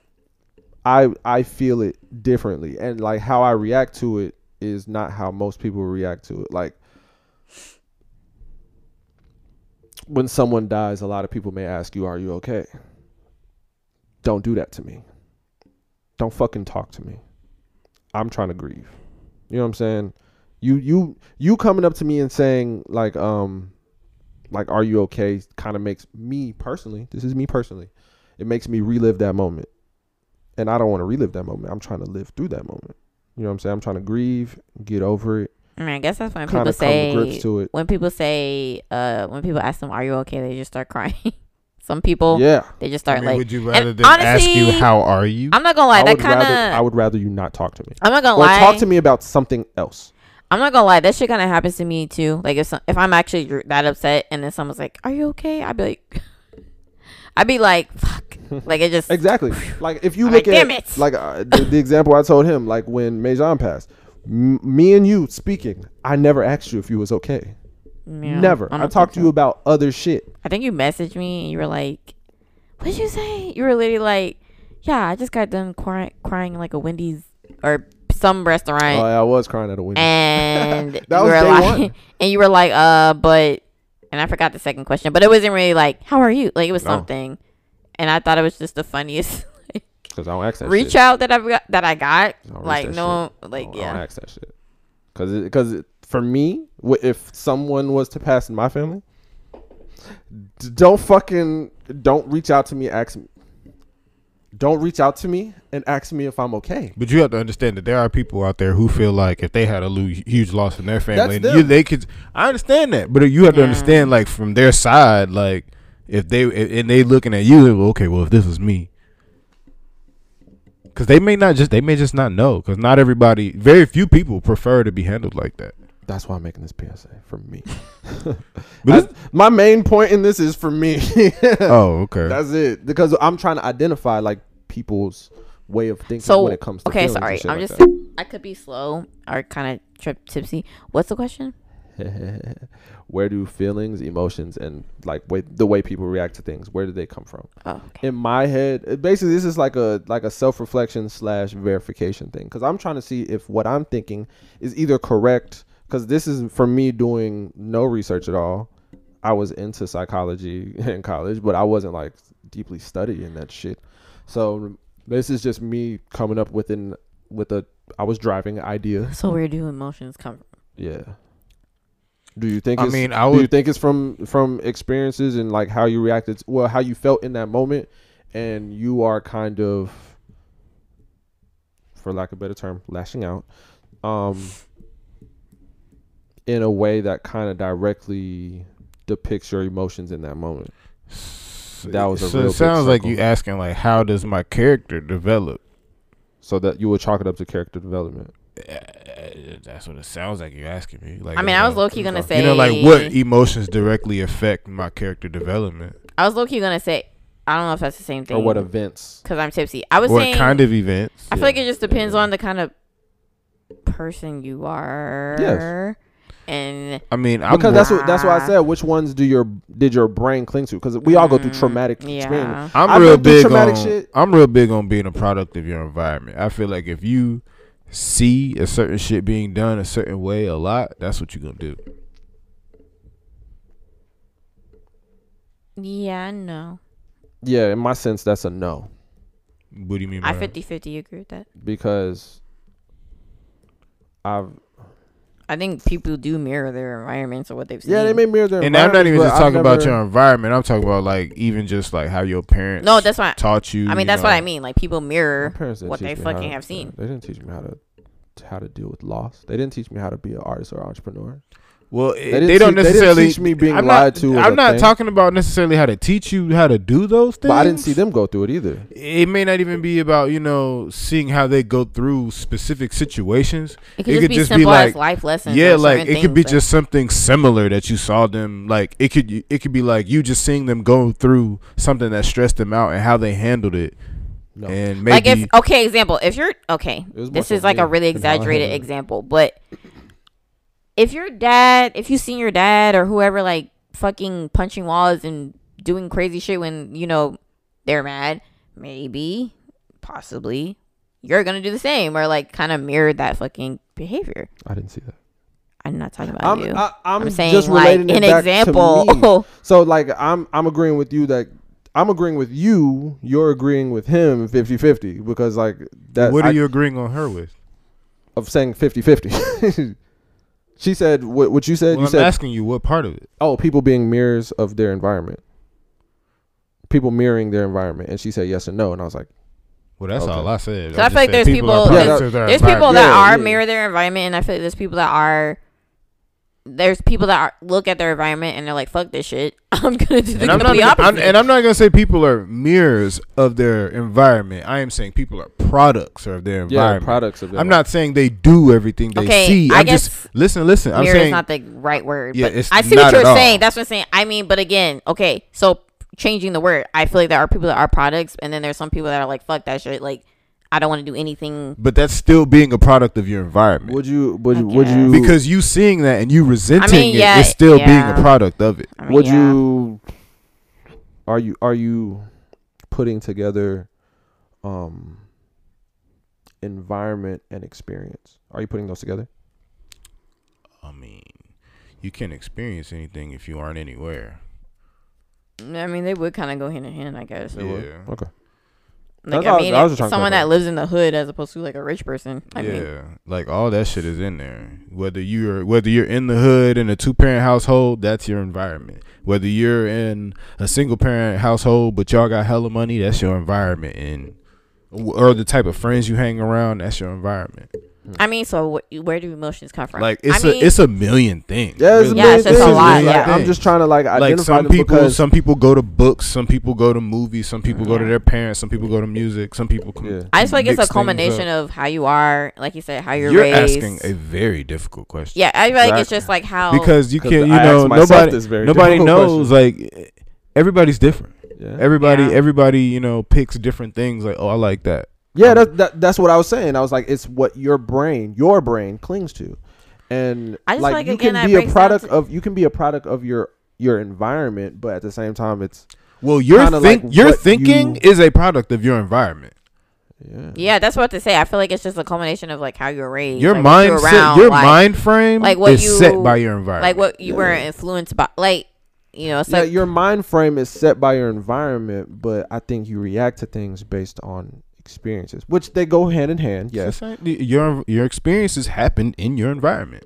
I I feel it differently, and like how I react to it is not how most people react to it. Like when someone dies, a lot of people may ask you, "Are you okay?" Don't do that to me. Don't fucking talk to me. I'm trying to grieve. You know what I'm saying? You you you coming up to me and saying like um like are you okay kind of makes me personally, this is me personally. It makes me relive that moment. And I don't want to relive that moment. I'm trying to live through that moment. You know what I'm saying? I'm trying to grieve, get over it, Mm, I, mean, I guess that's when kind people of come to grips say to it. when people say uh when people ask them are you okay they just start crying. Some people Yeah. they just start I mean, Oh, like would you rather than ask honestly, you how are you? I'm not gonna lie I that would rather I kind of would rather you not talk to me. I'm not gonna Or lie talk to me about something else. I'm not gonna lie, that shit kind of happens to me too. Like if some, if I'm actually r- that upset and then someone's like, "Are you okay?" I'd be like, I'd be like, fuck. Like it just Exactly. Like if you I'm look like, at "Damn it." like uh, the, the example I told him, like when Mejan passed, m- me and you speaking, I never asked you if you was okay. Yeah, never. don't I, talked to think you so. about other shit. I think you messaged me and you were like, "What'd you say?" You were literally like, "Yeah, I just got done crying, crying in, like a Wendy's or some Oh, restaurant," yeah, I was crying at a window. and That you was were day like, one. and you were like, "Uh, but," and I forgot the second question, but it wasn't really like, "How are you?" Like it was Oh. something, and I thought it was just the funniest like, Because I don't ask that reach shit. out that I have got that I got. I don't like reach that no, like I don't- I don't yeah, ask that shit. Because because for me, wh- if someone was to pass in my family, d- don't fucking don't reach out to me. Ask me. Don't reach out to me and ask me if I'm okay. But you have to understand that there are people out there who feel like if they had a lo- huge loss in their family, That's you, them. they could. I understand that, but you have to understand like from their side, like if they and they looking at you, well, okay, well if this was me, because they may not just they may just not know because not everybody, very few people prefer to be handled like that. That's why I'm making this PSA for me. But I- my main point in this is for me. Oh, okay. That's it. Because I'm trying to identify like people's way of thinking So when it comes to okay, feelings and sorry. shit I'm like just that. I could be slow or kind of trip tipsy. What's the question? where do feelings, emotions, and like way, the way people react to things, where do they come from? Oh, okay. In my head, it- basically, this is like a like a self reflection slash verification thing because I'm trying to see if what I'm thinking is either correct. Because this is for me doing no research at all. I was into psychology in college, but I wasn't like deeply studying that shit. So this is just me coming up with an with a I was driving idea. So where do emotions come from? Yeah. Do you think? I it's, mean, I do you would- think it's from from experiences and like how you reacted? To, well, how you felt in that moment, and you are kind of, for lack of a better term, lashing out, um, in a way that kind of directly depicts your emotions in that moment. That was a so real it big sounds like circle. you asking like how does my character develop? So that you would chalk it up to character development. Uh, That's what it sounds like you're asking me. Like I mean, I was low key gonna say. you know, like what emotions directly affect my character development? I was low key gonna say. I don't know if that's the same thing. Or what events? Because I'm tipsy. I was what saying. kind of events? I feel like it just depends Yeah. on the kind of person you are. And I mean, I'm Because more, that's what that's why I Ah. said. Which ones do your did your brain cling to? Because we all go through traumatic experiences. Mm-hmm. mm, yeah. I'm I've real been through big traumatic on shit. I'm real big on being a product of your environment. I feel like if you see a certain shit being done a certain way a lot, that's what you're gonna do. Yeah, no. Yeah, in my sense, that's a no What do you mean? By I that? 50 50 agree with that. because I've I think people do mirror their environments or what they've seen. yeah they may mirror their and I'm not even environments, just but talking I've about never- your environment. I'm talking about like even just like how your parents No, that's why. taught you. I mean, you that's what know. I mean. Like people my mirror parents didn't what teach they me how fucking to- have seen. They didn't teach me how to how to deal with loss. They didn't teach me how to be an artist or entrepreneur. Well, it- they, didn't don't teach- they didn't necessarily teach me being I'm lied not, to as I'm a not thing. talking about necessarily how to teach you how to do those things. But I didn't see them go through it either. It may not even be about you know seeing how they go through specific situations. It could just be simple as life lessons. yeah, or like certain it could be things that- just something similar that you saw them like it could it could be like you just seeing them go through something that stressed them out and how they handled it. No. And like maybe if okay example if you're okay was more this so is like a me really and how I exaggerated handled it. example but if your dad if you seen your dad or whoever like fucking punching walls and doing crazy shit when you know they're mad maybe possibly you're gonna do the same or like kind of mirror that fucking behavior I didn't see that. i'm not talking about I'm, you I, I'm, I'm saying, just like, relating it an back to example. me. So like I'm I'm agreeing with you that I'm agreeing with you. You're agreeing with him 50-50 because like that. what I- are you agreeing on her with? of saying 50-50. she said what what you said. Well, you I'm said asking you what part of it. oh people being mirrors of their environment. People mirroring their environment, and she said yes and no, and I was like, Well, that's Okay. all I said. So I just feel like said there's are people- products there's- of their there's people environment. that Yeah, are yeah. mirror their environment and i feel like there's people that are there's people that are, look at their environment and they're like fuck this shit i'm gonna do the And I'm, not, complete gonna- opposite I'm- and I'm not gonna say people are mirrors of their environment. I am saying people are products of their yeah, environment. products of. Their I'm not saying they do everything they Okay, see. I I'm guess just listen, listen. I'm mirror saying is not the right word. Yeah, but it's I see not what at you're all. saying. That's what I'm saying. I mean, but again, okay, so changing the word. I feel like there are people that are products, and then there's some people that are like, "Fuck that shit." Like, I don't want to do anything. But that's still being a product of your environment. Would you? Would I you? Would guess. you? because you seeing that and you resenting yeah, it is still being yeah. a product of it. I mean, would yeah. you? Are you? Are you putting together, um, environment and experience? Are you putting those together? I mean, you can't experience anything if you aren't anywhere. I mean, they would kind of go hand in hand, I guess. They would? Yeah. Okay. Like, That's all- I mean, I was it's just trying to someone clarify. that lives in the hood as opposed to like a rich person. I yeah, mean, like all that shit is in there. Whether you're whether you're in the hood in a two parent household, that's your environment. Whether you're in a single parent household but y'all got hella money, that's your environment. And or the type of friends you hang around, that's your environment. I mean, so wh- where do emotions come from? Like it's I a mean, it's a million things. Yeah, it's really. a Yeah, million it's just a things. lot, Like, yeah. I'm just trying to like identify like some them people because some people go to books some people go to movies some people go to their parents some people go to music some people come Yeah. I just feel like it's mix a things culmination up. of how you are, like you said, how you're, you're raised. asking a very difficult question yeah, I feel like it's Exactly. just like how because you 'Cause can't you I asked know myself nobody this very nobody difficult knows like everybody's different yeah, everybody Yeah. everybody you know picks different things like oh i like that Um, yeah that, that that's what I was saying. I was like, it's what your brain, your brain clings to, and I just feel like, like, you again, that can be a breaks down product to- of you can be a product of your your environment, but at the same time, it's well your Kinda think like your what thinking you- is a product of your environment yeah, Yeah, that's what to say. I feel like it's just a culmination of like how you're raised, your like, what mind you're set, around, your like, mind frame like what is you set by your like environment what you were influenced by, like you know, it's yeah. like Your mind frame is set by your environment, but I think you react to things based on experiences, which they go hand in hand. Yes, Yes, your your experiences happen in your environment,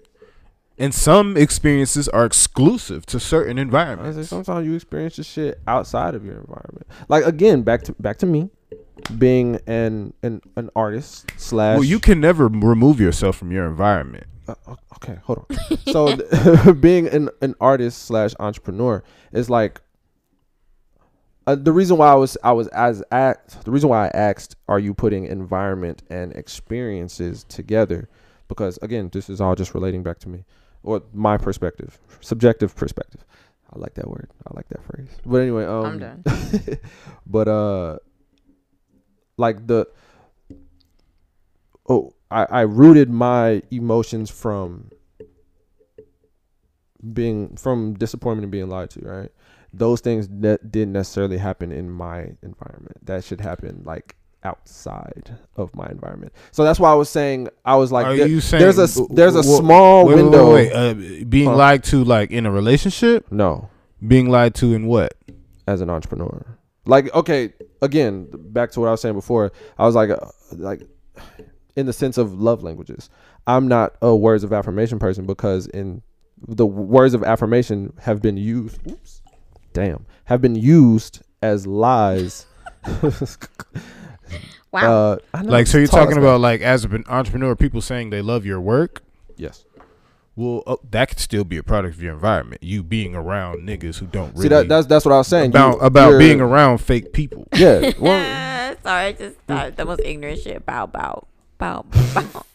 and some experiences are exclusive to certain I say environments. sometimes you experience this shit outside of your environment. Like again, back to back to me being an an, an artist slash. Well, you can never m- remove yourself from your environment. Uh, o- okay, hold on. so th- being an an artist slash entrepreneur is like. Uh, the reason why I was I was as asked the reason why I asked are you putting environment and experiences together because again this is all just relating back to me or my perspective subjective perspective I like that word I like that phrase but anyway um I'm done. but uh like the oh I, I rooted my emotions from being from disappointment and being lied to right those things that didn't necessarily happen in my environment that should happen like outside of my environment so that's why i was saying i was like are there- you saying there's a s- there's a wh- wh- small wait, wait, window Wait, wait, Uh, being Huh? lied to, like in a relationship, no being lied to in what? as an entrepreneur. Like, okay, again, back to what I was saying before. I was like, uh, like, in the sense of love languages, I'm not a words of affirmation person because in the words of affirmation have been used. Oops, damn, have been used as lies. wow. uh, I know, Like, so you're it's tall talking as about like as an entrepreneur, people saying they love your work. hell. yes. Well, oh, that could still be a product of your environment. You being around niggas who don't really See that that's that's what I was saying You- about about you're- being around fake people. Yeah, well, Uh, sorry, I just thought the most ignorant shit. Bow, bow, bow, bow.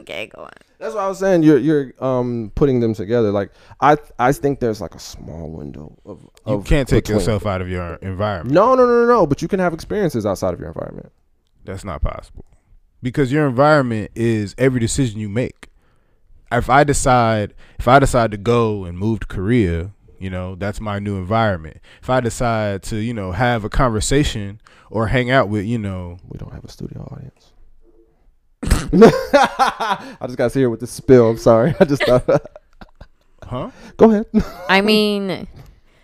okay, go on. That's what I was saying. You're you're um putting them together. Like I I think there's like a small window of You of can't take between. yourself out of your environment. No, no, no, no, no. But you can have experiences outside of your environment. That's not possible. Because your environment is every decision you make. If I decide if I decide to go and move to Korea, you know, that's my new environment. If I decide to, you know, have a conversation or hang out with, you know, We don't have a studio audience. I just got to see her with the spill. I'm sorry. I just thought. huh? Go ahead. I mean,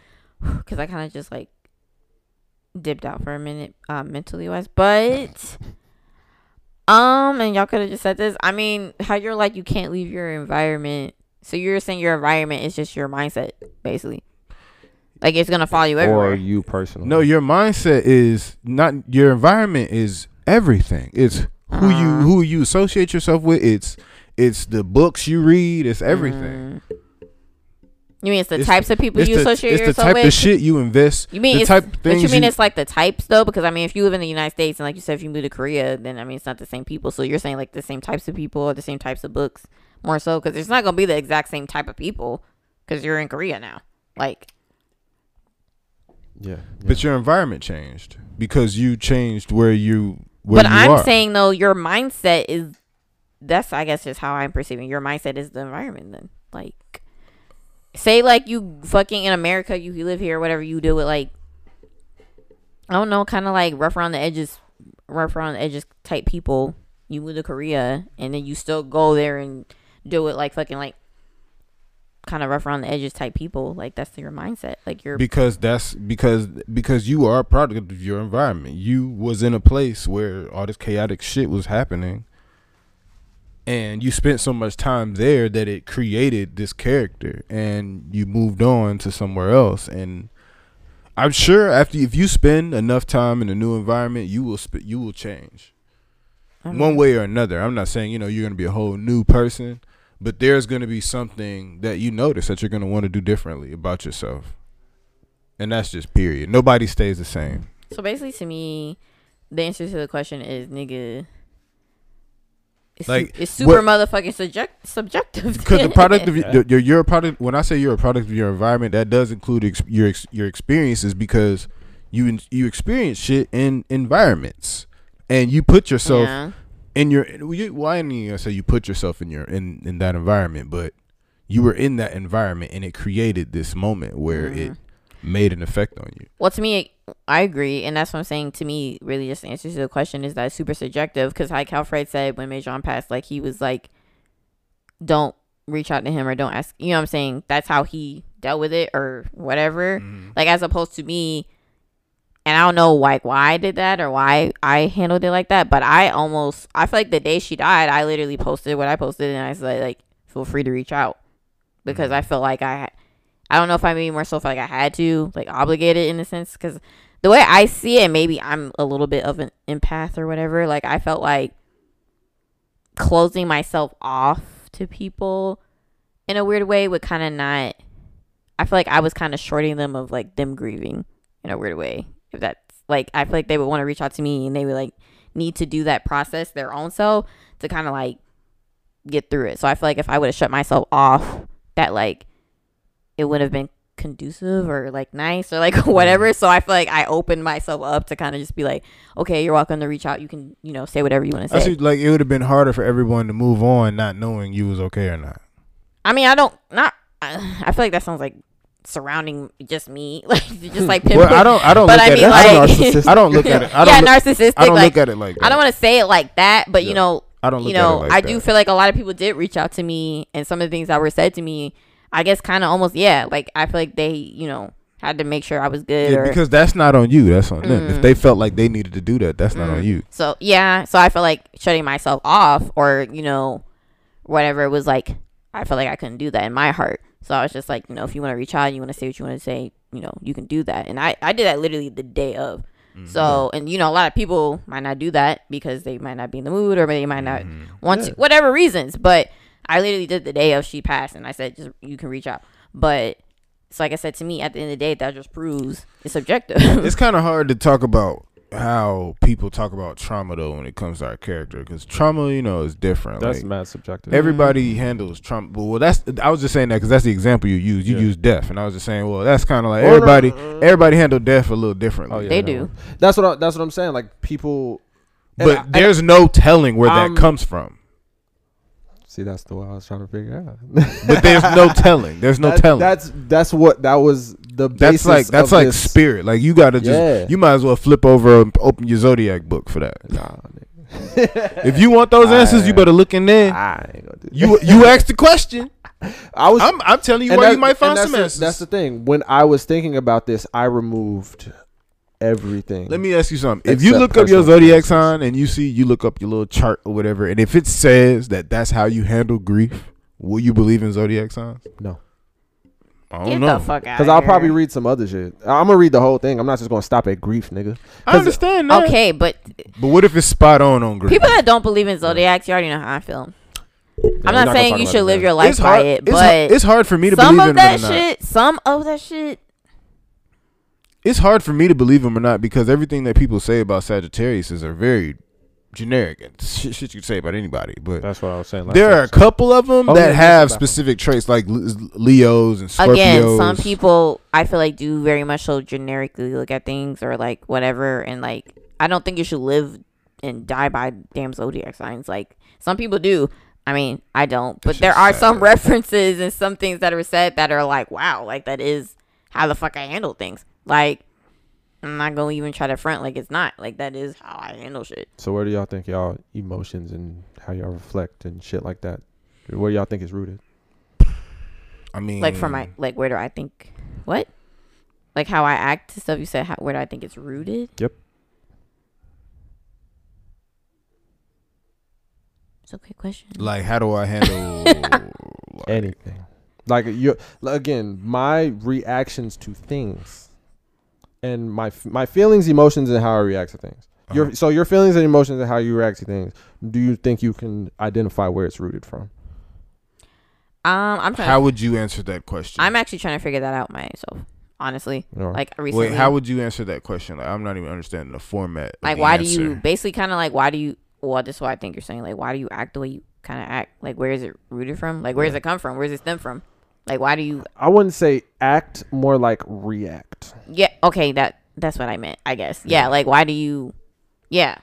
because I kind of just like dipped out for a minute, uh, mentally wise. But um, and y'all could have just said this. I mean, how you're like you can't leave your environment. So you're saying your environment is just your mindset, basically. Like it's gonna follow you everywhere. you personally? No, your mindset is not your environment is everything. It's who you Mm-hmm. who you associate yourself with. It's it's the books you read, it's everything. you mean it's the It's- types of people it's Mm. you the, associate it's the yourself type with? of shit you invest. You mean the it's, type of but you things mean it's like the types though? Because I mean, if you live in the United States and like you said, if you move to Korea, then I mean it's not the same people. So you're saying like the same types of people or the same types of books more so because it's not gonna be the exact same type of people because you're in Korea now. Like Yeah. but your environment changed because you changed where you where but you I'm are. saying though, your mindset is that's I guess just how I'm perceiving your mindset is the environment then. Like say like you fucking in America, you live here, whatever you do it like I don't know, kinda like rough around the edges rough around the edges type people. You move to Korea and then you still go there and do it like fucking like kind of rough around the edges type people. Like that's your mindset. Like your because that's because because you are a product of your environment. You was in a place where all this chaotic shit was happening, and you spent so much time there that it created this character, and you moved on to somewhere else. And I'm sure after if you spend enough time in a new environment, you will sp- you will change I don't one know. way or another. I'm not saying you know you're gonna be a whole new person. But there's going to be something that you notice that you're going to want to do differently about yourself and that's just period. Nobody stays the same. So basically, to me, the answer to the question is nigga. It's, su- Like, it's super what- motherfucking subject subjective. Because the product of your you're, you're a product. When I say you're a product of your environment, that does include ex- your ex- your experiences because you en- you experience shit in environments and you put yourself yeah. in your. well, you- Why am I gonna say you put yourself in your in in that environment? But you were in that environment and it created this moment where it made an effect on you. Well, to me, I agree, and that's what I'm saying. To me, really, just the answer to the question is that it's super subjective. Because like how Fred said when Majon passed, like he was like, "Don't reach out to him or don't ask." You know what I'm saying? That's how he dealt with it or whatever. Like as opposed to me, and I don't know like why I did that or why I handled it like that. But I almost, I feel like the day she died, I literally posted what I posted, and I said like, "Feel free to reach out," because I felt like I. I don't know if I maybe more so felt like I had to, like obligated in a sense, because the way I see it, maybe I'm a little bit of an empath or whatever. Like I felt like closing myself off to people in a weird way would kind of not. I feel like I was kind of shorting them of like them grieving in a weird way. If that's like, I feel like they would want to reach out to me and they would like need to do that process their own self to kind of like get through it. So I feel like if I would have shut myself off, that like it would have been conducive or like nice or like whatever. So I feel like I opened myself up to kind of just be like, okay, you're welcome to reach out. You can, you know, say whatever you want to say. I see, like it would have been harder for everyone to move on not knowing you was okay or not. I mean, I don't not. I, I feel like that sounds like surrounding just me, like just like pinpoint. Well, I don't. I don't But look I at mean, it. I don't, like- narcissistic. I don't look at it. yeah, I don't. look, narcissistic. I don't like, look at it like. That. I don't want to say it like that, but you Yeah. know, I don't look you know, at it like I that. do feel like a lot of people did reach out to me, and some of the things that were said to me, I guess, kind of almost yeah, like I feel like they, you know, had to make sure I was good. Yeah, or, because that's not on you. That's on them. If they felt like they needed to do that, that's not Mm. on you. So yeah, so I felt like shutting myself off or you know whatever was like I felt like I couldn't do that in my heart. So I was just like, you know, if you want to reach out, you want to say what you want to say, you know, you can do that. And I I did that literally the day of. So and you know a lot of people might not do that because they might not be in the mood or they might not want to whatever reasons. But I literally did the day of she passed and I said just you can reach out. But so like I said to me at the end of the day that just proves it's subjective. It's kind of hard to talk about how people talk about trauma though when it comes to our character because trauma, you know, is different. That's Like, mad subjective. Everybody handles trauma. But, well, that's I was just saying that because that's the example you use. You Yeah. use death, and I was just saying, well, that's kind of like Well, no, everybody. Everybody handle death a little differently. yeah, They no. do. That's what I, that's what I'm saying. Like people. and But I- and- there's no telling where Um, that comes from. see, that's the one I was trying to figure out. But there's no telling. There's no That- telling. That's that's what that was the. That's Basis like that's of like this- spirit. Like you gotta just Yeah. you might as well flip over and open your zodiac book for that. Nah, nigga, If you want those answers, you better look in there. I ain't gonna do. That. You you asked the question. I was. I'm I'm telling you and where that- you might and find that's some the- answers. That's the thing. When I was thinking about this, I removed everything. Let me ask you something. If you Except look up your personal zodiac preferences. sign and you see you look up your little chart or whatever, and if it says that that's how you handle grief, will you believe in zodiac signs? No. I Get don't know. the fuck out. Because I'll probably read some other shit. I'm gonna read the whole thing. I'm not just gonna stop at grief, nigga. I understand that. Okay, but But what if it's spot on on grief? people that don't believe in zodiacs, you already know how I feel. I'm we're not, not saying gonna you talk should about live it. your life it's by hard, it, it's, but hard, it's hard for me to some believe of in that them or not. shit, some of that shit, it's hard for me to believe him or not because everything that people say about Sagittarius is are very generic. It's shit, shit you can say about anybody, but That's what I was saying. Last there are a episode. couple of them Oh, yeah, that yeah, have about 'em. specific traits like L- Leos and Scorpios. Again, some people I feel like do very much so generically look at things or like whatever, and like I don't think you should live and die by damn zodiac signs. Like some people do. I mean, I don't, but there are some references and some things that are said that are like, wow, like that is how the fuck I handle things. Like I'm not gonna even try to front like it's not. Like that is how I handle shit. So where do y'all think y'all emotions and how y'all reflect and shit like that? Where y'all think it's rooted? I mean, Like for my like, where do I think what? Like how I act to stuff you said. How, where do I think it's rooted? Yep. It's a good question. like, how do I handle? Anything. Like you again, my reactions to things and my f- my feelings, emotions and how I react to things. Your so your feelings and emotions and how you react to things. Do you think you can identify where it's rooted from? Um, I'm trying. how would you answer that question? I'm actually trying to figure that out myself. Honestly, Or- like recently, Wait, how would you answer that question? Like, I'm not even understanding the format. of like the why do you answer. basically kind of like why do you? Well, this is what I think you're saying. Like, why do you act the way you kind of act? Like, where is it rooted from? Like, where does it come from? Where does it stem from? Like, why do you? I wouldn't say act, more like react. Yeah, okay, that that's what I meant. I guess. Yeah, like why do you? Yeah,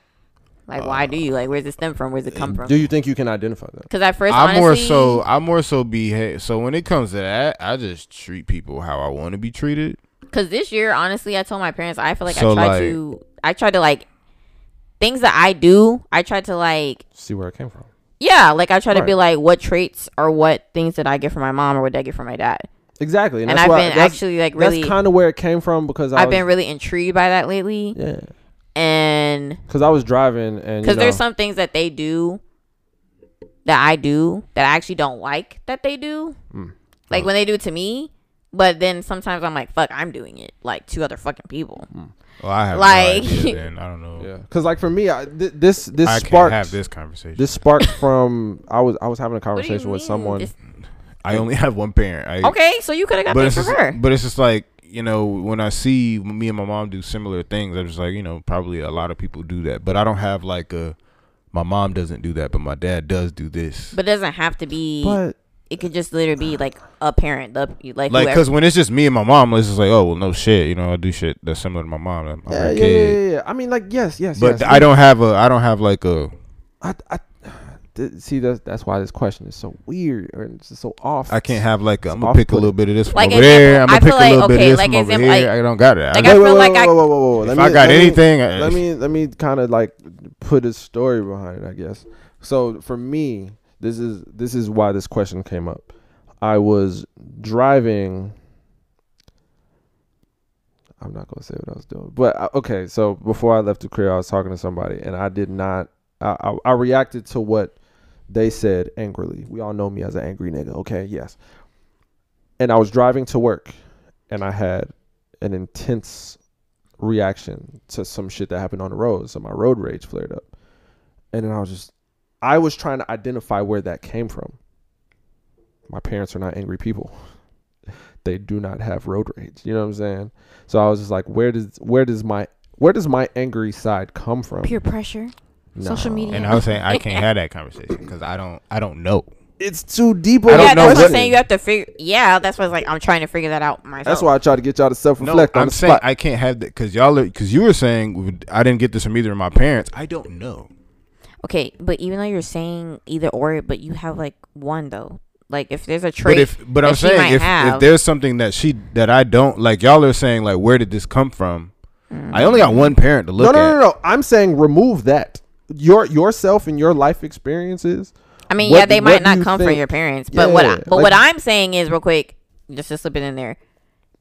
like why do you? Like, where's it stem from? Where's it come from? Uh, Do you think you can identify that? Because at 1st I honestly, more so I more so behave. So when it comes to that, I just treat people how I want to be treated. Cause this year, honestly, I told my parents I feel like I So, tried like- to, I tried to like things that I do. I tried to like, See where it came from. yeah, like I try to be Right. like, what traits or what things did I get from my mom or what did I get from my dad? Exactly. And that's I've why- been that's- actually, like, really- That's kind of where it came from because I I've was, been really intrigued by that lately, yeah. and Because I was driving and because you know, there's some things that they do that I do that I actually don't like that they do, like when they do it to me. But then sometimes I'm like, fuck, I'm doing it like to other fucking people. Well, I have Like- like no idea, then. I don't know. yeah. Because like for me, I, th- this this I can't sparked have this conversation. this sparked from I was I was having a What do you conversation with mean? someone. It's- I only have one parent. I, okay, so you could have got but that it's from just, her. but it's just like you know when I see me and my mom do similar things, I'm just like you know probably a lot of people do that, but I don't have like a my mom doesn't do that, but my dad does do this. But it doesn't have to be. but it could just literally be like a parent, the like, like, whoever. because when it's just me and my mom, it's just like, oh, well, no shit. You know, I do shit that's similar to my mom. I'm, I'm yeah, a yeah, kid. yeah, yeah, yeah. I mean, like yes, yes. But yes, I don't have a. I don't have like a. I, I, th- see, that's that's why this question is so weird or it's just so off. I can't have like. A, I'm gonna Off-putting. pick a little bit of this from Like over there. example, I I'm gonna pick feel a like- little bit okay, of this like from over example, here. like- I don't got it. I like don't- I Wait, feel wait, like wait, I- whoa, whoa, whoa, whoa, whoa. if Let I me- let got me- anything, I- let me let me kind of like put a story behind it, I guess. So for me, this is this is why this question came up. I was driving. I'm not gonna say what I was doing, but I, okay. So before I left the career, I was talking to somebody, and I did not. I, I, I reacted to what they said angrily. We all know me as an angry nigga. Okay, yes. And I was driving to work, and I had an intense reaction to some shit that happened on the road. So my road rage flared up. And then I was just I was trying to identify where that came from. My parents are not angry people. They do not have road rage. You know what I'm saying? So I was just like, where does where does my where does my angry side come from? peer pressure, social No. media. and I was saying I can't have that conversation because I don't. I don't know. It's too deep. I of don't yeah, a know that's what I'm what- saying. You have to figure. Yeah, that's what I was like. I'm trying to figure that out myself. That's why I try to get y'all to self No, reflect on I'm the saying spot. I can't have that because y'all. Because you were saying I didn't get this from either of my parents. I don't know. Okay, but even though you're saying either or, but you have like one though. Like if there's a trait, But if but that I'm she might saying if, have, if there's something that she that I don't like, y'all are saying like where did this come from? Mm. I only got one parent to no, look no, at. no, no. I'm saying remove that. Your yourself and your life experiences I mean, what yeah, they do- might what do not you come from think- your parents, but what? I, Yeah, but what like- I'm saying is, real quick, just to slip it in there.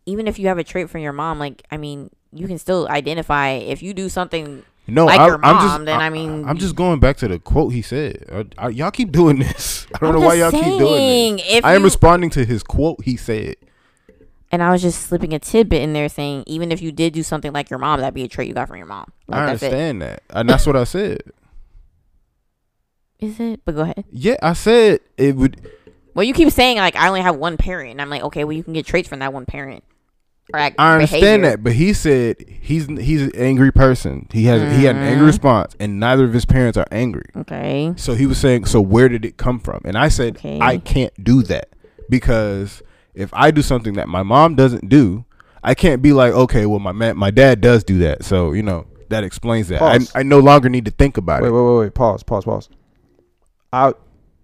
Even if you have a trait from your mom, like I mean, you can still identify if you do something No, like I, your mom. am just, then I, I, mean, I'm just going back to the quote he said. I, I, y'all keep doing this. I don't I'm know why y'all just keep doing this. saying, if I am you- responding to his quote he said. And I was just slipping a tidbit in there saying, even if you did do something like your mom, that'd be a trait you got from your mom. Like, I that's understand that, and that's what I said. It. Is it? But go ahead. Yeah, I said it would. Well, you keep saying like I only have one parent, and I'm like, okay, well you can get traits from that one parent. or act, I understand behavior. that, but he said he's he's an angry person. He has he had an Mm-hmm. angry response, and neither of his parents are angry. Okay. So he was saying, so where did it come from? And I said, Okay. I can't do that because if I do something that my mom doesn't do, I can't be like, okay, well my ma- my dad does do that, so you know that explains that. I, Pause. I no longer need to think about Wait, it. wait, wait, wait. Pause, pause, pause. I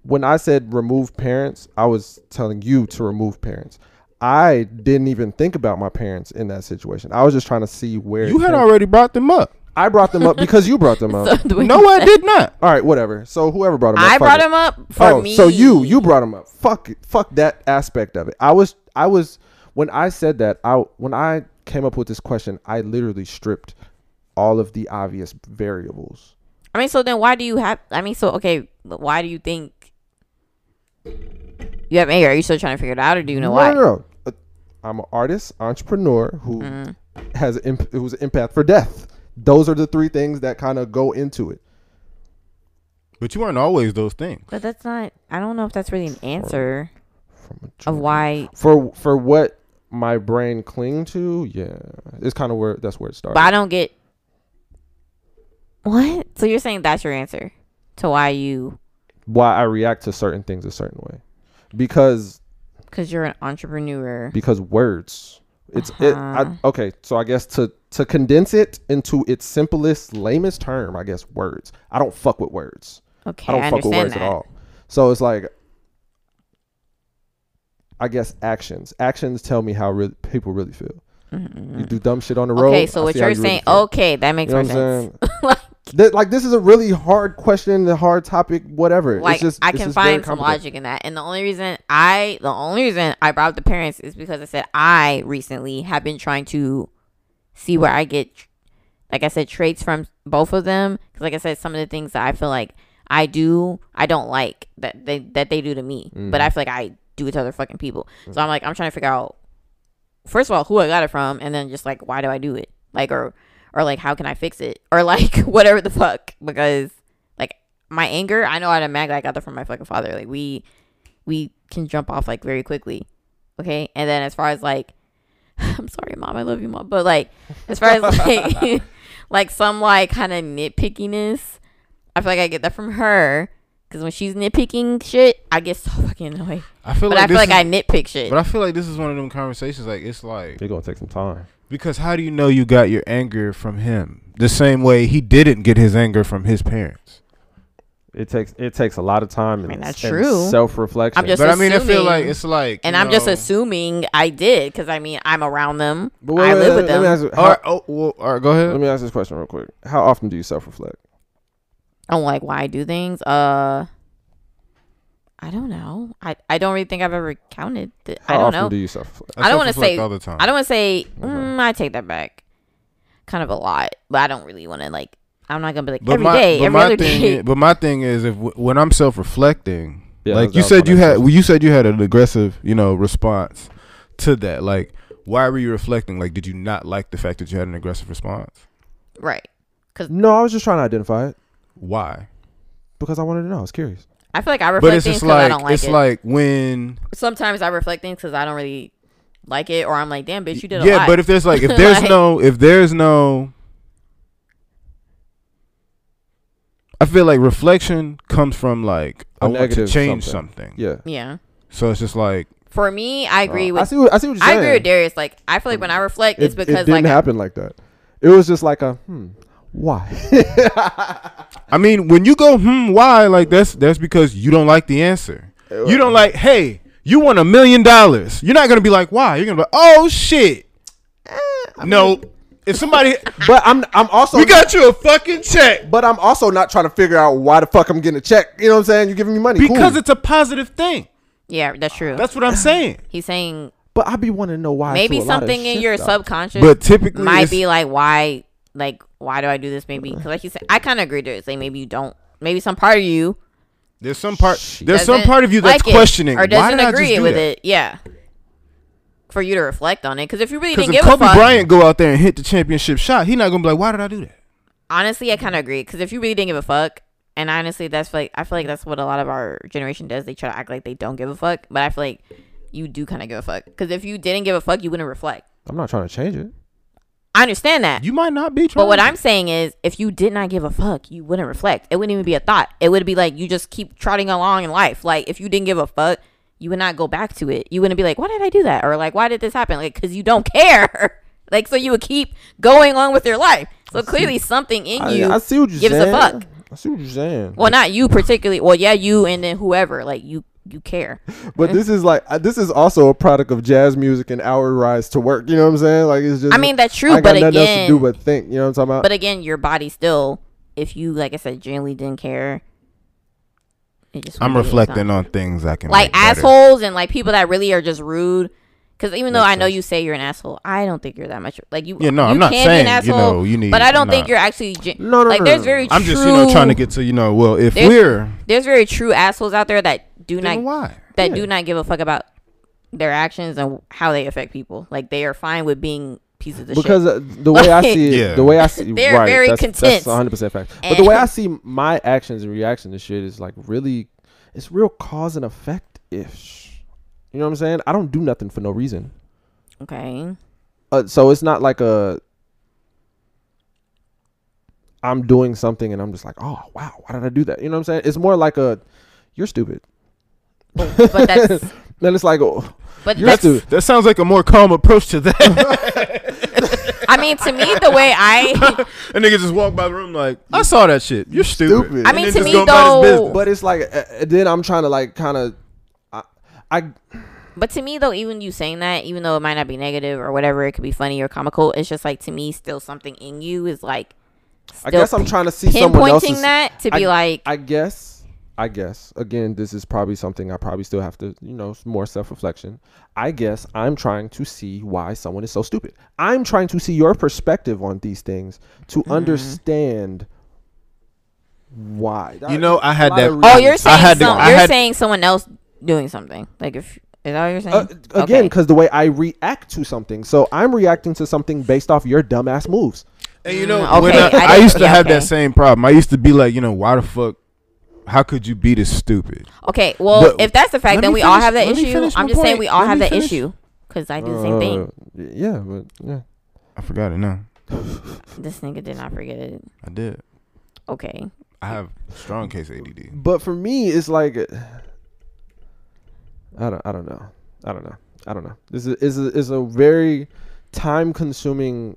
when I said remove parents, I was telling you to remove parents. I didn't even think about my parents in that situation. I was just trying to see where it You had came- already brought them up. I brought them up because you brought them up. The way- No, I did not. All right, whatever. So whoever brought them up, I fuck brought it. him up for oh, me. so you you brought him up. Fuck it. Fuck that aspect of it. I was I was when I said that I when I came up with this question, I literally stripped all of the obvious variables. I mean, so then why do you have? I mean, so okay, why do you think you have anger? Are you still trying to figure it out, or do you know why? No, no, no. Uh, I'm an artist, entrepreneur who Mm-hmm. has imp- who's an empath for death. Those are the three things that kind of go into it. But you weren't always those things. But that's not. I don't know if that's really an answer From a of why. for for what my brain cling to, yeah, it's kind of where that's where it started. But I don't get. What? So you're saying that's your answer to why you? Why I react to certain things a certain way, because Because you're an entrepreneur. because words it's it Uh-huh. I, okay so i guess to to condense it into its simplest lamest term i guess words i don't fuck with words i Okay, don't I, fuck with understand words that. at all so it's like i guess actions actions tell me how real people really feel you do dumb shit on the road Mm-hmm. Okay, so I what see how you're you really saying? feel. okay, that makes You know more what I'm sense. like, Th- like this is a really hard question a hard topic whatever like it's just I it's can just very find some complicated. logic in that. And the only reason I, the only reason I brought up the parents is because I said I recently have been trying to see where I get, like I said, traits from both of them. Because like I said, some of the things that I feel like I do, I don't like that they that they do to me, Mm-hmm. but I feel like I do it to other fucking people. Mm. So I'm like, I'm trying to figure out first of all who I got it from, and then just like why do I do it, like or or like how can I fix it, or like whatever the fuck because like my anger, I know out of mag I got that from my fucking father. Like we we can jump off like very quickly. Okay? And then as far as like I'm sorry, mom, I love you, mom. But like as far as like like some like kind of nitpickiness, I feel like I get that from her. Cause when she's nitpicking shit, I get so fucking annoyed. I feel But like I feel like this is- I nitpick shit. But I feel like this is one of them conversations. Like it's like you're gonna take some time Because how do you know you got your anger from him? The same way he didn't get his anger from his parents. it takes it takes a lot of time mean, and, that's true. self-reflection I'm just but I mean, I assuming- feel like it's like, and you I'm just know- assuming I did, cause I mean I'm around them. But wait, I wait, live let with me- let them. me ask you, All how- right, oh, well, all right, go ahead. Let me ask this question real quick. How often do you self reflect? on like why I do things. Uh, I don't know. I, I don't really think I've ever counted. Th- I How don't often know. do you self reflect? I don't want to self-reflect say. all the time. I don't want to say. Mm, I take that back. Kind of a lot, but I don't really want to like. I'm not gonna be like every my, day, but every my other thing, day. i- but my thing is, if w- when I'm self-reflecting, Yeah, like that you was said, my you next had, question. well, you said you had an aggressive, you know, response to that. Like, why were you reflecting? Like, did you not like the fact that you had an aggressive response? right. No, I was just trying to identify it Why? because I wanted to know. I was curious. I feel like I But reflect it's things just because I like, don't like it's it. like when Sometimes I reflect things because I don't really like it, or I'm like, damn, bitch, you did a yeah lot. but if there's like if there's Like- no if there's no i feel like reflection comes from like I A want to negative change something. something. Yeah. yeah. so it's just like For me, I agree Uh, I with. see what I see what you're I saying. agree with Darius. Like, I feel like when I reflect, It, it's it because didn't like happen like that. It was just like a hmm, why? i mean when you go hmm why like that's that's because you don't like the answer Eh, you don't like hey you want a million dollars you're not gonna be like why you're gonna be like oh shit Eh, no if somebody but I'm I'm also we got you a fucking check but I'm also not trying to figure out why the fuck I'm getting a check. You know what I'm saying? You're giving me money. because cool. it's a positive thing yeah, that's true. that's what i'm saying He's saying But I be wanting to know why. I maybe do a lot of something in shit, your though. subconscious but typically might it's- be like why like why do i do this maybe 'Cause like you said i kind of agree to it say maybe you don't maybe some part of you There's some part. There's some doesn't part of you that's like it questioning. or Why doesn't did I agree just do with that? it yeah for you to reflect on it because if you really Because didn't if give Kobe a fuck Bryant go out there and hit the championship shot, he not gonna be like, "Why did I do that?" honestly i kind of agree because if you really didn't give a fuck and honestly that's like i feel like that's what a lot of our generation does they try to act like they don't give a fuck but i feel like you do kind of give a fuck because if you didn't give a fuck you wouldn't reflect I'm not trying to change it. I understand that. You might not be trying. But what I'm saying is, if you did not give a fuck, you wouldn't reflect. It wouldn't even be a thought. It would be like you just keep trotting along in life. Like if you didn't give a fuck, you would not go back to it. You wouldn't be like, why did I do that? Or like, why did this happen? Like, because you don't care. like, so you would keep going on with your life. So clearly, something in I, you I see what you're gives a saying. fuck. I see what you're saying. Well, not you particularly. Well, yeah, you and then whoever. Like you, you care. But this is like uh, this is also a product of jazz music and our rise to work. You know what I'm saying? Like it's just I mean, that's true, I ain't got but nothing else to again- do but think. You know what I'm talking about? But again, your body still. If you, like I said, generally didn't care. It just I'm wouldn't be a thought. reflecting on things I can like make better. assholes and like people that really are just rude. Because even though I know you say you're an asshole, I don't think you're that much. Like you, Yeah, no, you I'm not can saying, be an you asshole, know, you need- but I don't nah. think you're actually. Gen- No, no, like no, there's no, very. I'm just you know true- trying to get to you know well if There's- we're There's very true assholes out there that do not then why that do not give a fuck about their actions and how they affect people. Like they are fine with being pieces of because shit. uh, the way I see it, Yeah. the way I see, They're right, very that's, content. That's 100 percent fact. But the way I And- see my actions and reaction to shit is like really, it's real cause and effect ish. You know what I'm saying? I don't do nothing for no reason. Okay, Uh, so it's not like a. I'm doing something and I'm just like, oh wow, why did I do that? You know what I'm saying? It's more like a, you're stupid. but that's Then it's like, oh, but You're that's stupid. that sounds like a more calm approach to that I mean to me the way I a nigga just walk by the room like I saw that shit you're stupid, Stupid. I And mean, then to just me, go about his though- business. But it's like uh, uh, then I'm trying to like kind of, I, I But to me, though, even you saying that, even though it might not be negative or whatever, it could be funny or comical. It's just like to me, still something in you is like. Still I guess I'm trying to see someone pinpointing else's. that to be I- like, I guess. I guess. Again, this is probably something I probably still have to, you know, s- more self reflection. I guess I'm trying to see why someone is so stupid. I'm trying to see your perspective on these things to Mm-hmm. understand why. You know, I had A lot of that- oh, reasons. you're saying I had to- some- I you're had- saying someone else doing something. Like if is that what you're saying? Uh, again, Okay. because the way I react to something. So I'm reacting to something based off your dumbass moves. And you know, Mm, when okay, I, I I didn't- used to yeah, have that okay. same problem. I used to be like, you know, why the fuck? How could you be this stupid? okay. Well, But- if that's the fact, Let then me we all finish- have that let me issue. finish I'm my just saying point. we all Let have me that finish. issue because I do the same Uh, thing. y- yeah, but yeah. I forgot it. No, Uh. This nigga did not forget it. I did. Okay, I have strong case ADD. But for me, it's like uh, I don't I don't know. I don't know. I don't know. This is is a, is a very time consuming,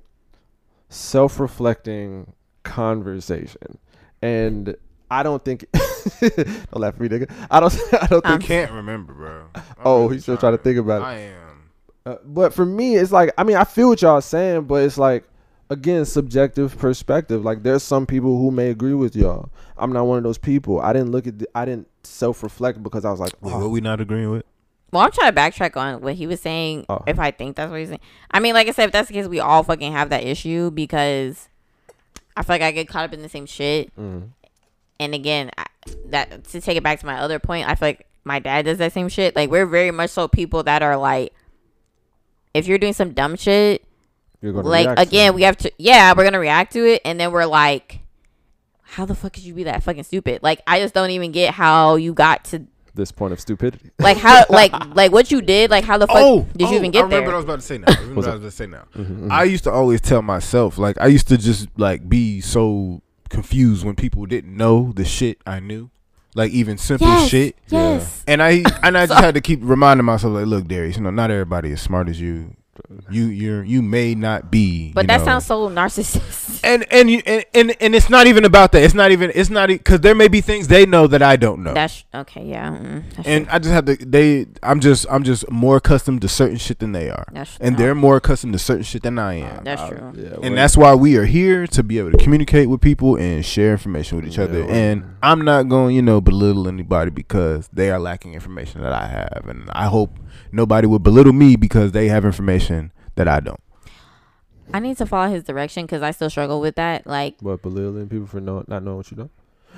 self reflecting conversation, and I don't think. don't laugh at me, nigga. I don't. I don't I think. can't remember, bro. I'm Oh, really he's still trying to think about it. I am. Uh, but for me, it's like I mean I feel what y'all saying, but it's like again subjective perspective. Like there's some people who may agree with y'all. I'm not one of those people. I didn't look at. The, I didn't self reflect because I was like, Wait, "Oh, what we not agreeing with? Well, I'm trying to backtrack on what he was saying. Oh. If I think that's what he's saying, I mean, like I said, if that's the case, we all fucking have that issue because I feel like I get caught up in the same shit. Mm-hmm. And again, I, that to take it back to my other point, I feel like my dad does that same shit. Like we're very much so people that are like, if you're doing some dumb shit, you're gonna like react to again, it. we have to yeah, we're gonna react to it, and then we're like, how the fuck could you be that fucking stupid? Like I just don't even get how you got to this point of stupidity. like how like like what you did like how the fuck oh, did oh, you even I get remember there Mm-hmm. what I was about to say now. I remember what I was about to say now. Mm-hmm. I used to always tell myself, like, I used to just like be so confused when people didn't know the shit I knew, like even simple yes shit. yes And I and I just had to keep reminding myself like, look, Darius, you know, not everybody is smart as you. You you you may not be. but you that know. sounds so narcissistic And and, you, and and and it's not even about that. It's not even. It's not because there may be things they know that I don't know. that's okay yeah mm, that's and true. I just have to. They. I'm just. I'm just more accustomed to certain shit than they are. That's- and they're more accustomed to certain shit than I am. that's true Yeah, and that's why we are here to be able to communicate with people and share information with each other. Yeah. And I'm not going, you know, belittle anybody because they are lacking information that I have, and I hope nobody will belittle me because they have information that I don't. i need to follow his direction because i still struggle with that like what belittling people for know, not knowing what you know.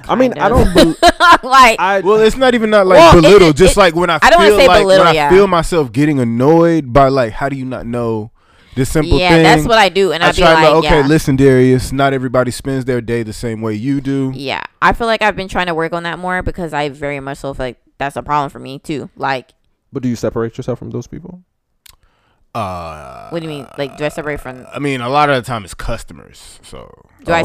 I mean, I of. don't. Be- like I Well, it's not even not like Well, it- belittle. it- just it- like when I, I don't wanna feel say like belittle, when I yeah. feel myself getting annoyed by like, how do you not know this simple yeah thing? that's what i do and I i'd be try like to okay, yeah listen, Darius. Not everybody spends their day the same way you do. yeah i feel like i've been trying to work on that more because i very much so feel like that's a problem for me too like but do you separate yourself from those people? Uh, What do you mean? Like dress up right from? I mean, a lot of the time it's customers. So Do I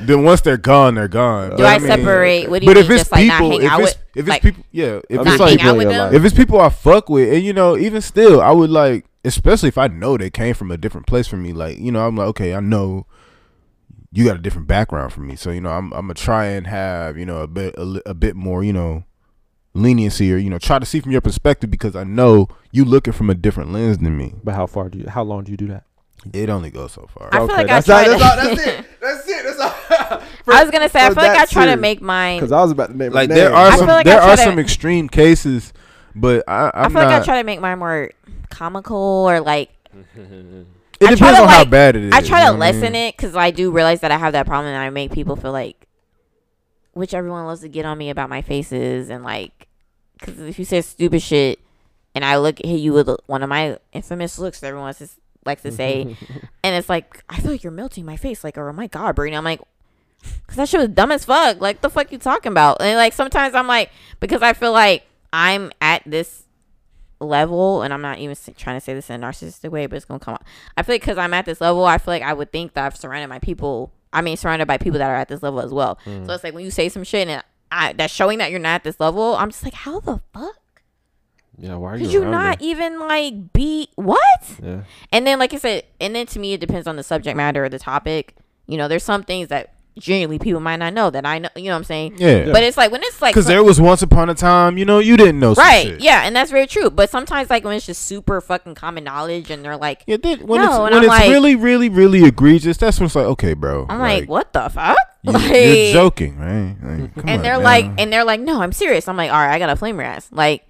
then once they're gone, they're gone. do I, separate? What do you But mean? if it's just like people, not hang if out it's with? if it's like, people, yeah, if I'm not it's just like hang people out in with your them? life. if it's people I fuck with, and you know, even still, I would like, especially if I know they came from a different place from me. Like, you know, I'm like, okay, I know you got a different background from me, so you know, I'm I'm gonna try and have you know a bit a, li- a bit more you know leniency or you know try to see from your perspective because I know you looking from a different lens than me. But how far do you? How long do you do that? It only goes so far. I feel Okay, like I that's try. all- to, it. That's it. That's all. I was gonna say I for feel like I that try to serious. make mine. Because I was about to name a like name. there are feel some like I there try are to- some extreme cases, but I I'm I feel not. like I try to make mine more comical or like it I try depends to, on how like- bad it is. I try you to know what I mean? lessen it 'cause it because I do realize that I have that problem, and I make people feel like, which everyone loves to get on me about my faces and like, because if you say stupid shit, and I look at you with one of my infamous looks that everyone just likes to say, and it's like I feel like you're melting my face, like oh my god, Brittany, I'm like. Cause that shit was dumb as fuck. Like the fuck you talking about? And like sometimes I'm like because I feel like I'm at this level, and I'm not even s- trying to say this in a narcissistic way, but it's gonna come out. I feel like because I'm at this level, I feel like I would think that I've surrounded my people. I mean, surrounded by people that are at this level as well. Mm-hmm. So it's like when you say some shit and I, that's showing that you're not at this level, I'm just like, how the fuck Yeah, why are you? could you around not me? even like be what? Yeah. And then, like I said, and then to me, it depends on the subject matter or the topic. You know, there's some things that genuinely people might not know that I know. You know what I'm saying? Yeah. But it's like when it's like Because some- there was once upon a time, you know, you didn't know some right, shit. yeah, and that's very true. But sometimes, like when it's just super fucking common knowledge, and they're like, Yeah, then when No, it's, and when I'm it's like- really, really, really egregious, that's when it's like, okay, bro. I'm like, what the fuck? You, like, are joking, right? Like, come on and they're now. like, and they're like, no, I'm serious. I'm like, all right, I gotta flame your ass, like,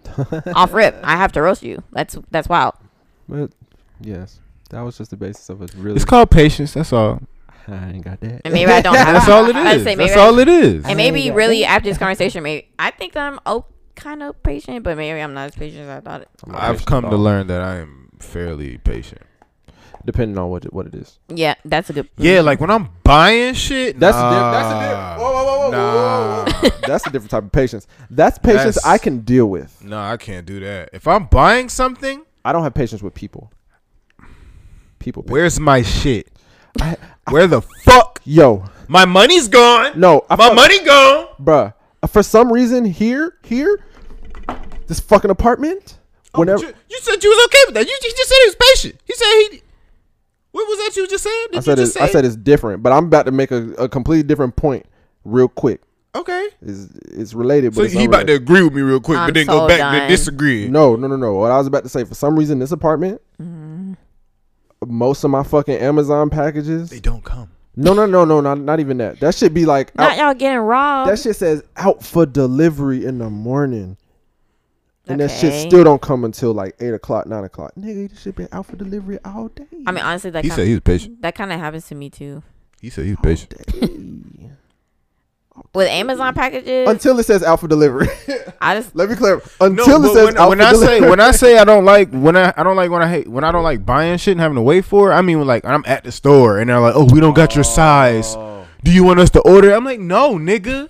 off rip. I have to roast you. That's that's wild. But yes, that was just the basis of it. Really, it's called patience. That's all. I ain't got that. And maybe I don't. have That's all it I'd is. say maybe That's I- all it is. And maybe really after this conversation, maybe I think that I'm oh, kind of patient, but maybe I'm not as patient as I thought. It. I'm oh, not I've patient come at to all, learn that I am fairly patient. depending on what it, what it is. Yeah, that's a good. Yeah, like when I'm buying shit. That's a nah, diff- that's a diff- whoa, whoa, whoa, whoa, whoa, Ah, nah, That's a different type of patience. That's patience That's- I can deal with. Nah, I can't do that. If I'm buying something, I don't have patience with people. People. pa- where's my shit? I- Where the fuck? Yo, My money's gone. no, I my fuck- money gone. bruh. For some reason, here, here, this fucking apartment. Whenever Oh, you, you said you was okay with that. You, you just said he was patient. He said he. What was that you just said? Did I said, you it's, just I said it's different, but I'm about to make a, a completely different point, real quick. okay. It's it's related, but So it's he about to unrelated. agree with me real quick, I'm but then so go back done. to disagree. No, no, no, no. What I was about to say, for some reason, this apartment, Mm-hmm. most of my fucking Amazon packages. They don't come. No, no, no, no, not not even that. That should be like Not oh. out, y'all getting robbed. that shit says out for delivery in the morning. And that shit Okay. still don't come until like eight o'clock, nine o'clock. Nigga, this shit been out for delivery all day. I mean, honestly, that He kind said he was patient. that kind of happens to me too He said he was patient. Day. with Amazon packages. until it says out for delivery. I just Let me clear. up. Until it says when, out when for I delivery. say when I say I don't like when I, I don't like when I hate when I don't like buying shit and having to wait for it. I mean like I'm at the store and they're like, oh, we don't got your size. Do you want us to order? I'm like, no, nigga.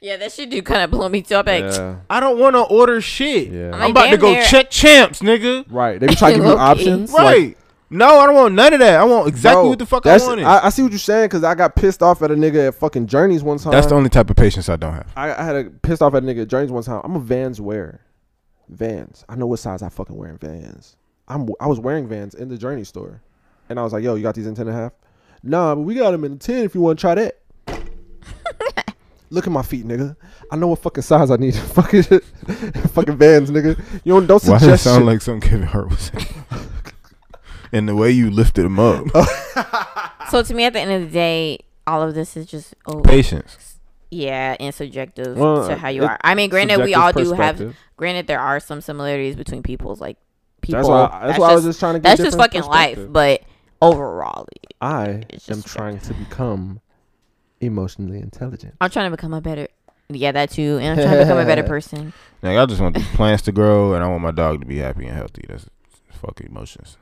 yeah, that shit do kind of blow me too. I'm like, yeah, I don't want to order shit. Yeah. I'm Like, about to damn go near- check champs, nigga. right. They be trying to give you Low-key. options, like, Right. no, I don't want none of that. I want exactly bro, what the fuck I that's- wanted. I, I see what you're saying because I got pissed off at a nigga at fucking Journeys one time. that's the only type of patience I don't have. I, I had a pissed off at a nigga at Journeys one time. I'm a Vans wearer. Vans. I know what size I fucking wear in Vans. I'm I was wearing Vans in the Journey store, and I was like, "Yo, you got these in ten and a half? Nah, but we got them in ten. If you want to try that." Look at my feet, nigga. I know what fucking size I need. fucking, fucking Vans, nigga. You don't don't Why suggest does that sound shit. like something Kevin Hart was saying? Oh. and the way you lifted him up. so to me at the end of the day, all of this is just oh patience. yeah, and subjective Well, to how you it- are. I mean, granted, we subjective all do have. perspective. Granted, there are some similarities between people's like people. That's why. That's, why I was just trying to. Get that's just different fucking life. perspective. But overall, I It's am just trying to become emotionally intelligent. I'm trying to become a better. Yeah, that too. And I'm trying to become a better person. Like I just want these plants to grow, and I want my dog to be happy and healthy. That's fuck emotions.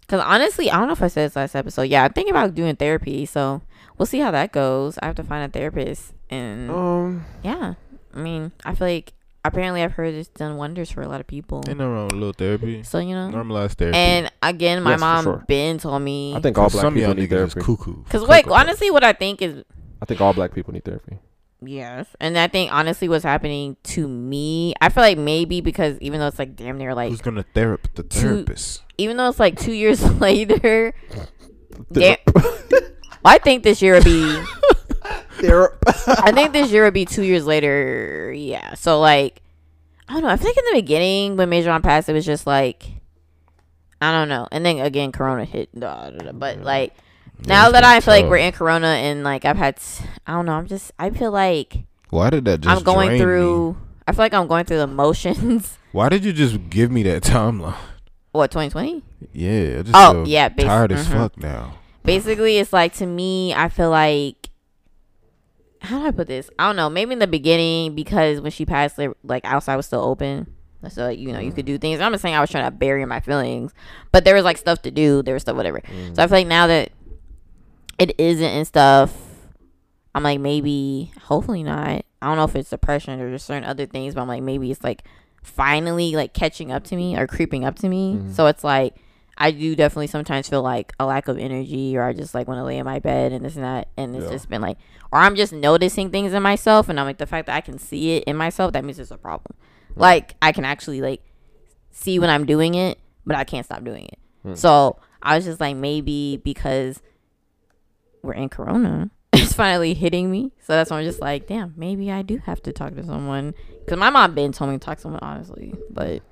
Because honestly, I don't know if I said this last episode. Yeah, I'm thinking about doing therapy. So we'll see how Mm. that goes. I have to find a therapist. And Um, yeah, I mean, I feel like apparently I've heard it's done wonders for a lot of people. Ain't no wrong with a little therapy. So you know, Normalized therapy. and again, my Yes, for mom sure. Ben told me I think all black Some people y'all need niggas is therapy. cuckoo. because like Cuckoo. honestly, what I think is I think all black people need therapy. Yes. And I think honestly what's happening to me, I feel like maybe because even though it's like damn near like Who's gonna therap the therapist? even though it's like 2 years later, da- I think this year would be I think this year would be 2 years later. Yeah. So like I don't know. I feel like in the beginning when Major on passed it was just like I don't know. And then again corona hit da, da, da. but like now it's that been I feel like tough. we're in corona and like I've had s- I don't know, I'm just I feel like Why did that just? I'm going drain me? through. I feel like I'm going through the motions. Why did you just give me that timeline? what 2020? Yeah. mm-hmm. I just Oh, feel yeah, basi- Tired as mhm. fuck now. Basically, it's like to me, I feel like how do I put this? I don't know. Maybe in the beginning, because when she passed, like- like outside was still open, so like, you know you could do things. I'm not saying I was trying to bury my feelings, but there was like stuff to do. There was stuff, whatever. So I feel like now that it isn't and stuff, I'm like maybe, hopefully not. I don't know if it's depression or just certain other things, but I'm like maybe it's like finally like catching up to me or creeping up to me. So it's like I do definitely sometimes feel like a lack of energy or I just like want to lay in my bed and this and that. And it's just been like, or I'm just noticing things in myself. And I'm like, the fact that I can see it in myself, that means it's a problem. Like, I can actually like see when I'm doing it, but I can't stop doing it. So I was just like, maybe because we're in Corona, it's finally hitting me. So that's why I'm just like, damn, maybe I do have to talk to someone. Because my mom been told me to talk to someone, honestly. But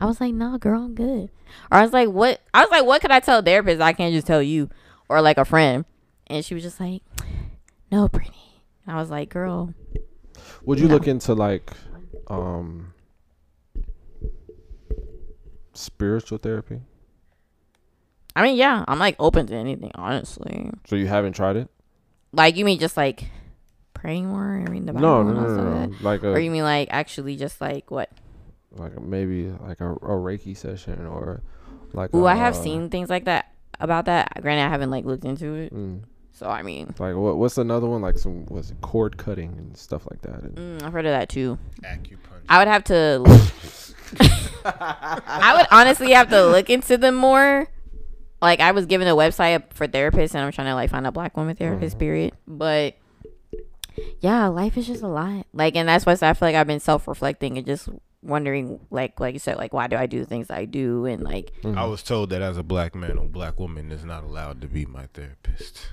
I was like, no, girl, I'm good. Or I was like, what? I was like, what could I tell a therapist? I can't just tell you or like a friend. And she was just like, no, Brittany. And I was like, girl, Would you No. look into like um spiritual therapy? I mean, yeah, I'm like open to anything, honestly. So you haven't tried it? Like, you mean just like praying more and reading the Bible? No, no, and all no, stuff like no, that? no. Like Or you a mean like actually just like what? like a, maybe like a, a Reiki session or like. uh, Ooh, I I have seen things like that about that. Granted, I haven't like looked into it. So I mean, mm, Like what? What's another one? Like some was cord cutting and stuff like that. And mm, I've heard of that too. I would have to. I would honestly have to look into them more. Like I was given a website for therapists, and I'm trying to like find a black woman therapist. Mm-hmm. Period. But yeah, life is just a lot. Like, and that's why I said I feel like I've been self reflecting and just wondering, like, like you said, like why do I do the things I do, and like I was told that as a black man or black woman is not allowed to be my therapist.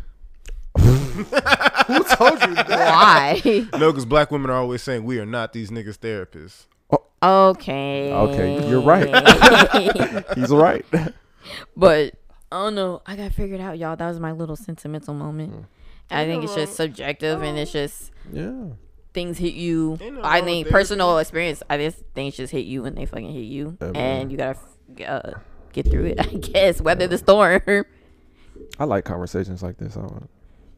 why. No, because black women are always saying we are not these niggas therapists. Okay. Okay, you're right. He's right. But I don't know. I got figured out, y'all. That was my little sentimental moment. Hmm. I think it's just subjective and it's just yeah. things hit you. Ain't nothing I wrong think with personal experience. I just things just hit you and they fucking hit you, and you gotta f- uh, get through it. I guess weather the storm. I like conversations like this. I don't,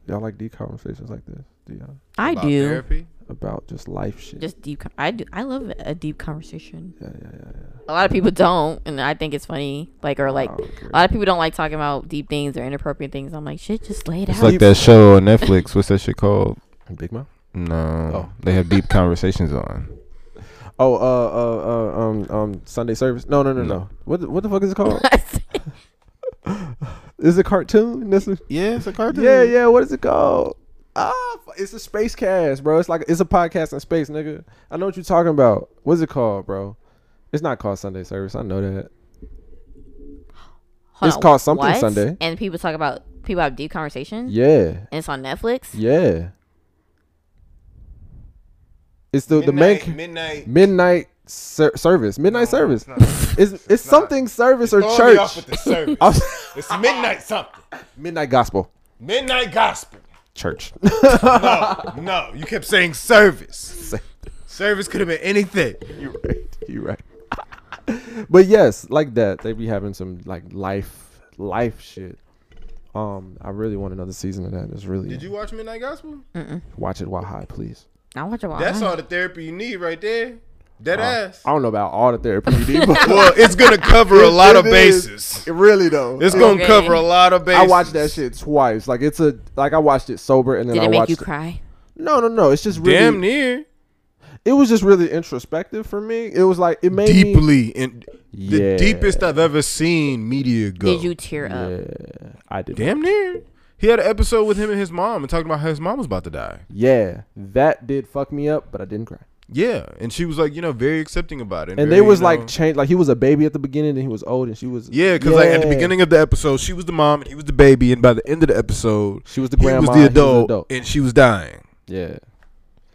y'all like deep conversations like this? Do y'all I do Therapy? about just life shit? just deep. con- I do. I love a deep conversation. yeah, yeah, yeah, yeah. A lot of people don't, and I think it's funny. Like or like, I don't care. a lot of people don't like talking about deep things or inappropriate things. I'm like, shit, just lay it out. Like that show on Netflix. What's that shit called? Big Mouth. No, they have deep conversations on. Oh, uh, uh, uh, um, um, Sunday service. No, no, no, no. What, the- what the fuck is it called? is it cartoon? This is- Yeah, it's a cartoon. yeah, yeah. What is it called? Ah, fu- it's a space cast, bro. It's like it's a podcast in space, nigga. I know what you're talking about. What's it called, bro? It's not called Sunday service. I know that. Hold It's called Something Sunday. And people talk about people have deep conversations. Yeah, And it's on Netflix. yeah. It's the the main Midnight, ca- midnight. midnight ser- service. Midnight service. It's it's, something service or Throw me off church. with the service. I was- it's midnight something. midnight gospel Midnight gospel. church. No, you kept saying service. service could have been anything. You're right. You're right. but yes, like that, they be having some like life, life shit. Um, I really want another season of that. It's really Did you watch Midnight Gospel? watch it while high, please. I watch a while. That's all the therapy you need right there. Dead ass. I don't know about all the therapy you need, but Well, it's gonna cover a lot of It is. bases. It really though. It's gonna Okay. cover a lot of bases. I watched that shit twice. Like it's a like I watched it sober and then Did I it make watched you cry? No, no, no. It's just really Damn near. it was just really introspective for me. It was like it made me deeply in the Yeah. deepest I've ever seen media go. Did you tear up? Yeah, I did. Damn near. He had an episode with him and his mom and talking about how his mom was about to die. Yeah, that did fuck me up, but I didn't cry. Yeah, and she was like, you know, very accepting about it. And very, they was you know- like changed. Like he was a baby at the beginning, and he was old, and she was yeah, because like at the Yeah. beginning of the episode, she was the mom and he was the baby, and by the end of the episode, she was the he grandma, was the adult, and she was dying. Yeah,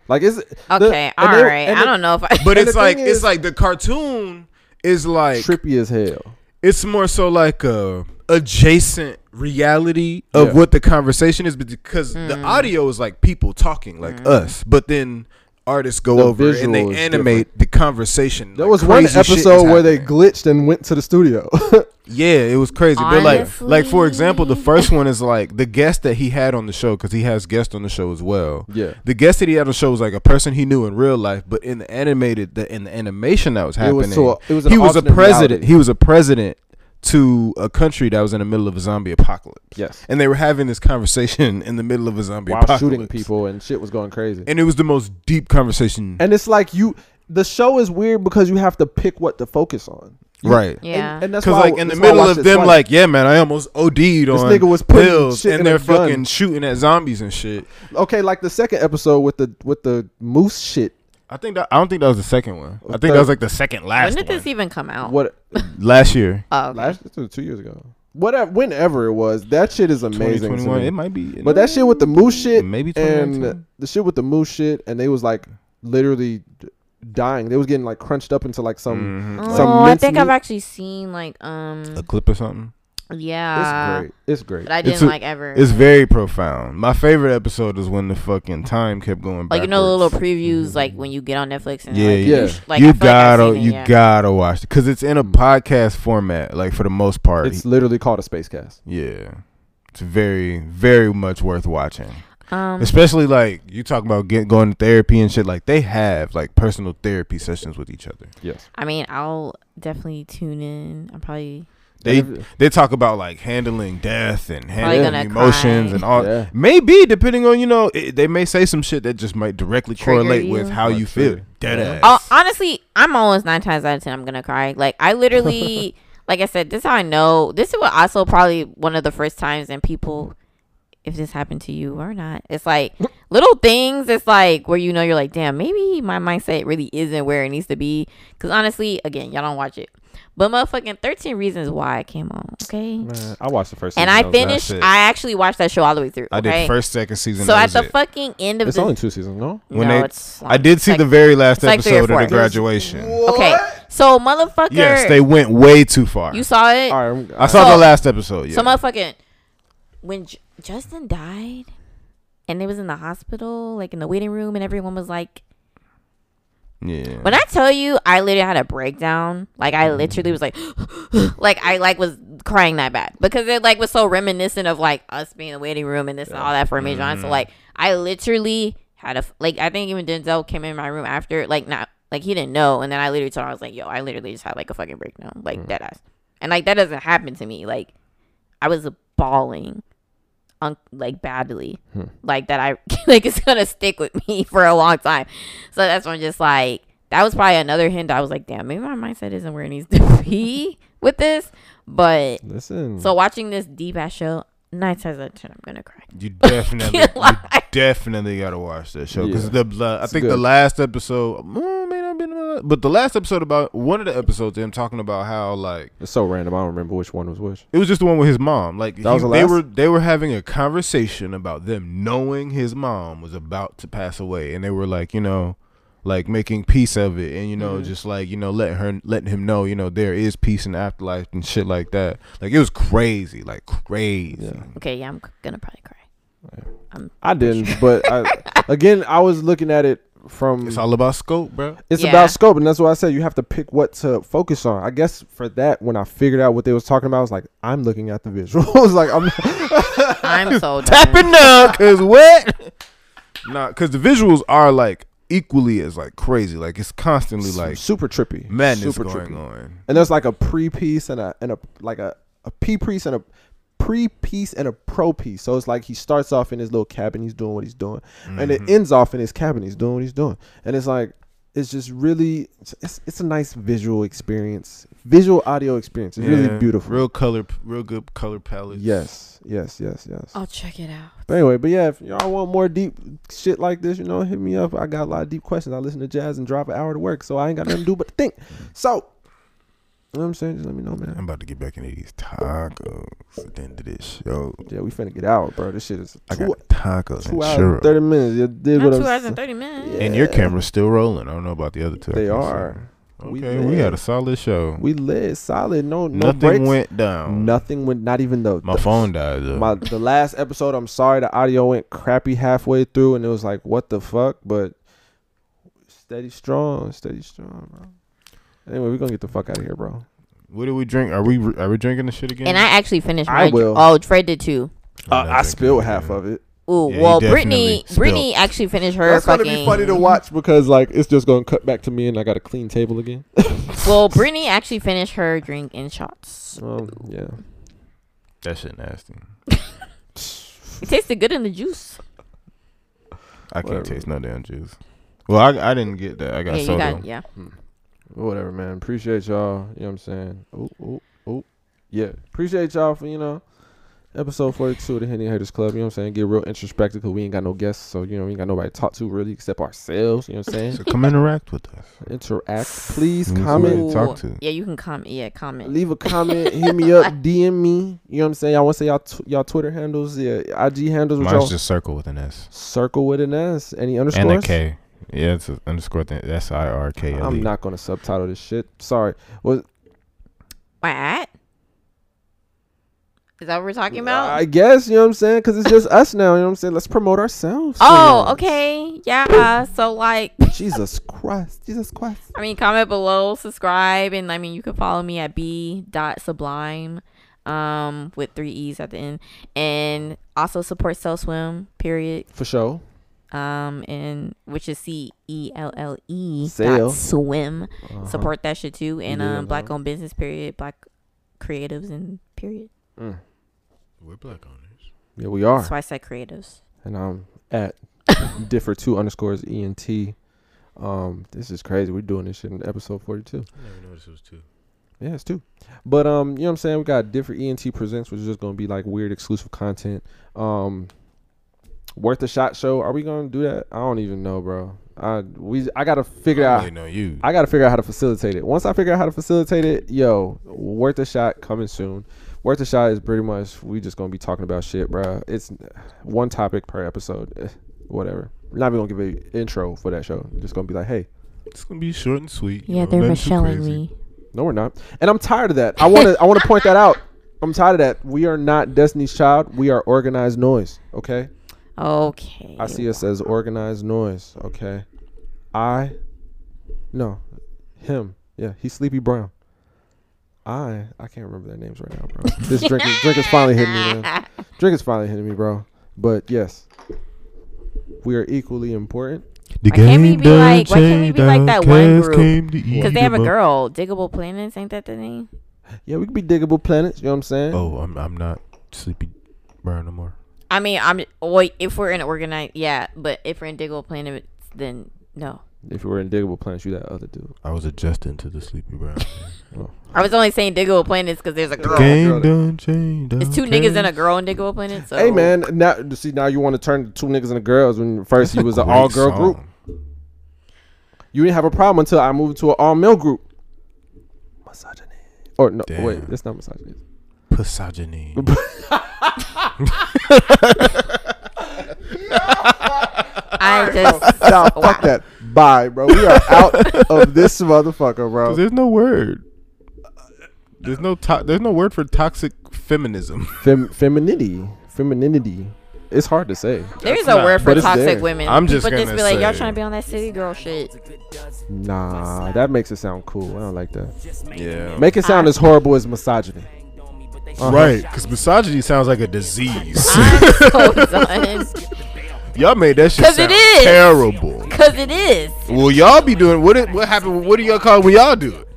like it's okay. Okay, all right. I don't know if I. But And it's the like thing it's is- like the cartoon is like trippy as hell. it's more so like a adjacent reality of Yeah. what the conversation is but because the audio is like people talking like us but then artists go The over and visual they is animate the conversation There like, was one crazy shit is episode where they happening. glitched and went to the studio. yeah it was crazy but like Honestly. like for example the first one is like the guest that he had on the show because he has guests on the show as well Yeah. the guest that he had on the show was like a person he knew in real life but in the animated the in the animation that was It happening was so- it was an he was a alternate president reality. he was a president to a country that was in the middle of a zombie apocalypse. yes, And they were having this conversation in the middle of a zombie while apocalypse. shooting people and shit was going crazy. And it was the most deep conversation. And it's like you, the show is weird because you have to pick what to focus on. You- right. yeah. and, and that's Cause why like in the that's why I middle watched of it them, twice. like yeah, man, I almost OD'd on nigga was putting pills, shit and in they're a gun. fucking shooting at zombies and shit. okay, like the second episode with the with the moose shit. I think that I don't think that was the second one. I think third- that was like the second when last did this one. even come out? What last year, Oh, okay. last this was two years ago? Whatever, whenever it was, that shit is amazing. twenty one. to It me. might be, But that shit with the moose shit, Maybe maybe, 2019. and the shit with the moose shit, and they was like literally d- dying. They was getting like crunched up into like some Oh, some. I minced think I've meat. actually seen like a um clip or something. yeah, It's great. It's great. uh, but I It's didn't a- like ever. It's very profound. My favorite episode is when the fucking time kept going. like you know the backwards. little previews like when you get on Netflix and Yeah, like, Mm-hmm. yeah. You, sh- like, I feel you like I've gotta, seen it, you yeah. gotta watch it because it's in a Mm. podcast format. Like for the most part, It's literally called a space cast. yeah, it's very, very much worth watching. Um, Especially like you talk about get, going to therapy and shit. Like they have like personal therapy sessions with each other. Yes. I mean, I'll definitely tune in. I'm probably They Whenever- they talk about like handling death and handling gonna emotions cry. and all. Yeah. Maybe depending on you know it, they may say some shit that just might directly Trigger correlate you. with how Might you feel. trigger. Dead Yeah. ass. Oh, honestly, I'm almost nine times out of ten. I'm gonna cry. Like I literally, like I said, this is how I know. This is what also probably one of the first times and people, if this happened to you or not, it's like little things. It's like where you know you're like, damn, maybe my mindset really isn't where it needs to be. Because honestly, again, y'all don't watch it, but motherfucking Thirteen Reasons Why came on. Okay, Man, I watched the first. and season, I that was bad. finished. it. I actually watched that show all the way through. I did Oh, okay? first, second season. So that at was the it. fucking end of It's the only two seasons, no? when no, they- it's I did see like- the very it's last like three or episode of four. the graduation. Okay, so motherfucker, Yes, they went way too far. you saw it. All right, I'm- I saw So- the last episode. Oh, Yeah. So motherfucking when J- Justin died and they was in the hospital, like in the waiting room, and everyone was like, yeah. when I tell you, I literally had a breakdown. Like I literally was like, like I like was crying that bad because it like was so reminiscent of like us being in the waiting room and this and all that for Major John. So like I literally had a f- like I think even Denzel came in my room after like not like he didn't know, and then I literally told him I was like, yo, I literally just had like a fucking breakdown, like dead ass, and like that doesn't happen to me. Like I was bawling. Un- like badly, like that. I like it's gonna stick with me for a long time. So that's when I'm just like, that was probably another hint. I was like, damn, maybe my mindset isn't where it needs to be with this. But Listen. so watching this deep ass show, nine times out of ten, I'm gonna cry. you definitely, Can't you lie. definitely gotta watch that show because Yeah. the la- I think the good. last episode, mm, may not be the last- but the last episode about one of the episodes, him talking about how like It's so random. I don't remember which one was which. it was just the one with his mom. Like he- was the they last? were they were having a conversation about them knowing his mom was about to pass away, and they were like, you know, like making peace of it, and you know, Mm-hmm. just like you know, letting her letting him know, you know, there is peace in the afterlife and shit like that. Like it was crazy, like crazy. Yeah. Okay, yeah, I'm c- gonna probably cry. I didn't, but I, again, I was looking at it from. It's It's, all about scope, bro. Yeah. about scope, and that's why I said you have to pick what to focus on. I guess for that, when I figured out what they was talking about, I was like, I'm looking at the visuals. like I'm. I'm so done. Tapping now, cause what? nah, cause the visuals are like equally as like crazy. Like it's constantly like super trippy, madness super going trippy. on. And there's like a pre piece and a and a like a a P piece and a pre piece and a pro piece. So it's like he starts Mm-hmm. off in his little cabin, he's doing what he's doing, and it ends off in his cabin, he's doing what he's doing, and it's like it's just really it's- it's, it's a nice visual experience, visual audio experience. It's really Yeah, beautiful. Real color, real good color palette. yes, yes, yes, yes. I'll check it out. But anyway, but yeah, if y'all want more deep shit like this, you know, hit me up. I got a lot of deep questions. I listen to jazz and drive an hour to work, so I ain't got nothing to do but think. So, you know what I'm saying? Just let me know, man. I'm about to get back into these tacos at the end of this show. Yeah, we finna get out, bro. This shit is I two, got tacos two and hours, churros. and thirty minutes. You did Not what two hours I'm. and thirty minutes. Yeah. And your camera's still rolling. I don't know about the other two. I They can't see. are. We Okay, lit. we had a solid show. We lit solid. No, no Nothing breaks. went down. Nothing went. Not even the My the- phone died though. my the last episode i'm sorry the audio went crappy halfway through and it was like what the fuck but steady strong steady strong bro anyway we're gonna get the fuck out of here bro what do we drink? Are we are we drinking the shit again? And I actually finished I my drink. will. Oh, Fred did too. uh, i spilled half of it Ooh, Yeah, he well, definitely Brittany, spilled. Brittany actually finished her that's fucking. gonna be funny to watch because like it's just gonna cut back to me and i got a clean table again Well, Brittany actually finished her drink in shots. um yeah That shit nasty. It tasted good in the juice. I can't Whatever. taste no damn juice. Well, I, I didn't get that. I got yeah, you soda. got yeah. whatever man appreciate y'all you know what i'm saying oh oh oh yeah appreciate y'all for you know Episode 42 of the Henny Haters Club, you know what I'm saying? Get real introspective because we ain't got no guests, so you know, we ain't got nobody to talk to really except ourselves, you know what I'm saying? So come interact with us. interact. Please Who's comment, who? to talk Ooh, to. Yeah, you can comment. Yeah, comment. leave a comment, hit me up, DM me. You know what I'm saying? I want to say y'all tw- y'all Twitter handles, yeah, IG handles, which y'all Mine's just circle with an S circle with an S, any underscores. and a K. Yeah, it's a underscore thing. That's I R K L E. I'm not gonna subtitle this shit. Sorry. Was What? Is that what we're talking about? I guess you know what I'm saying? Cause it's just us now. You know what I'm saying? Let's promote ourselves. oh, man. okay. Yeah. Uh, so like, Jesus Christ. Jesus Christ. I mean, comment below, subscribe, and I mean, you can follow me at b dot sublime, um, with three e's at the end, and also support Cell Swim. Period. For sure. um and which is c e l l e Sale. dot swim support that shit too and Uh-huh. Yeah, um black owned business period black creatives and period We're black on it. Yeah, we are. that's why i said creatives and I'm at differ two underscores E N T. Um, this is crazy. We're doing this shit in episode forty two. I never noticed it was two. Yeah, it's two. But um, you know what I'm saying? We got different ENT presents, which is just gonna be like weird exclusive content. Um Worth a shot show. Are we gonna do that? I don't even know, bro. I we I gotta figure Yeah. out Really know you. I gotta figure out how to facilitate it. Once I figure out how to facilitate it, yo, worth a shot coming soon. Worth a shot is pretty much we just gonna be talking about shit, bruh. It's one topic per episode, Eh, whatever. We're not even gonna give a intro for that show. Just gonna be like, hey, it's gonna be short and sweet. you yeah know, they're nothing too michelle and crazy. me no, we're not. And I'm tired of that. I wanna I wanna point that out. I'm tired of that. We are not Destiny's Child. We are organized noise. Okay. okay I see us as organized noise. Okay. I, no, him. Yeah, he's Sleepy Brown. I, I can't remember their names right now, bro. this drink, is, drink is finally hitting me. Man. Drink is finally hitting me, bro. But yes, we are equally important. The Why can't we be like- why can't we be like that one group? Because because they have a girl diggable planets ain't that the name Yeah, we could be diggable planets. You know what I'm saying? Oh, I'm I'm not sleepy brown no more. i mean i'm well if we're in organized yeah but if we're in diggable planets then no If you were in diggable planets, you that other dude. I was adjusting to the sleepy brown. i was only saying diggable planets because there's a girl Game girl. done changed. it's two niggas and a girl in diggable planets so Hey man, now see now you want to turn to two niggas and the girls when first you was an all girl group. You didn't have a problem until I moved to an all male group. Misogyny. Or no, wait, Damn. that's not misogyny. Misogyny. i just Nah, fuck that. Bye, bro. We are out of this motherfucker, bro. There's no word. There's no to- there's no word for toxic feminism. Fem- femininity, femininity. It's hard to say. There is That's a word but not- for it's toxic there. women. I'm People just gonna be like, y'all say- trying to be on that city girl shit. Nah, that makes it sound cool. I don't like that. Yeah. Make it sound as horrible as misogyny. Right, because misogyny sounds like a disease. I'm so done. y'all made that shit 'Cause it sound is. terrible. Cause it is Well, y'all be doing what? It, what happened? What do y'all call it when y'all do it?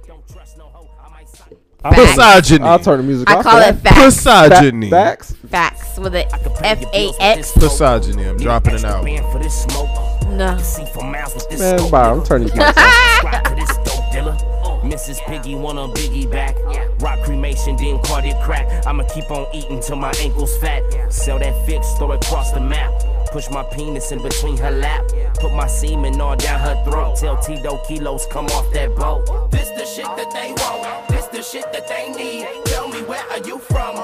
facts. Misogyny. I'll turn the music I off. call for it that. facts. Fa- Misogyny. Facts. Facts with a F A X. Misogyny. I'm dropping it out. Band for this smoke. No. See for miles with this Man, scope, bye, I'm nigga. turning these Y'all subscribe to this dope dealer. Mrs. Piggy want a biggie back. Rock cremation, then cardiac crack. I'ma keep on eating till my ankles fat. Sell that fix, throw it across the map. Push my penis in between her lap. Put my semen all down her throat. Tell Tito kilos come off that boat. This the shit that they want. This the shit that they need. Tell me where are you from?